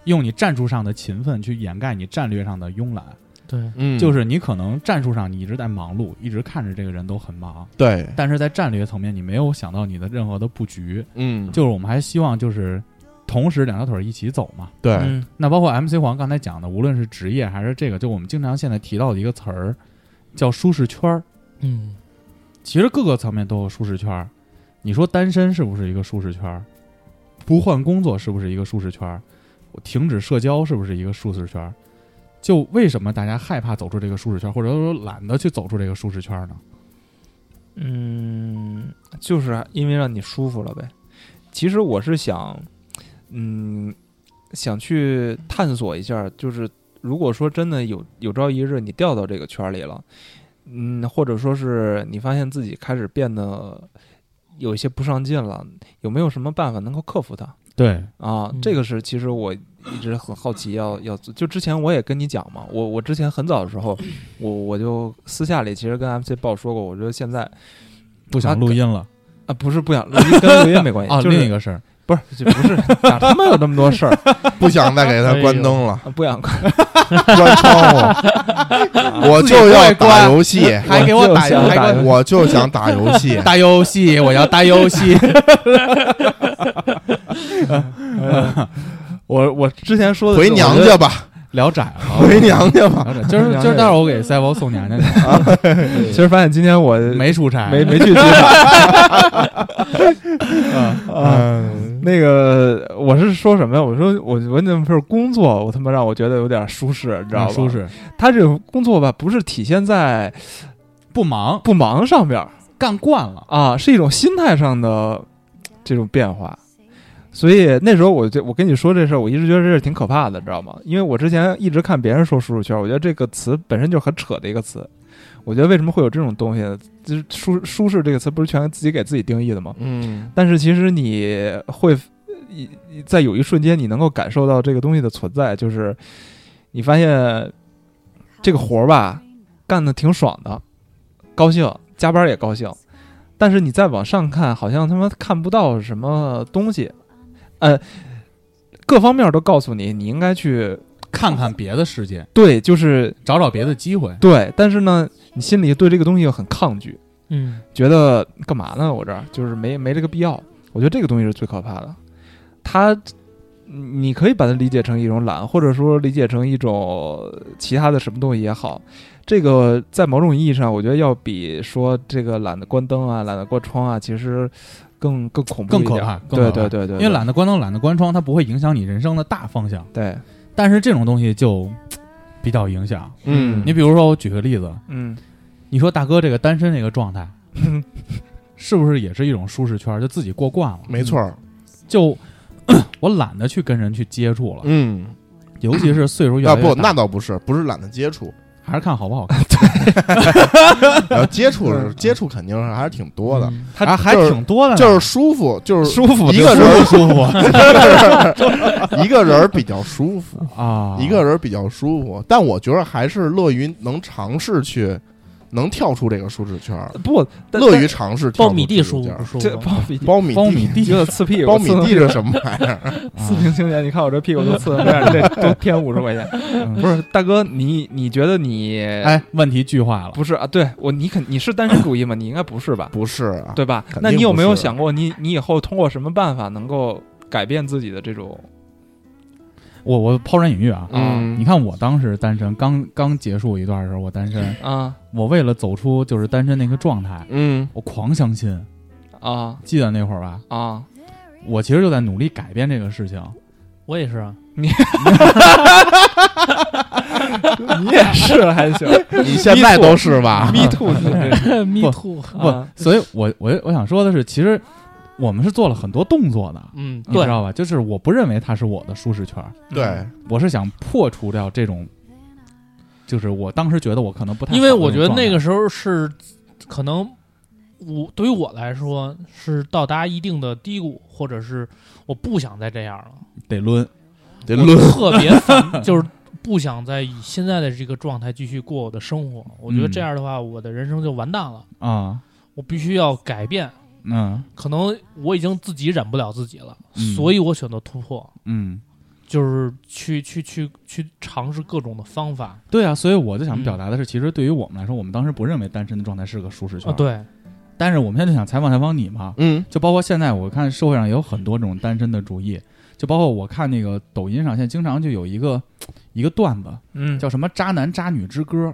Speaker 3: 用你战术上的勤奋去掩盖你战略上的慵懒。
Speaker 6: 对，
Speaker 5: 嗯，
Speaker 3: 就是你可能战术上你一直在忙碌，一直看着这个人都很忙，
Speaker 5: 对，
Speaker 3: 但是在战略层面你没有想到你的任何的布局。
Speaker 5: 嗯，
Speaker 3: 就是我们还希望就是同时两条腿儿一起走嘛。
Speaker 5: 对，
Speaker 4: 嗯
Speaker 3: 那包括 MC 黄刚才讲的，无论是职业还是这个，就我们经常现在提到的一个词儿，叫舒适圈儿。
Speaker 6: 嗯，
Speaker 3: 其实各个层面都有舒适圈儿。你说单身是不是一个舒适圈儿？不换工作是不是一个舒适圈儿？我停止社交是不是一个舒适圈儿？就为什么大家害怕走出这个舒适圈儿，或者说懒得去走出这个舒适圈儿呢？
Speaker 4: 嗯，就是因为让你舒服了呗。其实我是想，嗯，想去探索一下，就是如果说真的有有朝一日你掉到这个圈儿里了，嗯，或者说是你发现自己开始变得有一些不上进了，有没有什么办法能够克服它？
Speaker 3: 对，
Speaker 4: 啊，
Speaker 6: 嗯
Speaker 4: 这个是其实我一直很好奇要要做，就之前我也跟你讲嘛，我我之前很早的时候，我我就私下里其实跟 MC 豹说过，我觉得现在
Speaker 3: 不想录音了
Speaker 4: 啊不是不想录音，跟录音没关系，
Speaker 3: 啊，
Speaker 4: 就是
Speaker 3: 另一个事儿，
Speaker 4: 不是就不是哪他妈有那么多事儿，
Speaker 5: 不想再 给
Speaker 3: 哎
Speaker 5: 他关灯了，
Speaker 4: 啊不想
Speaker 5: 关窗 户，我就要打游戏，
Speaker 3: 还给我打
Speaker 4: 就想
Speaker 3: 还
Speaker 4: 打
Speaker 3: 给
Speaker 5: 我就想打游戏
Speaker 3: 我。 打游戏，我要打游戏。
Speaker 4: 我我之前说的
Speaker 5: 回
Speaker 4: 是我
Speaker 5: 娘
Speaker 4: 觉得
Speaker 5: 聊吧，
Speaker 3: 聊啊窄了，
Speaker 5: 回娘家吧。
Speaker 3: 聊窄。今儿今儿待会儿我给赛博送娘家去，
Speaker 4: 其实发现今天我
Speaker 3: 没出差，
Speaker 4: 没没去 机场
Speaker 3: 嗯
Speaker 4: 啊。那个我是说什么呀？我说我我那份工作，我他妈让我觉得有点舒适，你知道吧？
Speaker 3: 啊舒，适，
Speaker 4: 他这种工作吧，不是体现在
Speaker 3: 不忙，
Speaker 4: 不忙上边儿
Speaker 3: 干惯了。
Speaker 4: 啊，是一种心态上的这种变化。所以那时候我就我跟你说这事儿，我一直觉得这事儿挺可怕的，知道吗？因为我之前一直看别人说舒适圈，我觉得这个词本身就很扯的一个词。我觉得为什么会有这种东西呢？就是舒舒适这个词不是全自己给自己定义的吗？
Speaker 5: 嗯，
Speaker 4: 但是其实你会一一在有一瞬间，你能够感受到这个东西的存在，就是你发现这个活儿吧，干的挺爽的，高兴，加班也高兴，但是你再往上看，好像他妈看不到什么东西，呃，各方面都告诉你，你应该去
Speaker 3: 看看别的世界，
Speaker 4: 对，就是
Speaker 3: 找找别的机会。
Speaker 4: 对，但是呢，你心里对这个东西又很抗拒，
Speaker 6: 嗯，
Speaker 4: 觉得干嘛呢？我这儿就是没没这个必要。我觉得这个东西是最可怕的。它，你可以把它理解成一种懒，或者说理解成一种其他的什么东西也好。这个在某种意义上，我觉得要比说这个懒得关灯啊、懒得关窗啊，其实更更恐怖一
Speaker 3: 更
Speaker 4: 点、
Speaker 3: 可怕，更
Speaker 4: 对
Speaker 3: 可怕
Speaker 4: 对对对，
Speaker 3: 因为懒得关灯、懒得关窗，它不会影响你人生的大方向，
Speaker 4: 对，
Speaker 3: 但是这种东西就比较影响。
Speaker 4: 嗯
Speaker 3: 你比如说，我举个例子，
Speaker 4: 嗯
Speaker 3: 你说大哥这个单身这个状 态，是不是也是一种舒适圈？就自己过惯了，
Speaker 5: 没错儿。
Speaker 3: 就 我懒得去跟人去接触了，
Speaker 5: 嗯，
Speaker 3: 尤其是岁数越
Speaker 5: 啊
Speaker 3: 来越
Speaker 5: 不，
Speaker 3: 大，
Speaker 5: 那倒不是，不是懒得接触，
Speaker 3: 还是看好不好看。
Speaker 5: 然后 接触
Speaker 3: 嗯
Speaker 5: 是接触肯定是还是挺多的，
Speaker 3: 他啊还
Speaker 5: 就是
Speaker 3: 挺多的 呢，
Speaker 5: 就是舒服，就是
Speaker 3: 舒服，
Speaker 5: 一个人
Speaker 3: 不舒服
Speaker 5: 一个人儿比较舒服，
Speaker 3: 啊，
Speaker 5: 一个人儿比较舒服，但我觉得还是乐于能尝试去，能跳出这个舒适圈儿，
Speaker 4: 不但
Speaker 5: 乐于尝试跳
Speaker 6: 苞
Speaker 5: 出
Speaker 6: 米
Speaker 5: 舒适
Speaker 6: 地舒服
Speaker 5: 圈
Speaker 6: 不
Speaker 5: 儿
Speaker 6: 舒
Speaker 4: 这
Speaker 6: 服？
Speaker 4: 苞米
Speaker 5: 苞米
Speaker 3: 苞米地
Speaker 4: 觉得刺屁股，
Speaker 5: 苞米
Speaker 4: 刺
Speaker 5: 地是什么玩意儿？
Speaker 3: 啊
Speaker 4: 四平青年，你看我这屁股都刺成这样，这都添五十块钱。不是大哥，你你觉得你
Speaker 3: 哎，问题巨化了，
Speaker 4: 不是啊？对我，你肯你是单身主义吗？你应该不是吧？
Speaker 5: 不是啊，
Speaker 4: 对吧
Speaker 5: 肯定？
Speaker 4: 那你有没有
Speaker 5: 不是
Speaker 4: 想过你，你以后通过什么办法能够改变自己的这种？
Speaker 3: 我我抛砖引玉啊，
Speaker 5: 嗯
Speaker 3: 你看我当时单身，刚刚结束一段的时候，我单身，
Speaker 4: 啊
Speaker 3: 我为了走出就是单身那个状态，
Speaker 5: 嗯
Speaker 3: 我狂相亲，
Speaker 4: 啊
Speaker 3: 记得那会儿吧，
Speaker 4: 啊！
Speaker 3: 我其实就在努力改变这个事情，
Speaker 6: 我也是啊，
Speaker 4: 你也是还行
Speaker 5: 你现在都是吧？
Speaker 4: ，me too，你这嗯
Speaker 6: me too，
Speaker 3: 不，
Speaker 4: 啊
Speaker 3: 所以
Speaker 6: 嗯
Speaker 3: 我我我想说的是，其实我们是做了很多动作的，
Speaker 6: 嗯，
Speaker 3: 你知
Speaker 6: 对，
Speaker 3: 道吧？就是我不认为它是我的舒适圈，
Speaker 5: 对，
Speaker 3: 我是想破除掉这种，就是我当时觉得我可能不太好
Speaker 6: 因
Speaker 3: 的
Speaker 6: 为
Speaker 3: 种
Speaker 6: 我觉得
Speaker 3: 状态
Speaker 6: 那个时候是可能我对于我来说是到达一定的低谷，或者是我不想再这样了。
Speaker 3: 得抡，
Speaker 5: 得
Speaker 6: 我
Speaker 5: 论
Speaker 6: 特 别烦，就是不想再以现在的这个状态继续过我的生活。我觉得
Speaker 3: 嗯
Speaker 6: 这样的话，我的人生就完蛋了。
Speaker 3: 啊，
Speaker 6: 我必须要改变，
Speaker 3: 嗯
Speaker 6: 可能我已经自己忍不了自己了，
Speaker 3: 嗯
Speaker 6: 所以我选择突破，
Speaker 3: 嗯，
Speaker 6: 就是去去去去尝试各种的方法
Speaker 3: 对啊，所以我就想表
Speaker 6: 嗯
Speaker 3: 达的是，其实对于我们来说，我们当时不认为单身的状态是个舒适圈，
Speaker 6: 啊。，对，
Speaker 3: 但是我们现在就想采访采访你嘛，
Speaker 5: 嗯
Speaker 3: 就包括现在我看社会上也有很多这种单身的主义，就包括我看那个抖音上现在经常就有一个一个段子
Speaker 4: 嗯，
Speaker 3: 叫什么“渣男渣女之歌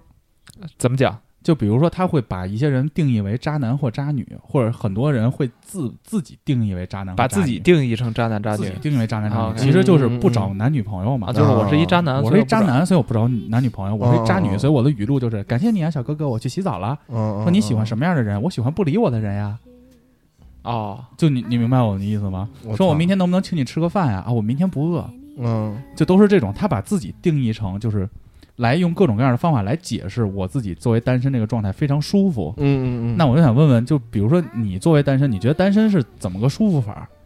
Speaker 4: 怎么讲？”，
Speaker 3: 就比如说他会把一些人定义为渣男或渣女，或者很多人会自自己定义为渣男或
Speaker 4: 把
Speaker 3: 渣女
Speaker 4: 自己定义成渣男渣
Speaker 3: 自
Speaker 4: 女
Speaker 3: 己定义为渣男渣
Speaker 4: 啊
Speaker 3: 女，其实就是不找
Speaker 5: 嗯
Speaker 3: 男女朋友嘛
Speaker 4: 啊，。就是我是一渣男，
Speaker 3: 我
Speaker 4: 所
Speaker 3: 是
Speaker 4: 以
Speaker 3: 一渣
Speaker 4: 不找，哦
Speaker 3: 男，所以我不找男女朋友；我是一渣女，
Speaker 5: 嗯
Speaker 3: 所以我的语录就是感谢你啊，小哥哥，我去洗澡了。
Speaker 5: 嗯，
Speaker 3: 说你喜欢什
Speaker 5: 么？
Speaker 3: 么样的人？我喜欢不理我的人呀。
Speaker 4: 哦，
Speaker 3: 就你，你明白我的意思吗？
Speaker 5: 嗯我
Speaker 3: 说我
Speaker 5: 操
Speaker 3: 明天能不能请你吃个饭呀？啊，我明天不饿。
Speaker 5: 嗯
Speaker 3: 就都是这种，他把自己定义成就是来用各种各样的方法来解释我自己作为单身这个状态非常舒服。
Speaker 5: 嗯嗯嗯，
Speaker 3: 那我就想问问，就比如说你作为单身，你觉得单身是怎么个舒服法儿？
Speaker 5: 嗯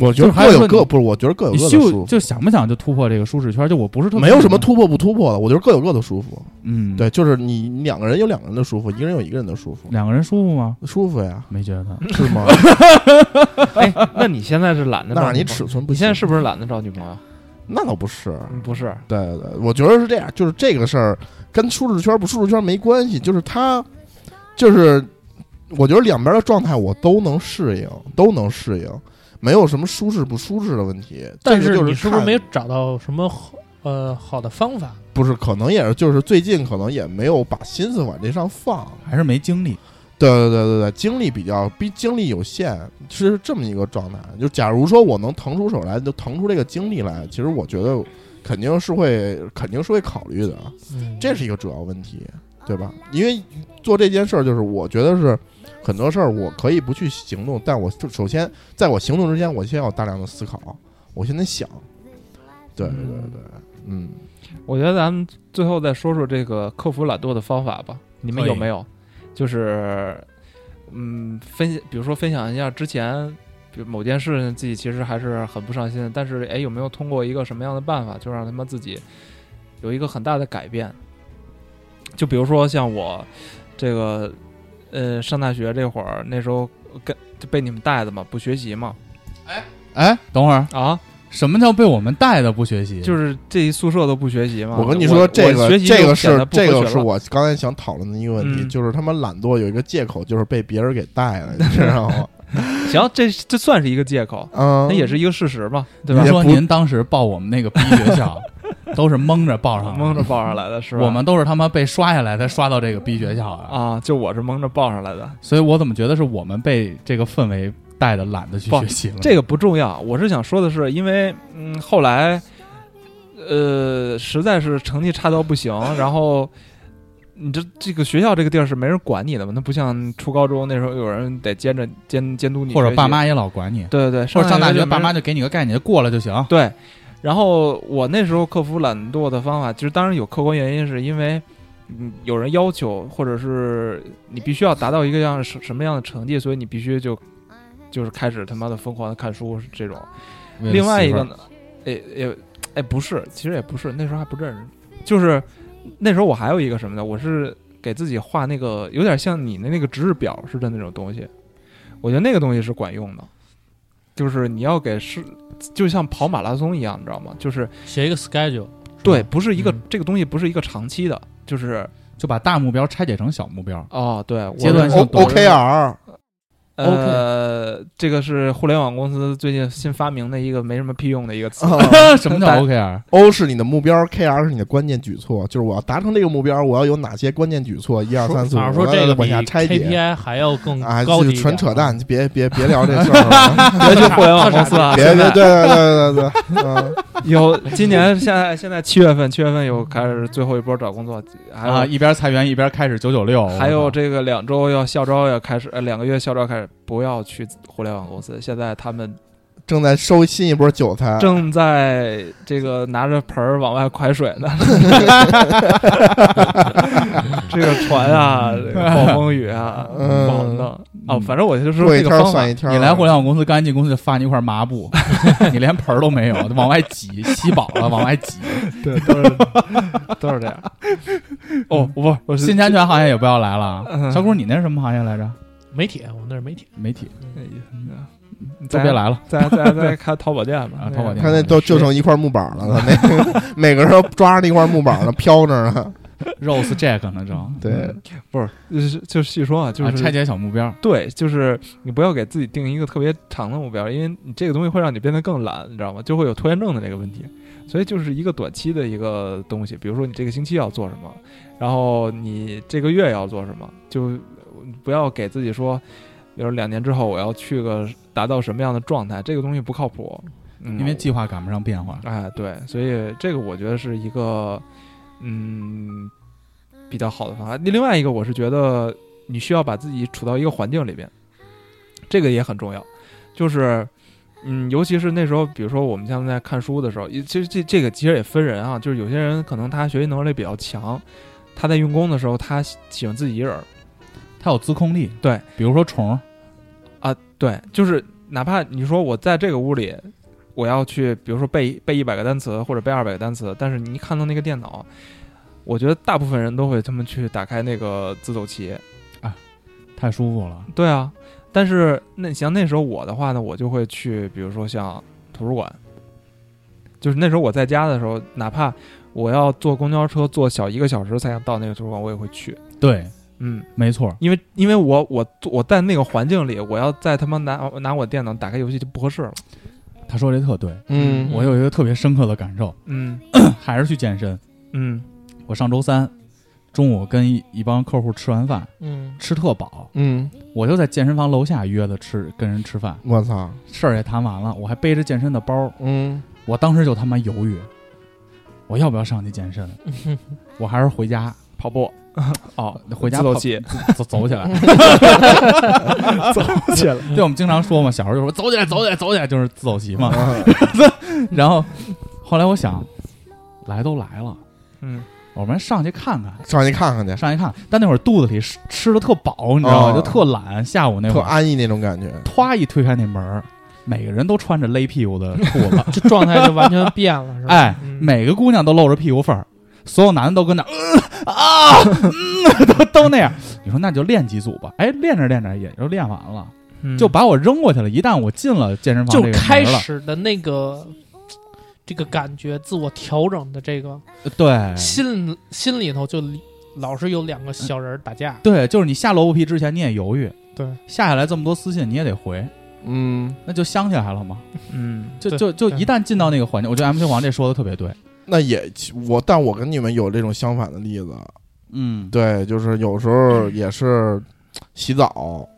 Speaker 5: 我觉
Speaker 3: 就
Speaker 5: 得
Speaker 3: 是还有
Speaker 5: 各有
Speaker 3: 说
Speaker 5: 各，
Speaker 3: 你
Speaker 5: 不是，我觉得各有
Speaker 3: 你
Speaker 5: 各的
Speaker 3: 就
Speaker 5: 舒服，
Speaker 3: 就想不想就突破这个舒适圈？就我不是特别
Speaker 5: 没有什么，突破不突破的，我觉得各有各的舒服。
Speaker 3: 嗯，，
Speaker 5: 对，就是你你两个人有两个人的舒服，一个人有一个人的舒服，
Speaker 3: 两个人舒服吗？
Speaker 5: 舒服呀，
Speaker 3: 没觉得，
Speaker 5: 是吗？
Speaker 4: 哎，那你现在是懒得
Speaker 5: 那
Speaker 4: 找
Speaker 5: 是
Speaker 4: 女
Speaker 5: 你
Speaker 4: 朋友？
Speaker 5: 尺寸不
Speaker 4: 你
Speaker 5: 行。
Speaker 4: 现在是不是懒得找女朋友？
Speaker 5: 那倒不是，
Speaker 4: 嗯不是，
Speaker 5: 对对对，我觉得是这样，就是这个事儿跟舒适圈不舒适圈没关系，就是他，就是我觉得两边的状态我都能适应，都能适应，没有什么舒适不舒适的问题。
Speaker 6: 但
Speaker 5: 这个
Speaker 6: 是
Speaker 5: 就
Speaker 6: 你是不是
Speaker 5: 看
Speaker 6: 没找到什么好呃好的方法？
Speaker 5: 不是，可能也是就是最近可能也没有把心思往这上放。
Speaker 3: 还是没精力。
Speaker 5: 对对对对对，精力比较比精力有限，是这么一个状态。就假如说我能腾出手来，就腾出这个精力来，其实我觉得肯定是会肯定是会考虑的，啊
Speaker 6: 嗯，
Speaker 5: 这是一个主要问题，对吧？因为做这件事儿，就是我觉得是很多事儿我可以不去行动，但我首先在我行动之前，我先要大量的思考，我先得想。对对对对，嗯。
Speaker 4: 我觉得咱们最后再说说这个克服懒惰的方法吧，你们
Speaker 3: 可以
Speaker 4: 有没有？就是，嗯，分析，比如说分享一下之前，比如某件事情自己其实还是很不上心的，但是哎，有没有通过一个什么样的办法，就让他们自己有一个很大的改变？就比如说像我这个，呃，上大学这会儿，那时候跟就被你们带的嘛，不学习嘛，
Speaker 3: 哎，等会儿，
Speaker 4: 啊，
Speaker 3: 什么叫被我们带的不学习？
Speaker 4: 就。是这一宿舍都不学习嘛。
Speaker 5: 我跟你
Speaker 4: 啊我
Speaker 5: 说，这
Speaker 4: 我
Speaker 5: 个
Speaker 4: 学习
Speaker 5: 这
Speaker 4: 就
Speaker 5: 个
Speaker 4: 显
Speaker 5: 是
Speaker 4: 得不
Speaker 5: 这
Speaker 4: 合
Speaker 5: 个
Speaker 4: 群
Speaker 5: 是
Speaker 4: 了
Speaker 5: 我刚才想讨论的一个问题，
Speaker 4: 嗯
Speaker 5: 就是他们懒惰有一个借口，就是被别人给带 了，你知道吗？
Speaker 4: 行，这这算是一个借口，
Speaker 5: 嗯，
Speaker 4: 那也是一个事实嘛，对
Speaker 3: 比如
Speaker 4: 吧？
Speaker 3: 说
Speaker 5: 也不
Speaker 3: 您当时报我们那个逼学校，都是蒙着报上的，
Speaker 4: 蒙着报上来的是
Speaker 3: 嗯
Speaker 4: 吧？
Speaker 3: 我们都是他妈被刷下来才刷到这个逼学校啊，
Speaker 4: 啊，就我是蒙着报上来的，
Speaker 3: 所以我怎么觉得是我们被这个氛围带的懒得去
Speaker 4: 不
Speaker 3: 学习了？
Speaker 4: 这个不重要。我是想说的是，因为嗯，后来呃，实在是成绩差到不行，然后。你这这个学校这个地儿是没人管你的嘛？那不像初高中那时候有人得监着监监督你，
Speaker 3: 或者爸，妈也老管你，
Speaker 4: 对对对，
Speaker 3: 或者上大学
Speaker 4: 学就没
Speaker 3: 爸
Speaker 4: 人
Speaker 3: 妈就给你个概念，过了就行。
Speaker 4: 对，然后我那时候克服懒惰的方法，其实当然有客观原因，是因为嗯有人要求，或者是你必须要达到一个样什什么样的成绩，所以你必须就就是开始他妈的疯狂的看书是这种。
Speaker 3: 为了
Speaker 4: 另外一个
Speaker 3: 媳妇儿，
Speaker 4: 呢，也也哎不是，其实也不是，那时候还不认识，就是那时候我还有一个什么呢？我是给自己画那个有点像你的那个值日表似的那种东西，我觉得那个东西是管用的，就是你要给是就像跑马拉松一样，你知道吗？就是
Speaker 6: 写一个 schedule，
Speaker 4: 对，不是一个、
Speaker 6: 嗯
Speaker 4: 这个东西不是一个长期的，就是
Speaker 3: 就把大目标拆解成小目标，
Speaker 4: 哦，对，我
Speaker 3: 阶段
Speaker 4: 是
Speaker 3: 性啊
Speaker 5: O
Speaker 3: 懂
Speaker 5: O K R，
Speaker 4: 呃这个是互联网公司最近新发明的一个没什么屁用的一个
Speaker 3: 哦
Speaker 4: 词，
Speaker 3: 什么叫
Speaker 4: 哦
Speaker 3: 啊
Speaker 4: 但
Speaker 3: OKR？
Speaker 5: O 是你的目标，K R 是你的关键举措，就是我要达成这个目标，我要有哪些关键举措，一二三四五，
Speaker 6: 反而说
Speaker 5: 我
Speaker 6: 这
Speaker 5: 要
Speaker 6: 个
Speaker 5: 往
Speaker 6: 比
Speaker 5: 下拆解。
Speaker 6: KPI 还要更
Speaker 5: 啊，
Speaker 6: 高
Speaker 5: 就是
Speaker 6: 级一点
Speaker 5: 纯扯淡，别别别聊这事儿 了，
Speaker 4: 别去互联网公 司啊，
Speaker 5: 别
Speaker 4: 现在
Speaker 5: 别对对对对对，嗯，
Speaker 4: 有今年现在现在七月份，七月份有开始最后一波找工作，还有、
Speaker 3: 啊，一边裁员一边开始九九六，
Speaker 4: 还有
Speaker 3: 我操
Speaker 4: 这个两周要校招要开始，呃，两个月校招开始，不要去互联网公司。现在他们
Speaker 5: 正在收新一波韭菜，
Speaker 4: 正在这个拿着盆儿往外蒯水呢， 这个船啊，这个暴风雨啊，
Speaker 5: 嗯
Speaker 4: 不好弄
Speaker 3: 嗯
Speaker 4: 啊。反正我就是说
Speaker 5: 过一
Speaker 4: 这个
Speaker 5: 天儿
Speaker 4: 方法
Speaker 5: 算一，天儿。
Speaker 3: 你来互联网公司，刚一进公司就发你一块麻布， 你连盆儿都没有，往外挤，吸饱了往外挤。
Speaker 4: 对，都是 都是这样。哦，不，我是
Speaker 3: 新安全行业也不要来了啊。
Speaker 4: 嗯
Speaker 3: 小谷，你那是什么行业来着？
Speaker 6: 媒体，我们那是媒体，
Speaker 3: 媒体，都
Speaker 4: 再
Speaker 3: 别来了
Speaker 4: 再再再看淘宝店吧
Speaker 3: 啊！淘宝店，
Speaker 5: 他那
Speaker 4: 嗯
Speaker 5: 都就剩一块木板儿了， 他那每个人都抓着那块木板儿呢，飘着呢。
Speaker 3: Rose Jack 呢，正
Speaker 5: 对，
Speaker 4: 不是，就是就是细说啊，就
Speaker 3: 啊
Speaker 4: 是、
Speaker 3: 拆解小目标。
Speaker 4: 对，就是你不要给自己定一个特别长的目标，因为你这个东西会让你变得更懒，你知道吗？就会有拖延症的这个问题。所以就是一个短期的一个东西，比如说你这个星期要做什么，然后你这个月要做什么，就不要给自己说，比如两年之后我要去个达到什么样的状态，这个东西不靠谱。嗯，
Speaker 3: 因为计划赶不上变化，
Speaker 4: 哎，对，所以这个我觉得是一个，嗯，比较好的方法。另外一个，我是觉得你需要把自己处到一个环境里边，这个也很重要。就是，嗯，尤其是那时候，比如说我们现在看书的时候，也其实这这个其实也分人啊，就是有些人可能他学习能力比较强，他在用功的时候他喜喜欢自己一人儿
Speaker 3: 它有自控力。
Speaker 4: 对，
Speaker 3: 比如说 虫，
Speaker 4: 啊，对，就是哪怕你说我在这个屋里，我要去，比如说背背一百个单词或者背二百个单词，但是你一看到那个电脑，我觉得大部分人都会他们去打开那个自走棋，
Speaker 3: 太舒服了。
Speaker 4: 对啊，但是那你像那时候我的话呢，我就会去，比如说像图书馆，就是那时候我在家的时候，哪怕我要坐公交车坐小一个小时才能到那个图书馆，我也会去。
Speaker 3: 对，
Speaker 4: 嗯，
Speaker 3: 没错，
Speaker 4: 因为因为我我我在那个环境里，我要再他妈拿拿我电脑打开游戏就不合适了。
Speaker 3: 他说这特对。
Speaker 5: 嗯
Speaker 3: 我有一个特别深刻的感受，
Speaker 4: 嗯
Speaker 3: 还是去健身。
Speaker 4: 嗯
Speaker 3: 我上周三中午跟一一帮客户吃完饭，
Speaker 6: 嗯，
Speaker 3: 吃特饱，
Speaker 5: 嗯，
Speaker 3: 我就在健身房楼下约的吃，跟人吃饭，
Speaker 5: 我操，
Speaker 3: 事儿也谈完了，我还背着健身的包，
Speaker 5: 嗯，
Speaker 3: 我当时就他妈犹豫，我要不要上去健身？我还是回家
Speaker 4: 跑步
Speaker 3: 哦，回家
Speaker 4: 自走
Speaker 3: 跑
Speaker 4: 棋，
Speaker 3: 走 走起来，走起来。对，我们经常说嘛，小时候就说走起来，走起来，走起来，就是自走棋嘛。然后后来我想，来都来了，
Speaker 4: 嗯，
Speaker 3: 我们上去看看，
Speaker 5: 上去看看去，
Speaker 3: 上去看。但那会儿肚子里吃吃的特饱，你知道吗？
Speaker 5: 哦
Speaker 3: 就特懒。下午那
Speaker 5: 特
Speaker 3: 会儿，
Speaker 5: 安逸那种感觉。
Speaker 3: 歘一推开那门儿，每个人都穿着勒屁股 的裤子，
Speaker 6: 这状态就完全变了，是吧？
Speaker 3: 哎，
Speaker 6: 嗯
Speaker 3: 每个姑娘都露着屁股缝儿，所有男的都跟那儿、嗯、啊，嗯、 都都那样。你说那就练几组吧，哎，练着练着也就练完了，
Speaker 4: 嗯
Speaker 3: 就把我扔过去了。一旦我进了健身房
Speaker 6: 就
Speaker 3: 这个门
Speaker 6: 开
Speaker 3: 了，
Speaker 6: 始的那个这个感觉，自我调整的这个
Speaker 5: 哎
Speaker 3: 对
Speaker 6: 心心里头就老是有两个小人儿打架，
Speaker 3: 对，就是你下萝卜皮之前你也犹豫，
Speaker 6: 对，
Speaker 3: 下下来这么多私信你也得回，
Speaker 5: 嗯，
Speaker 3: 那就相起来了嘛。
Speaker 4: 嗯
Speaker 3: 就
Speaker 6: 对
Speaker 3: 就就
Speaker 6: 对
Speaker 3: 一旦进到那个环境，我觉得 MC 王这说的特别对，
Speaker 5: 那也我，但我跟你们有这种相反的例子，
Speaker 3: 嗯，
Speaker 5: 对，就是有时候也是洗澡。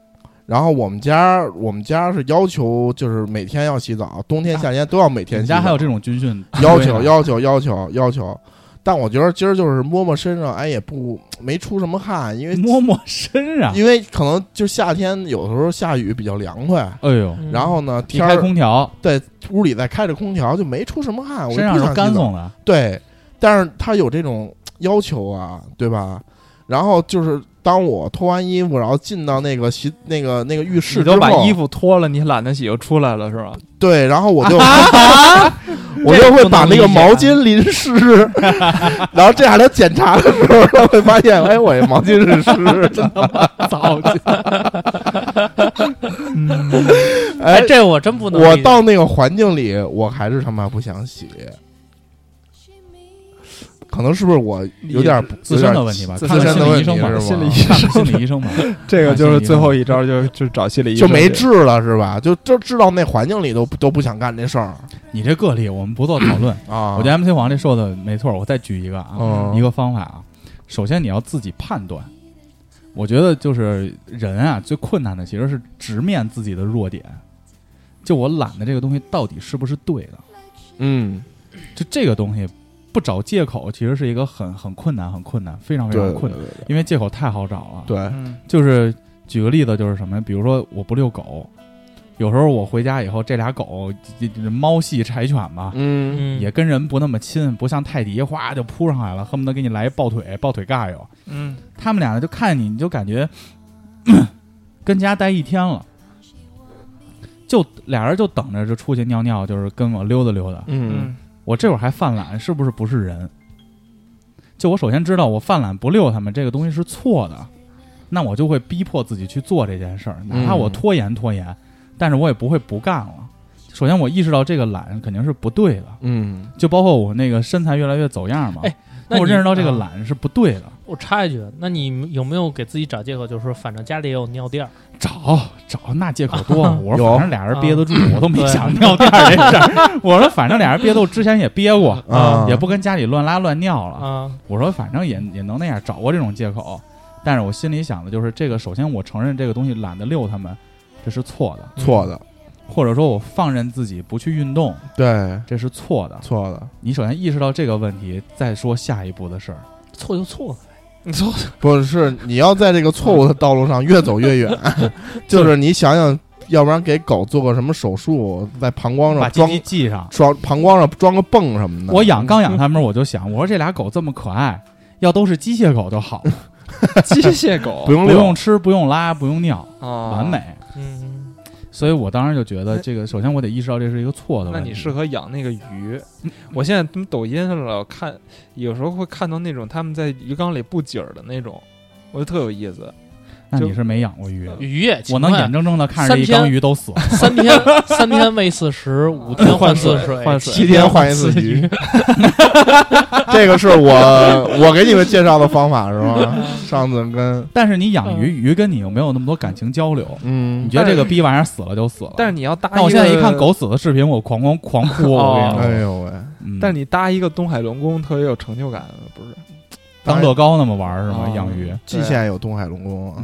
Speaker 5: 然后我们家我们家是要求就是每天要洗澡，冬天夏天都要每
Speaker 3: 你
Speaker 5: 天
Speaker 3: 们
Speaker 5: 洗
Speaker 3: 家
Speaker 5: 澡。
Speaker 3: 还有这种军训
Speaker 5: 要
Speaker 3: 规啊
Speaker 5: 求
Speaker 3: 呢
Speaker 5: 要求要求要求，但我觉得今儿就是摸摸身上，哎，也不没出什么汗，因为
Speaker 3: 摸摸身上，
Speaker 5: 因为可能就夏天有的时候下雨比较凉快，
Speaker 3: 哎呦，
Speaker 6: 嗯
Speaker 5: 然后呢
Speaker 3: 你
Speaker 5: 天
Speaker 3: 开
Speaker 5: 儿
Speaker 3: 空调，
Speaker 5: 在屋里再开着空调就没出什么啊汗，我就
Speaker 3: 身上
Speaker 5: 不
Speaker 3: 是
Speaker 5: 想
Speaker 3: 干
Speaker 5: 洗澡
Speaker 3: 松的，
Speaker 5: 对，但是他有这种要求啊，对吧？然后就是当我脱完衣服，然后进到那个洗那个那个浴室之
Speaker 4: 你都
Speaker 5: 后，
Speaker 4: 把衣服脱了，你懒得洗就出来了是吧？
Speaker 5: 对，然后我就
Speaker 4: 啊
Speaker 5: 我就会把那个毛巾淋湿， 然后这样他检查的时候，他会发现，哎，我这毛巾是 湿的，
Speaker 3: 操！
Speaker 6: 哎
Speaker 4: 嗯
Speaker 5: 哎，。
Speaker 6: 这我真不能理解，
Speaker 5: 我到那个环境里，我还是他妈不想洗，可能是不是我有点不
Speaker 3: 自身的问题吧，
Speaker 5: 自
Speaker 3: 看看
Speaker 5: 身
Speaker 3: 心
Speaker 5: 的
Speaker 3: 理
Speaker 5: 问
Speaker 3: 医
Speaker 5: 题
Speaker 3: 生
Speaker 5: 是
Speaker 3: 吧，心
Speaker 5: 吗？
Speaker 3: 理医生，心理医生吧。
Speaker 4: 这
Speaker 3: 个就是最后一
Speaker 4: 招，就就找心理医
Speaker 5: 就没治了是吧？就就知道那环境里都都不想干这事儿
Speaker 3: 你这个例我们不做讨论，
Speaker 5: 啊。
Speaker 3: 我觉得 MC 王这说的没错。我再举一个啊，
Speaker 5: 嗯
Speaker 3: 一个方法啊，首先你要自己判断。我觉得就是人啊，最困难的其实是直面自己的弱点。就我懒的这个东西到底是不是对的？
Speaker 5: 嗯，
Speaker 3: 就这个东西不找借口，其实是一个很很困难、很困难、非常非
Speaker 5: 对
Speaker 3: 常
Speaker 5: 对
Speaker 3: 困难，因为借口太好找了。
Speaker 5: 对，
Speaker 4: 嗯
Speaker 3: 就是举个例子，就是什么呀？比如说我不遛狗，有时候我回家以后，这俩狗这这猫系柴犬嘛，
Speaker 5: 嗯
Speaker 6: 嗯
Speaker 3: 也跟人不那么亲，不像泰迪，哗就扑上来了，恨不得给你来一抱腿、抱腿尬哟。
Speaker 4: 嗯
Speaker 3: 他们俩呢，就看你，你就感觉跟家待一天了，就俩人就等着就出去尿尿，就是跟我溜达溜达。
Speaker 5: 嗯
Speaker 4: 嗯
Speaker 3: 我这会儿还犯懒，是不是不是人？就我首先知道我犯懒不遛他们这个东西是错的，那我就会逼迫自己去做这件事儿，哪怕我拖延拖延，但是我也不会不干了。首先我意识到这个懒肯定是不对的，
Speaker 5: 嗯
Speaker 3: 就包括我那个身材越来越走样嘛，
Speaker 6: 哎那
Speaker 3: 那我
Speaker 6: 你
Speaker 3: 认识到这个
Speaker 6: 啊
Speaker 3: 懒是不对的，
Speaker 6: 我插一句，啊那你有没有给自己找借口，就是说反正家里也有尿垫儿，
Speaker 3: 找找那借口多， 我
Speaker 5: 有嗯
Speaker 3: 说反正俩人憋得住，我都没
Speaker 6: 对
Speaker 3: 想尿垫儿这事儿， 我说反正俩人憋得住，之前也憋过，
Speaker 5: 啊，
Speaker 3: 也不跟家里乱拉乱尿
Speaker 5: 嗯
Speaker 3: 了，
Speaker 6: 啊？
Speaker 3: 我说反正也也能那样，找过这种借口，但是我心里想的就是这个，首先我承认这个东西懒得遛他们，这是错的，
Speaker 5: 错的，
Speaker 3: 或者说我放任自己不去运动，
Speaker 5: 对，
Speaker 3: 这是错的。
Speaker 5: 错的。
Speaker 3: 你首先意识到这个问题，再说下一步的事儿。
Speaker 6: 错就错了，
Speaker 5: 不是，你要在这个错误的道路上越走越远，就是你想想要不然给狗做个什么手术，在膀胱
Speaker 3: 把
Speaker 5: 上
Speaker 3: 鸡
Speaker 5: 装
Speaker 3: 鸡系上。
Speaker 5: 装膀胱上装个泵什么的。
Speaker 3: 我养刚养它们，我就想，我说这俩狗这么可爱，要都是机械狗就好了，
Speaker 4: 机械狗
Speaker 5: 不用
Speaker 3: 不
Speaker 5: 遛
Speaker 3: 用吃，不用拉，不用尿，
Speaker 4: 啊，
Speaker 3: 完美。
Speaker 4: 嗯，
Speaker 3: 所以我当时就觉得，这个首先我得意识到这是一个错的
Speaker 4: 哎那
Speaker 3: 问题。
Speaker 4: 你适合养那个鱼。我现在他们抖音上老看，有时候会看到那种他们在鱼缸里布景儿的那种，我就特有意
Speaker 3: 哦
Speaker 4: 思。
Speaker 3: 那
Speaker 4: 就
Speaker 3: 你是没养过鱼，
Speaker 6: 鱼也
Speaker 3: 我能眼睁睁的看着一
Speaker 6: 三天
Speaker 3: 缸鱼都 死了。
Speaker 6: 三天 三天喂四食，五天换次水，
Speaker 4: 换水
Speaker 5: 七天换一次 鱼，这个是我我给你们介绍的方法是吗？ 上次跟
Speaker 3: 但是你养
Speaker 4: 嗯
Speaker 3: 鱼，鱼跟你又没有那么多感情交流，你
Speaker 5: 嗯，
Speaker 3: 觉得这个逼玩意儿死了就死了。
Speaker 4: 但是你要搭，
Speaker 3: 但我现在一看，狗死的视频，我狂狂狂哭，我跟你说。
Speaker 5: 哎呦喂，
Speaker 3: 嗯
Speaker 4: 哦但是你搭一个东海龙宫特别有成就感，不是？
Speaker 3: 当乐高那么玩儿是吗？
Speaker 4: 哦
Speaker 3: 养鱼，
Speaker 5: 蓟县有东海龙宫啊，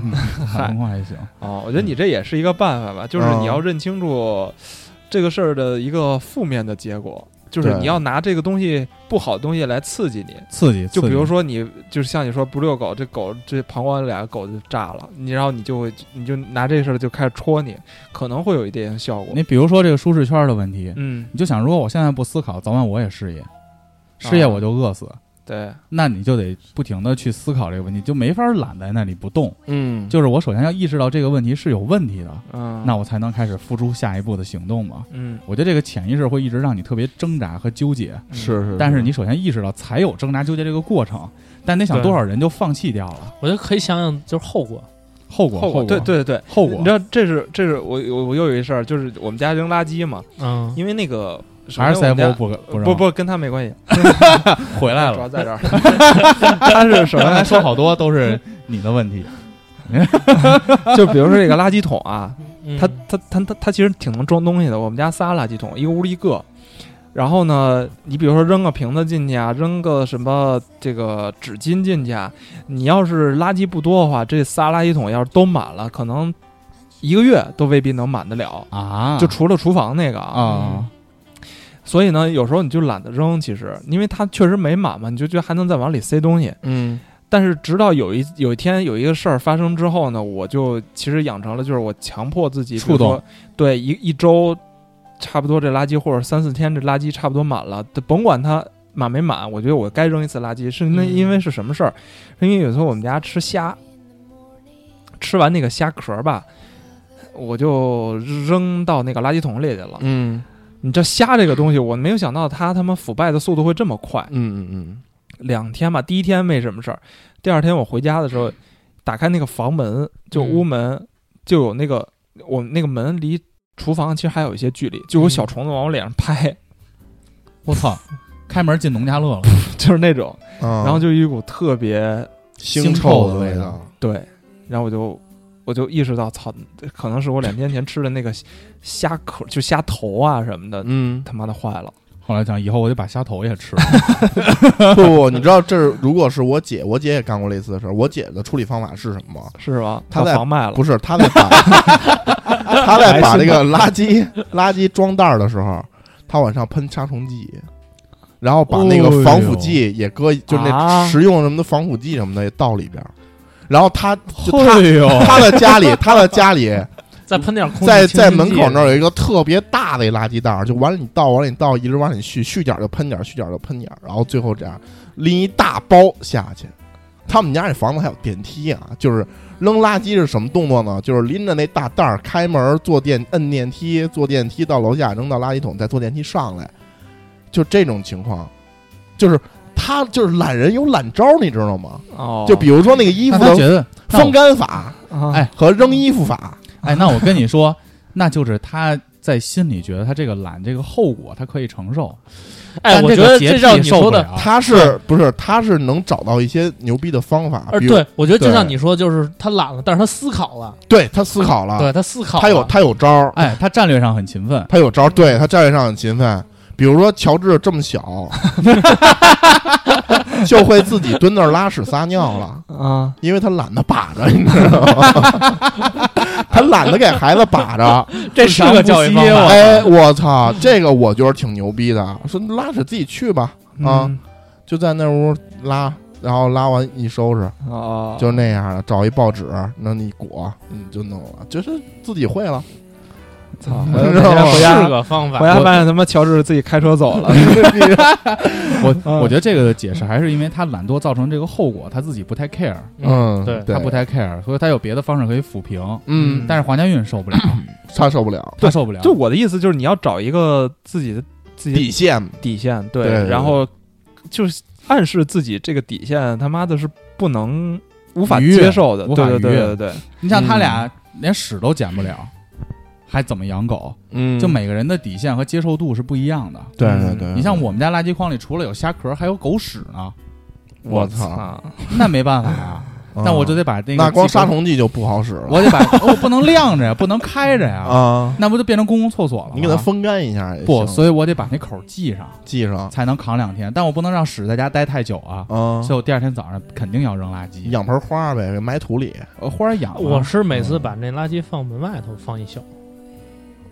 Speaker 3: 反光还行。
Speaker 4: 哦，我觉得你这也是一个办
Speaker 3: 嗯
Speaker 4: 法吧，就是你要认清楚这个事儿的一个负面的结果，就是
Speaker 5: 对
Speaker 4: 你要拿这个东西不好的东西来刺激你。
Speaker 3: 刺激，
Speaker 4: 就比如
Speaker 3: 刺激，
Speaker 4: 说你，就是像你说不遛狗，这狗这膀胱俩狗就炸了，你然后你就会你就拿这事儿就开始戳你，可能会有一点效果。
Speaker 3: 你比如说这个舒适圈的问题，
Speaker 4: 嗯，
Speaker 3: 你就想，如果我现在不思考，早晚我也失业，失
Speaker 4: 哦
Speaker 3: 业我就饿死。
Speaker 4: 对，
Speaker 3: 那你就得不停的去思考这个问题，就没法懒在那里不动。
Speaker 5: 嗯，
Speaker 3: 就是我首先要意识到这个问题是有问题的，
Speaker 4: 嗯，
Speaker 3: 那我才能开始付出下一步的行动嘛。
Speaker 4: 嗯
Speaker 3: 我觉得这个潜意识会一直让你特别挣扎和纠结，
Speaker 5: 是是，
Speaker 3: 但是你首先意识到才有挣扎纠结这个过程，但得想
Speaker 4: 对
Speaker 3: 多少人就放弃掉了，
Speaker 6: 我就可以想想就是后果。
Speaker 3: 后果
Speaker 4: 后
Speaker 3: 果
Speaker 4: 果对对对，
Speaker 3: 后果
Speaker 4: 你知道这是这是我我我又有一事儿，就是我们家扔垃圾嘛，
Speaker 6: 嗯，
Speaker 4: 因为那个
Speaker 3: 还是
Speaker 4: 首先我们家
Speaker 3: CFO 不不让
Speaker 4: 不不跟他没关系，
Speaker 3: 回来
Speaker 4: 主
Speaker 3: 了
Speaker 4: 要。在这儿。他是什么
Speaker 3: 刚才
Speaker 4: 呢？
Speaker 3: 说好多都是你的问题，
Speaker 4: 就比如说这个垃圾桶啊，
Speaker 6: 嗯
Speaker 4: 它它它它它其实挺能装东西的。我们家仨垃圾桶，一个屋里一个。然后呢，你比如说扔个瓶子进去啊，扔个什么这个纸巾进去啊，你要是垃圾不多的话，这仨垃圾桶要是都满了，可能一个月都未必能满得了。
Speaker 3: 啊，
Speaker 4: 就除了厨房那个啊，
Speaker 3: 啊，
Speaker 4: 所以呢，有时候你就懒得扔，其实因为它确实没满嘛，你就觉得还能再往里塞东西。
Speaker 5: 嗯
Speaker 4: 但是直到有一有一天有一个事儿发生之后呢，我就其实养成了，就是我强迫自己
Speaker 3: 触动，
Speaker 4: 比如说对一一周，差不多这垃圾或者三四天这垃圾差不多满了，甭管它满没满，我觉得我该扔一次垃圾。是那
Speaker 6: 嗯
Speaker 4: 因为是什么事儿？是因为有时候我们家吃虾，吃完那个虾壳儿吧，我就扔到那个垃圾桶里去了。
Speaker 5: 嗯
Speaker 4: 你知道虾这个东西，我没有想到它他妈腐败的速度会这么快。
Speaker 5: 嗯嗯
Speaker 4: 两天吧，第一天没什么事儿，第二天我回家的时候，打开那个房门，就
Speaker 5: 嗯
Speaker 4: 屋门、就有那个我那个门离厨房其实还有一些距离，就
Speaker 5: 嗯
Speaker 4: 有小虫子往我脸上拍，
Speaker 3: 我操，开门进农家乐了，
Speaker 4: 就是那种，
Speaker 5: 嗯，啊
Speaker 4: 然后就一股特别
Speaker 5: 腥臭
Speaker 3: 的
Speaker 5: 的
Speaker 3: 味道
Speaker 5: 道，
Speaker 4: 对，然后我就我就意识到，操，可能是我两天前吃的那个虾壳，就虾头啊什么的，
Speaker 5: 嗯，
Speaker 4: 他妈的坏了，
Speaker 3: 后来想以后我得把虾头也吃了。
Speaker 5: 不不，你知道这是如果是我姐，我姐也干过类似的事儿。我姐的处理方法是什么吗？
Speaker 4: 是吧？
Speaker 5: 他
Speaker 4: 把
Speaker 5: 在
Speaker 4: 房卖了，
Speaker 5: 不是，她在把她在把那个垃圾垃圾装袋儿的时候，她往上喷杀虫剂，然后把那
Speaker 3: 哦呦
Speaker 5: 个防腐剂也搁，就那
Speaker 4: 啊
Speaker 5: 食用什么的防腐剂什么的也倒里边儿。然后她就她
Speaker 3: 哎呦，
Speaker 5: 她的家里，她的家里
Speaker 6: 再喷点空气
Speaker 5: 在
Speaker 6: 清新
Speaker 5: 在门口
Speaker 6: 剂啊
Speaker 5: 那儿有一个特别大的一垃圾袋儿，就往里倒，往里倒，一直往里续，续点儿就喷点儿，续点儿就喷点儿，然后最后这样拎一大包下去。他们家这房子还有电梯啊，就是扔垃圾是什么动作呢？就是拎着那大袋儿开门，坐电摁电梯，坐电梯到楼下扔到垃圾桶，再坐电梯上来，就这种情况，就是他就是懒人有懒招儿，你知道吗？
Speaker 4: 哦，
Speaker 5: 嗯就比如说那个衣服
Speaker 3: 那他觉
Speaker 5: 的
Speaker 3: 得那我
Speaker 5: 风干法
Speaker 4: 啊
Speaker 3: 哎
Speaker 5: 和扔衣服法，
Speaker 3: 哎，那我跟你说，那就是他在心里觉得他这个懒，这个后果他可以承受。
Speaker 6: 哎，
Speaker 3: 但
Speaker 6: 我
Speaker 3: 这
Speaker 6: 觉
Speaker 3: 个
Speaker 6: 得
Speaker 3: 洁
Speaker 6: 这
Speaker 3: 癖
Speaker 6: 让你
Speaker 3: 受不
Speaker 6: 说的
Speaker 3: 了，
Speaker 5: 他是不是他是能找到一些牛逼的方法？
Speaker 6: 呃，
Speaker 5: 比如
Speaker 6: 对，我觉得就
Speaker 5: 对
Speaker 6: 像你说，就是他懒了，但是他思考了，
Speaker 5: 对他思考了，
Speaker 6: 对他思考
Speaker 5: 啊
Speaker 6: 了，
Speaker 5: 他有他有招儿，
Speaker 3: 哎，他战略上很勤奋，
Speaker 5: 他有招儿，对他战略上很勤奋。比如说乔治这么小，就会自己蹲那儿拉屎撒尿了，
Speaker 4: 啊，
Speaker 5: 因为他懒得把着，你知道吗？他懒得给孩子把着。
Speaker 3: 这是个教育方法。
Speaker 5: 哎，我操，这个我觉得挺牛逼的。说拉屎自己去吧，啊，
Speaker 4: 嗯
Speaker 5: 就在那屋拉，然后拉完一收拾，
Speaker 4: 哦，
Speaker 3: 嗯
Speaker 5: 就那样的，找一报纸，那你裹，你就弄了，就是自己会了。
Speaker 4: 操！
Speaker 5: 嗯
Speaker 4: 我
Speaker 5: 然后
Speaker 4: 回
Speaker 5: 是
Speaker 4: 家
Speaker 9: 是个方
Speaker 4: 回
Speaker 9: 法。
Speaker 4: 家发现他妈乔治自己开车走了，
Speaker 3: 我我觉得这个的解释还是因为他懒惰造成这个后果，他自己不太 care，
Speaker 5: 嗯，
Speaker 9: 对
Speaker 3: 他不太 care，所以他有别的方式可以抚平。
Speaker 5: 嗯，
Speaker 3: 但是黄家韵受不了，
Speaker 5: 他受不了
Speaker 3: 他受不了。
Speaker 4: 就我的意思就是你要找一个自己的自己的
Speaker 5: 底线，
Speaker 4: 底线，对，
Speaker 5: 对对
Speaker 4: 然后就是暗示自己这个底线他妈的是不能无法
Speaker 3: 逾越
Speaker 4: 接受的，
Speaker 3: 无
Speaker 4: 对
Speaker 3: 法
Speaker 4: 对
Speaker 3: 逾越
Speaker 4: 对对对，
Speaker 3: 你像
Speaker 5: 嗯
Speaker 3: 他俩连屎都捡不了，还怎么养狗？
Speaker 5: 嗯，
Speaker 3: 就每个人的底线和接受度是不一样的。
Speaker 5: 对对对，
Speaker 3: 嗯你像我们家垃圾筐里除了有虾壳，还有狗屎呢，
Speaker 5: 我操，
Speaker 4: 操，
Speaker 3: 那没办法呀。
Speaker 5: 嗯
Speaker 3: 啊 那我就得把那个
Speaker 5: 那光
Speaker 3: 鸡壳
Speaker 5: 杀，虫剂就不好使了
Speaker 3: 我得把我不能晾着呀，不能开着呀，
Speaker 5: 啊，
Speaker 3: 那不就变成公共厕所了吗？
Speaker 5: 你给它风干一下也
Speaker 3: 不，
Speaker 5: 行，
Speaker 3: 所以我得把那口系上，
Speaker 5: 系上
Speaker 3: 才能扛两天。但我不能让屎在家待太久啊，
Speaker 5: 啊，
Speaker 3: 所以我第二天早上肯定要扔垃圾。
Speaker 5: 养盆花呗，给埋土里，
Speaker 3: 呃花儿养啊，
Speaker 6: 我是每
Speaker 5: 嗯
Speaker 6: 次把那垃圾放门外头放一宿，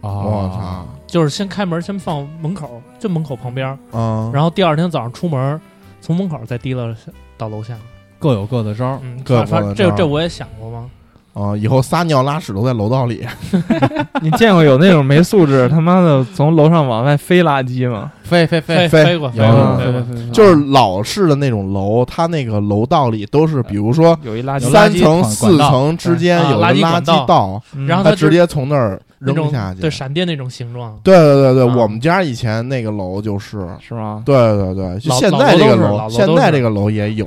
Speaker 5: 我
Speaker 3: 哦，
Speaker 5: 操
Speaker 6: 就是先开门先放门口，就门口旁边儿，
Speaker 5: 啊，
Speaker 6: 然后第二天早上出门，从门口再提溜到楼下。
Speaker 3: 各有各的招儿。
Speaker 6: 嗯，
Speaker 5: 各
Speaker 6: 反
Speaker 5: 有各的
Speaker 6: 反这
Speaker 5: 招儿
Speaker 6: 这我也想过吗？
Speaker 5: 啊，以后撒尿拉屎都在楼道里，
Speaker 4: 你见过有那种没素质他妈的从楼上往外飞垃圾吗？啊
Speaker 3: 飞飞
Speaker 6: 飞
Speaker 3: 飞，
Speaker 6: 飞过，
Speaker 3: 有
Speaker 6: 飞过，
Speaker 3: 有
Speaker 6: 飞过。
Speaker 5: 就是老式的那种楼，它那个楼道里都是，比如说
Speaker 4: 有一垃圾
Speaker 3: 有嗯垃圾
Speaker 5: 三层、
Speaker 3: 管
Speaker 5: 四
Speaker 3: 管道嗯
Speaker 5: 层之间
Speaker 6: 啊
Speaker 5: 有个
Speaker 6: 垃圾
Speaker 5: 垃
Speaker 6: 管
Speaker 5: 圾
Speaker 6: 道
Speaker 5: 道，
Speaker 4: 嗯
Speaker 6: 然后
Speaker 5: 它
Speaker 6: 啊它就
Speaker 5: 直接从那儿
Speaker 6: 那
Speaker 5: 扔
Speaker 6: 种
Speaker 5: 下去。
Speaker 6: 对闪电那种形状，
Speaker 5: 对对对对，
Speaker 6: 啊
Speaker 5: 我们家以前那个楼就是，
Speaker 4: 是吗？
Speaker 5: 对对对，就
Speaker 6: 老
Speaker 5: 现在这个
Speaker 6: 老楼
Speaker 5: 楼，
Speaker 6: 都是
Speaker 5: 现
Speaker 6: 老楼
Speaker 5: 在
Speaker 6: 都是
Speaker 5: 这个楼也有，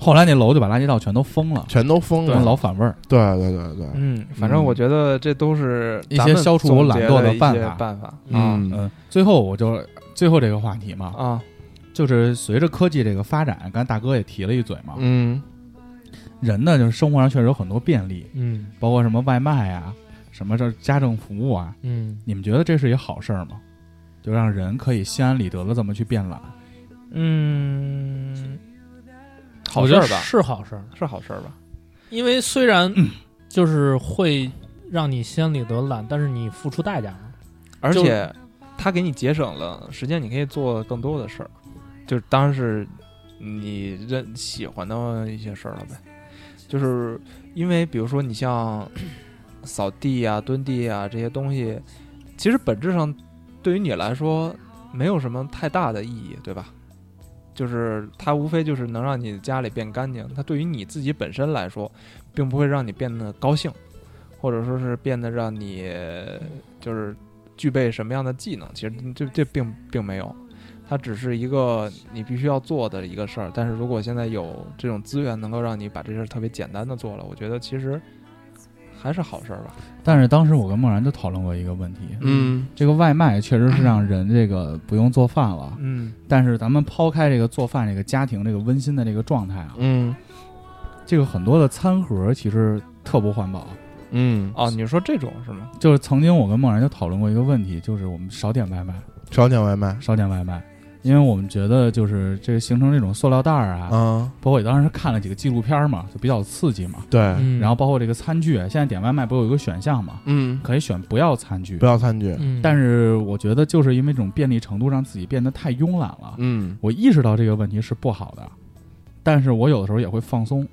Speaker 3: 后来那楼就把垃圾道全都封了，
Speaker 5: 全都封
Speaker 3: 老
Speaker 5: 了。
Speaker 3: 反味儿。
Speaker 5: 对对对对，
Speaker 4: 嗯，反正我觉得这都是
Speaker 3: 一
Speaker 4: 咱
Speaker 3: 些
Speaker 4: 们
Speaker 3: 消除
Speaker 4: 总
Speaker 3: 懒
Speaker 4: 结
Speaker 3: 惰的
Speaker 4: 的一
Speaker 3: 办
Speaker 4: 些
Speaker 3: 法
Speaker 4: 办法
Speaker 5: 嗯
Speaker 3: 嗯，最后我就最后这个话题嘛，
Speaker 4: 啊，
Speaker 5: 嗯
Speaker 3: 就是随着科技这个发展，刚才大哥也提了一嘴嘛，
Speaker 5: 嗯
Speaker 3: 人呢就是生活上确实有很多便利，
Speaker 6: 嗯
Speaker 3: 包括什么外卖啊，什么这家政服务啊，
Speaker 6: 嗯，
Speaker 3: 你们觉得这是一好事儿吗？就让人可以心安理得的这么去变懒，
Speaker 4: 嗯，好
Speaker 6: 我
Speaker 4: 事
Speaker 6: 觉
Speaker 4: 儿
Speaker 6: 得
Speaker 4: 吧，
Speaker 6: 是好事儿，
Speaker 4: 是好事儿吧？
Speaker 6: 因为 虽然就是会让你心安理得懒，但是你付出代价了。
Speaker 4: 而
Speaker 6: 就
Speaker 4: 且它给你节省了时间，你可以做更多的事儿，就是当然是你认喜欢的一些事儿了呗。就是因为比如说你像扫地啊、蹲地啊这些东西，其实本质上对于你来说没有什么太大的意义，对吧？就是它无非就是能让你家里变干净，它对于你自己本身来说，并不会让你变得高兴，或者说是变得让你就是具备什么样的技能，其实这这并并没有，它只是一个你必须要做的一个事儿。但是如果现在有这种资源能够让你把这事儿特别简单的做了，我觉得其实还是好事儿吧。
Speaker 3: 但是当时我跟梦然就讨论过一个问题，
Speaker 5: 嗯
Speaker 3: 这个外卖确实是让人这个不用做饭了，
Speaker 4: 嗯
Speaker 3: 但是咱们抛开这个做饭这个家庭这个温馨的这个状态啊，
Speaker 5: 嗯
Speaker 3: 这个很多的餐盒其实特不环保。
Speaker 5: 嗯，
Speaker 4: 哦，你说这种是吗？
Speaker 3: 就是曾经我跟梦然就讨论过一个问题，就是我们少点外卖，
Speaker 5: 少点外卖。
Speaker 3: 少点外卖，因为我们觉得就是这个形成这种塑料袋儿啊，
Speaker 5: 嗯，
Speaker 3: 包括我当时看了几个纪录片儿嘛，就比较刺激嘛。
Speaker 5: 对，
Speaker 6: 嗯，
Speaker 3: 然后包括这个餐具，啊现在点外卖不有一个选项嘛，
Speaker 5: 嗯，
Speaker 3: 可以选不要餐具
Speaker 5: 不。要餐具。
Speaker 6: 嗯，
Speaker 3: 但是我觉得就是因为这种便利程度，让自己变得太慵懒了。
Speaker 5: 嗯
Speaker 3: 我意识到这个问题是不好的，但是我有的时候也会放松，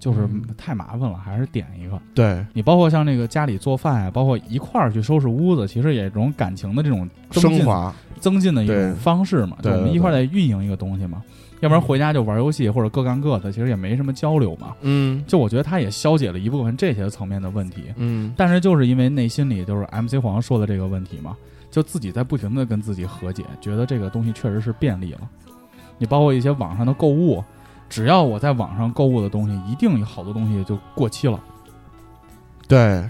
Speaker 3: 就是
Speaker 6: 嗯
Speaker 3: 太麻烦了，还是点一个。
Speaker 5: 对，
Speaker 3: 你包括像那个家里做饭啊，包括一块儿去收拾屋子，其实也是一种感情的这种增进
Speaker 5: 升华。
Speaker 3: 增进的一
Speaker 5: 对
Speaker 3: 种方式嘛，就
Speaker 5: 对
Speaker 3: 我们
Speaker 5: 对
Speaker 3: 一块儿在运营一个东西嘛，要不然回家就玩游戏或者各干各的，其实也没什么交流嘛。
Speaker 5: 嗯
Speaker 3: 就我觉得它也消解了一部分这些层面的问题，
Speaker 5: 嗯
Speaker 3: 但是就是因为内心里就是 MC 黄说的这个问题嘛，就自己在不停的跟自己和解，觉得这个东西确实是便利了。你包括一些网上的购物，只要我在网上购物的东西，一定有好多东西就过期了，
Speaker 5: 对，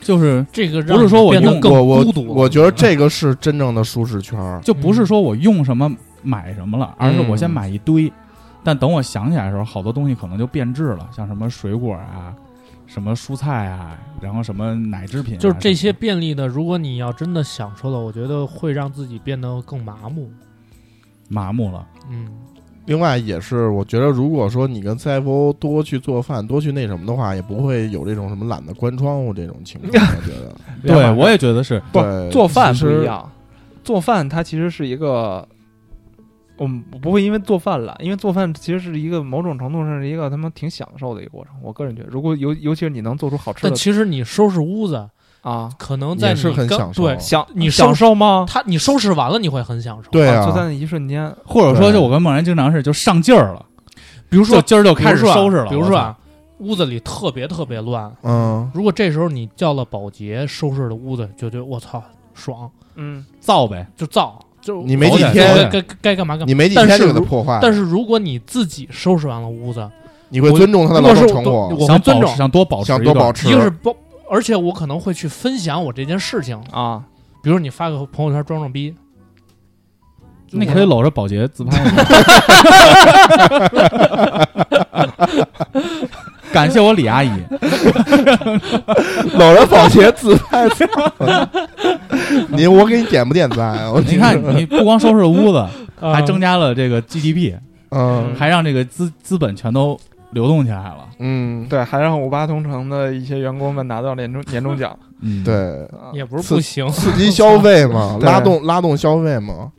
Speaker 3: 就是
Speaker 6: 这个让
Speaker 3: 不是说
Speaker 6: 你
Speaker 3: 我
Speaker 6: 变得
Speaker 3: 用
Speaker 6: 更
Speaker 5: 我我
Speaker 6: 孤独了嗯
Speaker 5: 我觉得这个是真正的舒适圈儿。
Speaker 3: 就不是说我用什么买什么了，而是我
Speaker 6: 嗯
Speaker 3: 先买一堆，但等我想起来的时候，好多东西可能就变质了，像什么水果啊，什么蔬菜啊，然后什么奶制品啊、
Speaker 6: 就是这些
Speaker 3: 什么
Speaker 6: 便利的，如果你要真的享受了，我觉得会让自己变得更麻木。
Speaker 3: 麻木了。
Speaker 6: 嗯，
Speaker 5: 另外也是，我觉得如果说你跟 CFO 多去做饭，多去那什么的话，也不会有这种什么懒得关窗户这种情况。我觉得，
Speaker 3: 对，我也觉得是，
Speaker 4: 不
Speaker 5: 对
Speaker 4: 做饭
Speaker 5: 其
Speaker 4: 不
Speaker 5: 实
Speaker 4: 一样，做饭它其实是一个。我们不会因为做饭懒，因为做饭其实是一个某种程度上是一个他妈挺享受的一个过程。我个人觉得，如果尤尤其是你能做出好吃
Speaker 6: 但
Speaker 4: 的，
Speaker 6: 其实你收拾屋子，
Speaker 4: 啊，
Speaker 6: 可能在
Speaker 5: 也
Speaker 6: 你
Speaker 5: 是很
Speaker 6: 刚
Speaker 5: 享受。
Speaker 6: 对
Speaker 4: 享
Speaker 6: 你收
Speaker 4: 享受吗？
Speaker 6: 他你收拾完了你会很享受。
Speaker 5: 对
Speaker 4: 啊
Speaker 5: 啊，
Speaker 4: 就在那一瞬间，
Speaker 3: 或者说，
Speaker 5: 对
Speaker 3: 就我跟梦然经常是就上劲儿了，
Speaker 6: 比如
Speaker 3: 就
Speaker 6: 说，
Speaker 3: 今儿就
Speaker 6: 比
Speaker 3: 开
Speaker 6: 如
Speaker 3: 始
Speaker 6: 说啊
Speaker 3: 收拾了。
Speaker 6: 比如
Speaker 3: 我
Speaker 6: 说
Speaker 3: 操
Speaker 6: 啊，屋子里特别特别乱，
Speaker 5: 嗯，
Speaker 6: 如果这时候你叫了保洁收拾的屋子，就觉得我操爽，
Speaker 4: 嗯，
Speaker 3: 造呗，
Speaker 6: 就造就
Speaker 5: 你没
Speaker 6: 早
Speaker 5: 几
Speaker 6: 点
Speaker 5: 天
Speaker 6: 就该该该干嘛干嘛。
Speaker 5: 你没几
Speaker 6: 但
Speaker 5: 天
Speaker 6: 是
Speaker 5: 就给
Speaker 6: 如
Speaker 5: 它破坏，
Speaker 6: 但是如果你自己收拾完了屋子，
Speaker 5: 你会
Speaker 6: 我
Speaker 5: 尊重他的
Speaker 6: 如
Speaker 5: 劳
Speaker 6: 果是
Speaker 5: 动
Speaker 6: 我
Speaker 5: 成果，
Speaker 6: 我会
Speaker 3: 想
Speaker 6: 尊
Speaker 3: 保
Speaker 6: 重
Speaker 3: 持，想多保持，
Speaker 5: 想多保。持
Speaker 6: 一。个 是包，而且我可能会去分享我这件事情，
Speaker 4: 啊，
Speaker 6: 比如你发个朋友圈装装逼，
Speaker 3: 你可以搂着保洁自拍。感谢我李阿姨，
Speaker 5: 搂着保洁自 拍，你我给你点不点赞？啊我
Speaker 3: 你看你不光收拾了
Speaker 8: 嗯
Speaker 3: 屋子，还
Speaker 6: 呃
Speaker 3: 增加了这个 GDP，
Speaker 5: 嗯
Speaker 3: 还让这个资资本全都流动起来了。
Speaker 5: 嗯，
Speaker 4: 对，还让五八同城的一些员工们拿到年终年终奖
Speaker 3: 嗯，，
Speaker 5: 对，
Speaker 4: 啊，
Speaker 6: 也不是不行，
Speaker 5: 刺激消费嘛，
Speaker 4: 对
Speaker 5: 拉动拉动消费嘛。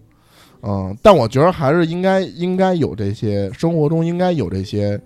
Speaker 5: 嗯，但我觉得还是应该应该有这些生活中应该有这些，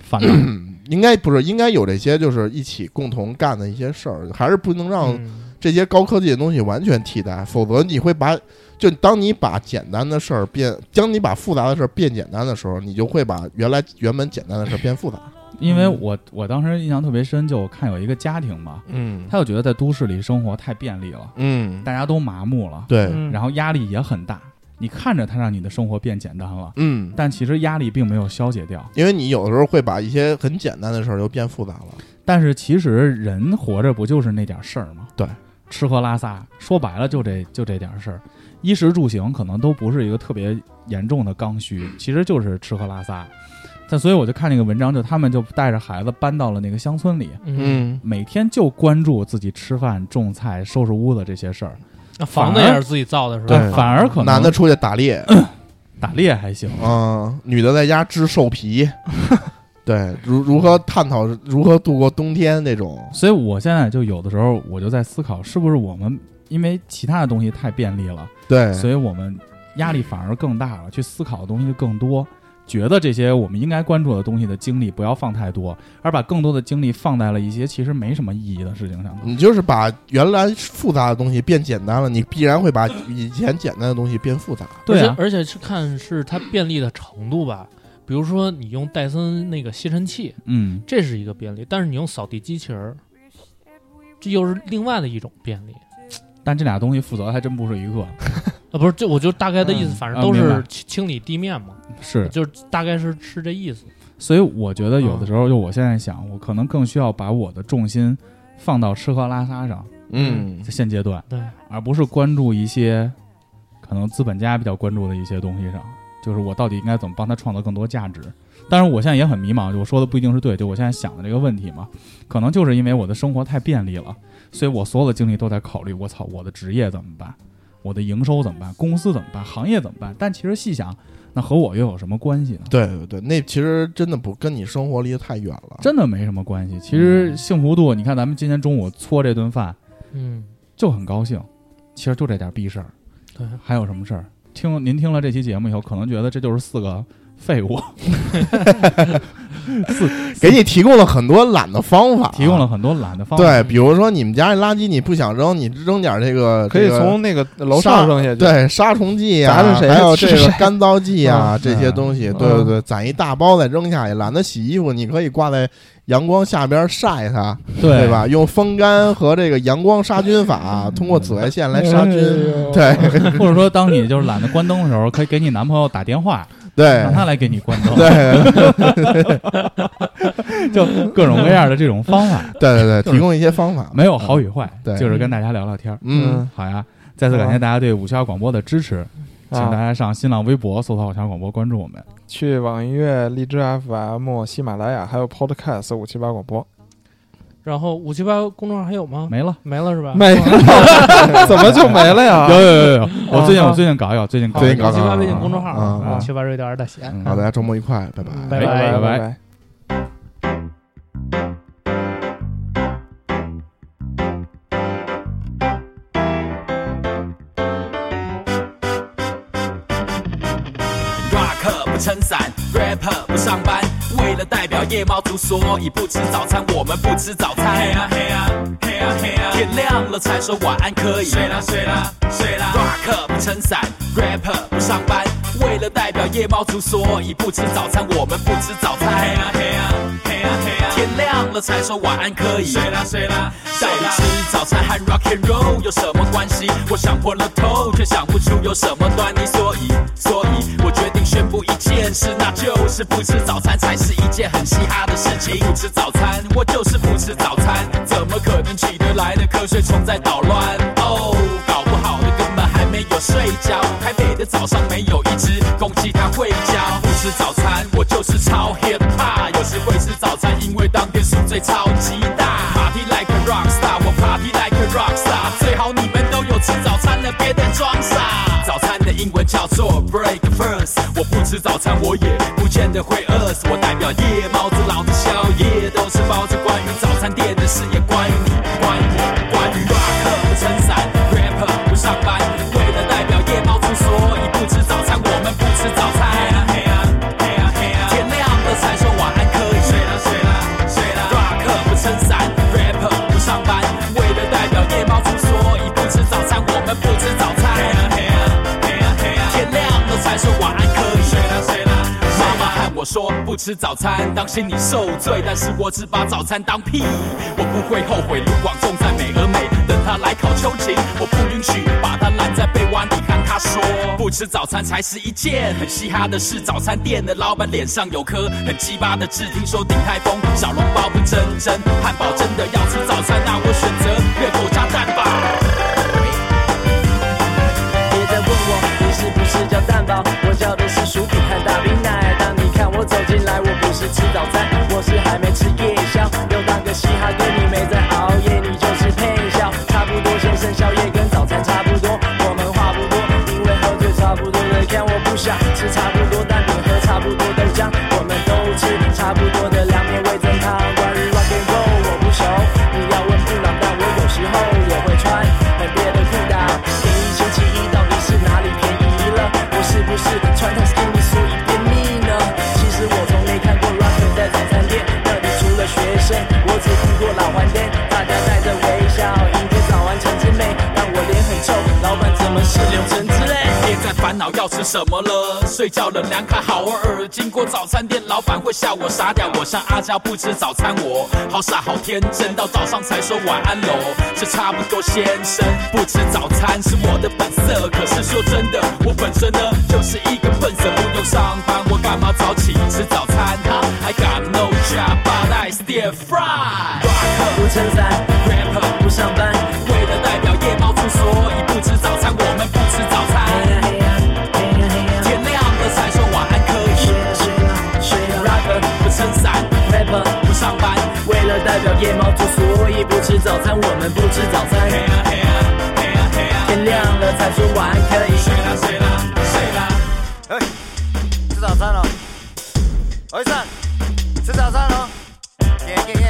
Speaker 3: 反正
Speaker 5: 应该不是应该有这些，就是一起共同干的一些事儿，还是不能
Speaker 4: 哦
Speaker 5: 让
Speaker 6: 嗯
Speaker 5: 这些高科技的东西完全替代，否则你会把就当你把简单的事儿变，当你把复杂的事儿变简单的时候，你就会把原来原本简单的事儿变复杂。
Speaker 3: 因为我我当时印象特别深，就我看有一个家庭嘛，
Speaker 5: 嗯
Speaker 3: 他就觉得在都市里生活太便利了，
Speaker 5: 嗯，
Speaker 3: 大家都麻木了，
Speaker 5: 对，
Speaker 4: 嗯
Speaker 3: 然后压力也很大。你看着他让你的生活变简单了，
Speaker 5: 嗯，
Speaker 3: 但其实压力并没有消解掉。
Speaker 5: 因为你有的时候会把一些很简单的事儿又变复杂了。
Speaker 3: 但是其实人活着不就是那点事儿吗？
Speaker 5: 对，
Speaker 3: 吃喝拉撒，说白了就这就这点事儿，衣食住行可能都不是一个特别严重的刚需，其实就是吃喝拉撒。但所以我就看那个文章，就他们就带着孩子搬到了那个乡村里，
Speaker 6: 嗯，
Speaker 3: 每天就关注自己吃饭、种菜、收拾屋子这些事儿，
Speaker 6: 那房子
Speaker 3: 反而
Speaker 6: 也是自己造的是吧？
Speaker 5: 对
Speaker 3: 嗯反而可能
Speaker 5: 男的出去 打猎，
Speaker 3: 打猎还行，
Speaker 5: 嗯，女的在家织兽 皮，对，如如何探讨如何度过冬天那种，
Speaker 3: 所以我现在就有的时候我就在思考，是不是我们因为其他的东西太便利了，
Speaker 5: 对，
Speaker 3: 所以我们压力反而更大了，去思考的东西就更多，觉得这些我们应该关注的东西的精力不要放太多，而把更多的精力放在了一些其实没什么意义的事情上。
Speaker 5: 你就是把原来复杂的东西变简单了，你必然会把以前简单的东西变复杂。
Speaker 3: 对啊，
Speaker 6: 而且而且是看是它便利的程度吧。比如说你用戴森那个吸尘器，
Speaker 3: 嗯，
Speaker 6: 这是一个便利，但是你用扫地机器人儿，这又是另外的一种便利。
Speaker 3: 但这俩东西负责还真不是一个，
Speaker 6: 啊，不是，这我就大概的意思，反正
Speaker 3: 啊
Speaker 6: 都
Speaker 3: 明
Speaker 6: 是
Speaker 3: 白
Speaker 6: 清清理地面嘛，
Speaker 3: 是，
Speaker 6: 就是大概是是这意思。
Speaker 3: 所以我觉得有的时候就我现在想，我可能更需要把我的重心放到吃喝拉撒上，
Speaker 5: 嗯
Speaker 3: 在现阶段，
Speaker 6: 对，
Speaker 3: 而不是关注一些可能资本家比较关注的一些东西上，就是我到底应该怎么帮他创造更多价值。当然，我现在也很迷茫，我说的不一定是对，就我现在想的这个问题嘛，可能就是因为我的生活太便利了，所以我所有的精力都在考虑，我操，我的职业怎么办，我的营收怎么办，公司怎么办，行业怎么办？但其实细想，那和我又有什么关系呢？
Speaker 5: 对对对，那其实真的不跟你生活离得太远了。
Speaker 3: 真的没什么关系。其实幸福度，你看咱们今天中午搓这顿饭
Speaker 6: 嗯，
Speaker 3: 就很高兴，其实就这点逼事儿。
Speaker 6: 对，
Speaker 3: 还有什么事儿？听您听了这期节目以后，可能觉得这就是四个废物，
Speaker 5: 给你提供了很多懒的方法，
Speaker 3: 提供了很多懒的方法。
Speaker 5: 对，比如说你们家垃圾你不想扔，你扔点这个
Speaker 4: 可以
Speaker 5: 这个
Speaker 4: 从那个楼上扔下去，
Speaker 5: 对杀虫剂呀、
Speaker 4: 砸着谁
Speaker 5: 还 有
Speaker 4: 是
Speaker 5: 这个
Speaker 4: 谁
Speaker 5: 干燥剂呀、
Speaker 4: 啊
Speaker 5: 这些东西，
Speaker 4: 嗯
Speaker 5: 对对对，攒一大包再扔下去，懒得洗衣服，你可以挂在阳光下边晒它，
Speaker 3: 对
Speaker 5: 对
Speaker 3: 吧？
Speaker 5: 吧？用风干和这个阳光杀菌
Speaker 4: 嗯
Speaker 5: 法，通过紫外线来杀菌，
Speaker 4: 哎
Speaker 5: 对
Speaker 3: 或者说，当你就是懒得关灯的时候，可以给你男朋友打电话，
Speaker 5: 对
Speaker 3: 让他来给你关灯，
Speaker 5: 对
Speaker 3: 就各种各样的这种方法，
Speaker 5: 对对
Speaker 3: 就是
Speaker 5: 对，提供一些方法，
Speaker 3: 没有好与坏，
Speaker 5: 对
Speaker 3: 就是跟大家聊聊天儿。
Speaker 5: 嗯，
Speaker 3: 好呀，再次感谢大家对五七八广播的支持，请大
Speaker 4: 啊，
Speaker 3: 家上新浪微博搜索“五七八广播”关注我们。
Speaker 4: 去网易音乐、荔枝 FM、喜马拉雅还有 Podcast 五七八广播，
Speaker 6: 然后五七八公众号还有吗？
Speaker 3: 没了。
Speaker 6: 没了是吧？ 哦
Speaker 4: 没了， 怎么就没了 呀？
Speaker 3: 有有有有有，我最近
Speaker 4: 啊
Speaker 3: 我最近搞一搞，最近搞
Speaker 6: 好，
Speaker 3: 一搞
Speaker 5: 最近搞
Speaker 6: 五七八
Speaker 5: 搞
Speaker 6: 微信公众号
Speaker 5: 啊
Speaker 6: 啊，五七八瑞典二大写。
Speaker 3: 嗯
Speaker 5: 好，大家周末愉快，拜拜。
Speaker 6: 嗯
Speaker 4: 拜
Speaker 3: 拜
Speaker 4: 拜
Speaker 3: 拜
Speaker 4: 拜。
Speaker 9: Rock up 撑伞，rapper 不上班，为了代表夜猫族，所以不吃早餐，我们不吃早餐。嘿啊嘿啊嘿啊嘿啊，天亮了才说晚安可以。睡啦睡啦睡啦，rocker 不撑伞，rapper 不上班，为了代表夜猫族，所以不吃早餐，我们不吃早餐。嘿啊嘿啊嘿啊嘿啊，天亮了才说晚安可以。睡啦睡啦睡啦，吃早餐和 rock and roll 有什么关系？我想破了头，却想不出有什么端倪，所以所以我决定宣布一件事，那就是不吃早餐才是一件很嘻哈的事情。不吃早餐，我就是不吃早餐，怎么可能起得来的瞌睡虫在捣乱？哦，搞不好的根本还没有睡觉，台北的早上没有一只公鸡它会叫。不吃早餐，我就是超 hip hop，有时会吃早餐，因为当天宿醉超级大。Party like a rock star，我 Party like a rock star，最好你们都有吃早餐了，别再装傻。早餐的英文叫做 breakfast，我不吃早餐，我也不见得会饿死。我代表夜猫子，老子宵夜都是包子。关于早餐店的事，也关于你，关于我，关于 rocker 不撑伞，rapper 不上班，为了代表夜猫族，所以不吃早餐，我们不吃早餐。嘿啊嘿啊嘿啊天亮了才说晚安，可以睡了睡了睡了。rock 不撑伞，rapper 不上班，为了代表夜猫族，所以不吃早餐，我们不吃早餐。嘿啊嘿啊嘿啊嘿啊，天亮了才说晚安，可以睡了睡了。妈妈和我说不吃早餐，当心你受罪，但是我只把早餐当屁，我不会后悔。卢广仲在美而美，等他来考秋瑾，我不允许把他拦在被窝里看他说，不吃早餐才是一件很嘻哈的事。早餐店的老板脸上有颗很鸡巴的痣，听说鼎泰丰小笼包不真真，汉堡真的要吃早餐，那我选择热狗加蛋吧。
Speaker 10: 别再问我你是不是叫蛋堡，我叫的是薯饼和大冰奶。当你看我走进来，我不是吃早餐，我是还没吃夜宵。又当个嘻哈哥，你没在熬夜，你就是配宵。差不多，先生，宵夜跟早餐差不多，我们话不多，因为喝醉差不多的干，我不想吃差不多蛋饼和差不多豆浆，我们都吃差不多的凉面味增汤。关于 rock and roll 我不熟，你要问布朗，但我有时候也会穿很别的裤裆。便宜星期一到底是哪里便宜了？我是不是穿太 skinny 所以便秘呢？其实我从没看过 rock and 在早餐店，那里除了学生，我只听过老顽灯，大家带着微笑迎接早安晨之美，但我脸很臭，老板怎么是柳橙之类？
Speaker 9: 别再烦恼要吃什么了，睡觉了凉快好耳。经过早餐店，老板会笑我傻屌，我像阿娇不吃早餐，我好傻好天真，到早上才说晚安喽。这差不多先生，不吃早餐是我的本色，可是说真的，我本身呢就是一个笨神，不用上班我干嘛早起吃早餐哈？I got no job, but I still fry.
Speaker 10: 不撑伞
Speaker 9: Rapper，
Speaker 10: 不上班。
Speaker 9: 为了代表夜猫族，所以不吃早餐，我们不吃早餐。
Speaker 10: 哎
Speaker 9: 天亮了才说晚安可以。rapper 不撑伞不上班。
Speaker 10: 为了代表夜猫族，所以不吃早餐，我们不吃早餐。
Speaker 9: 嘿呀嘿呀嘿呀嘿呀，
Speaker 10: 天亮了才说晚安可以。
Speaker 9: 睡啦睡啦睡啦。
Speaker 2: 吃早餐喽，儿子，吃早餐喽，耶耶耶！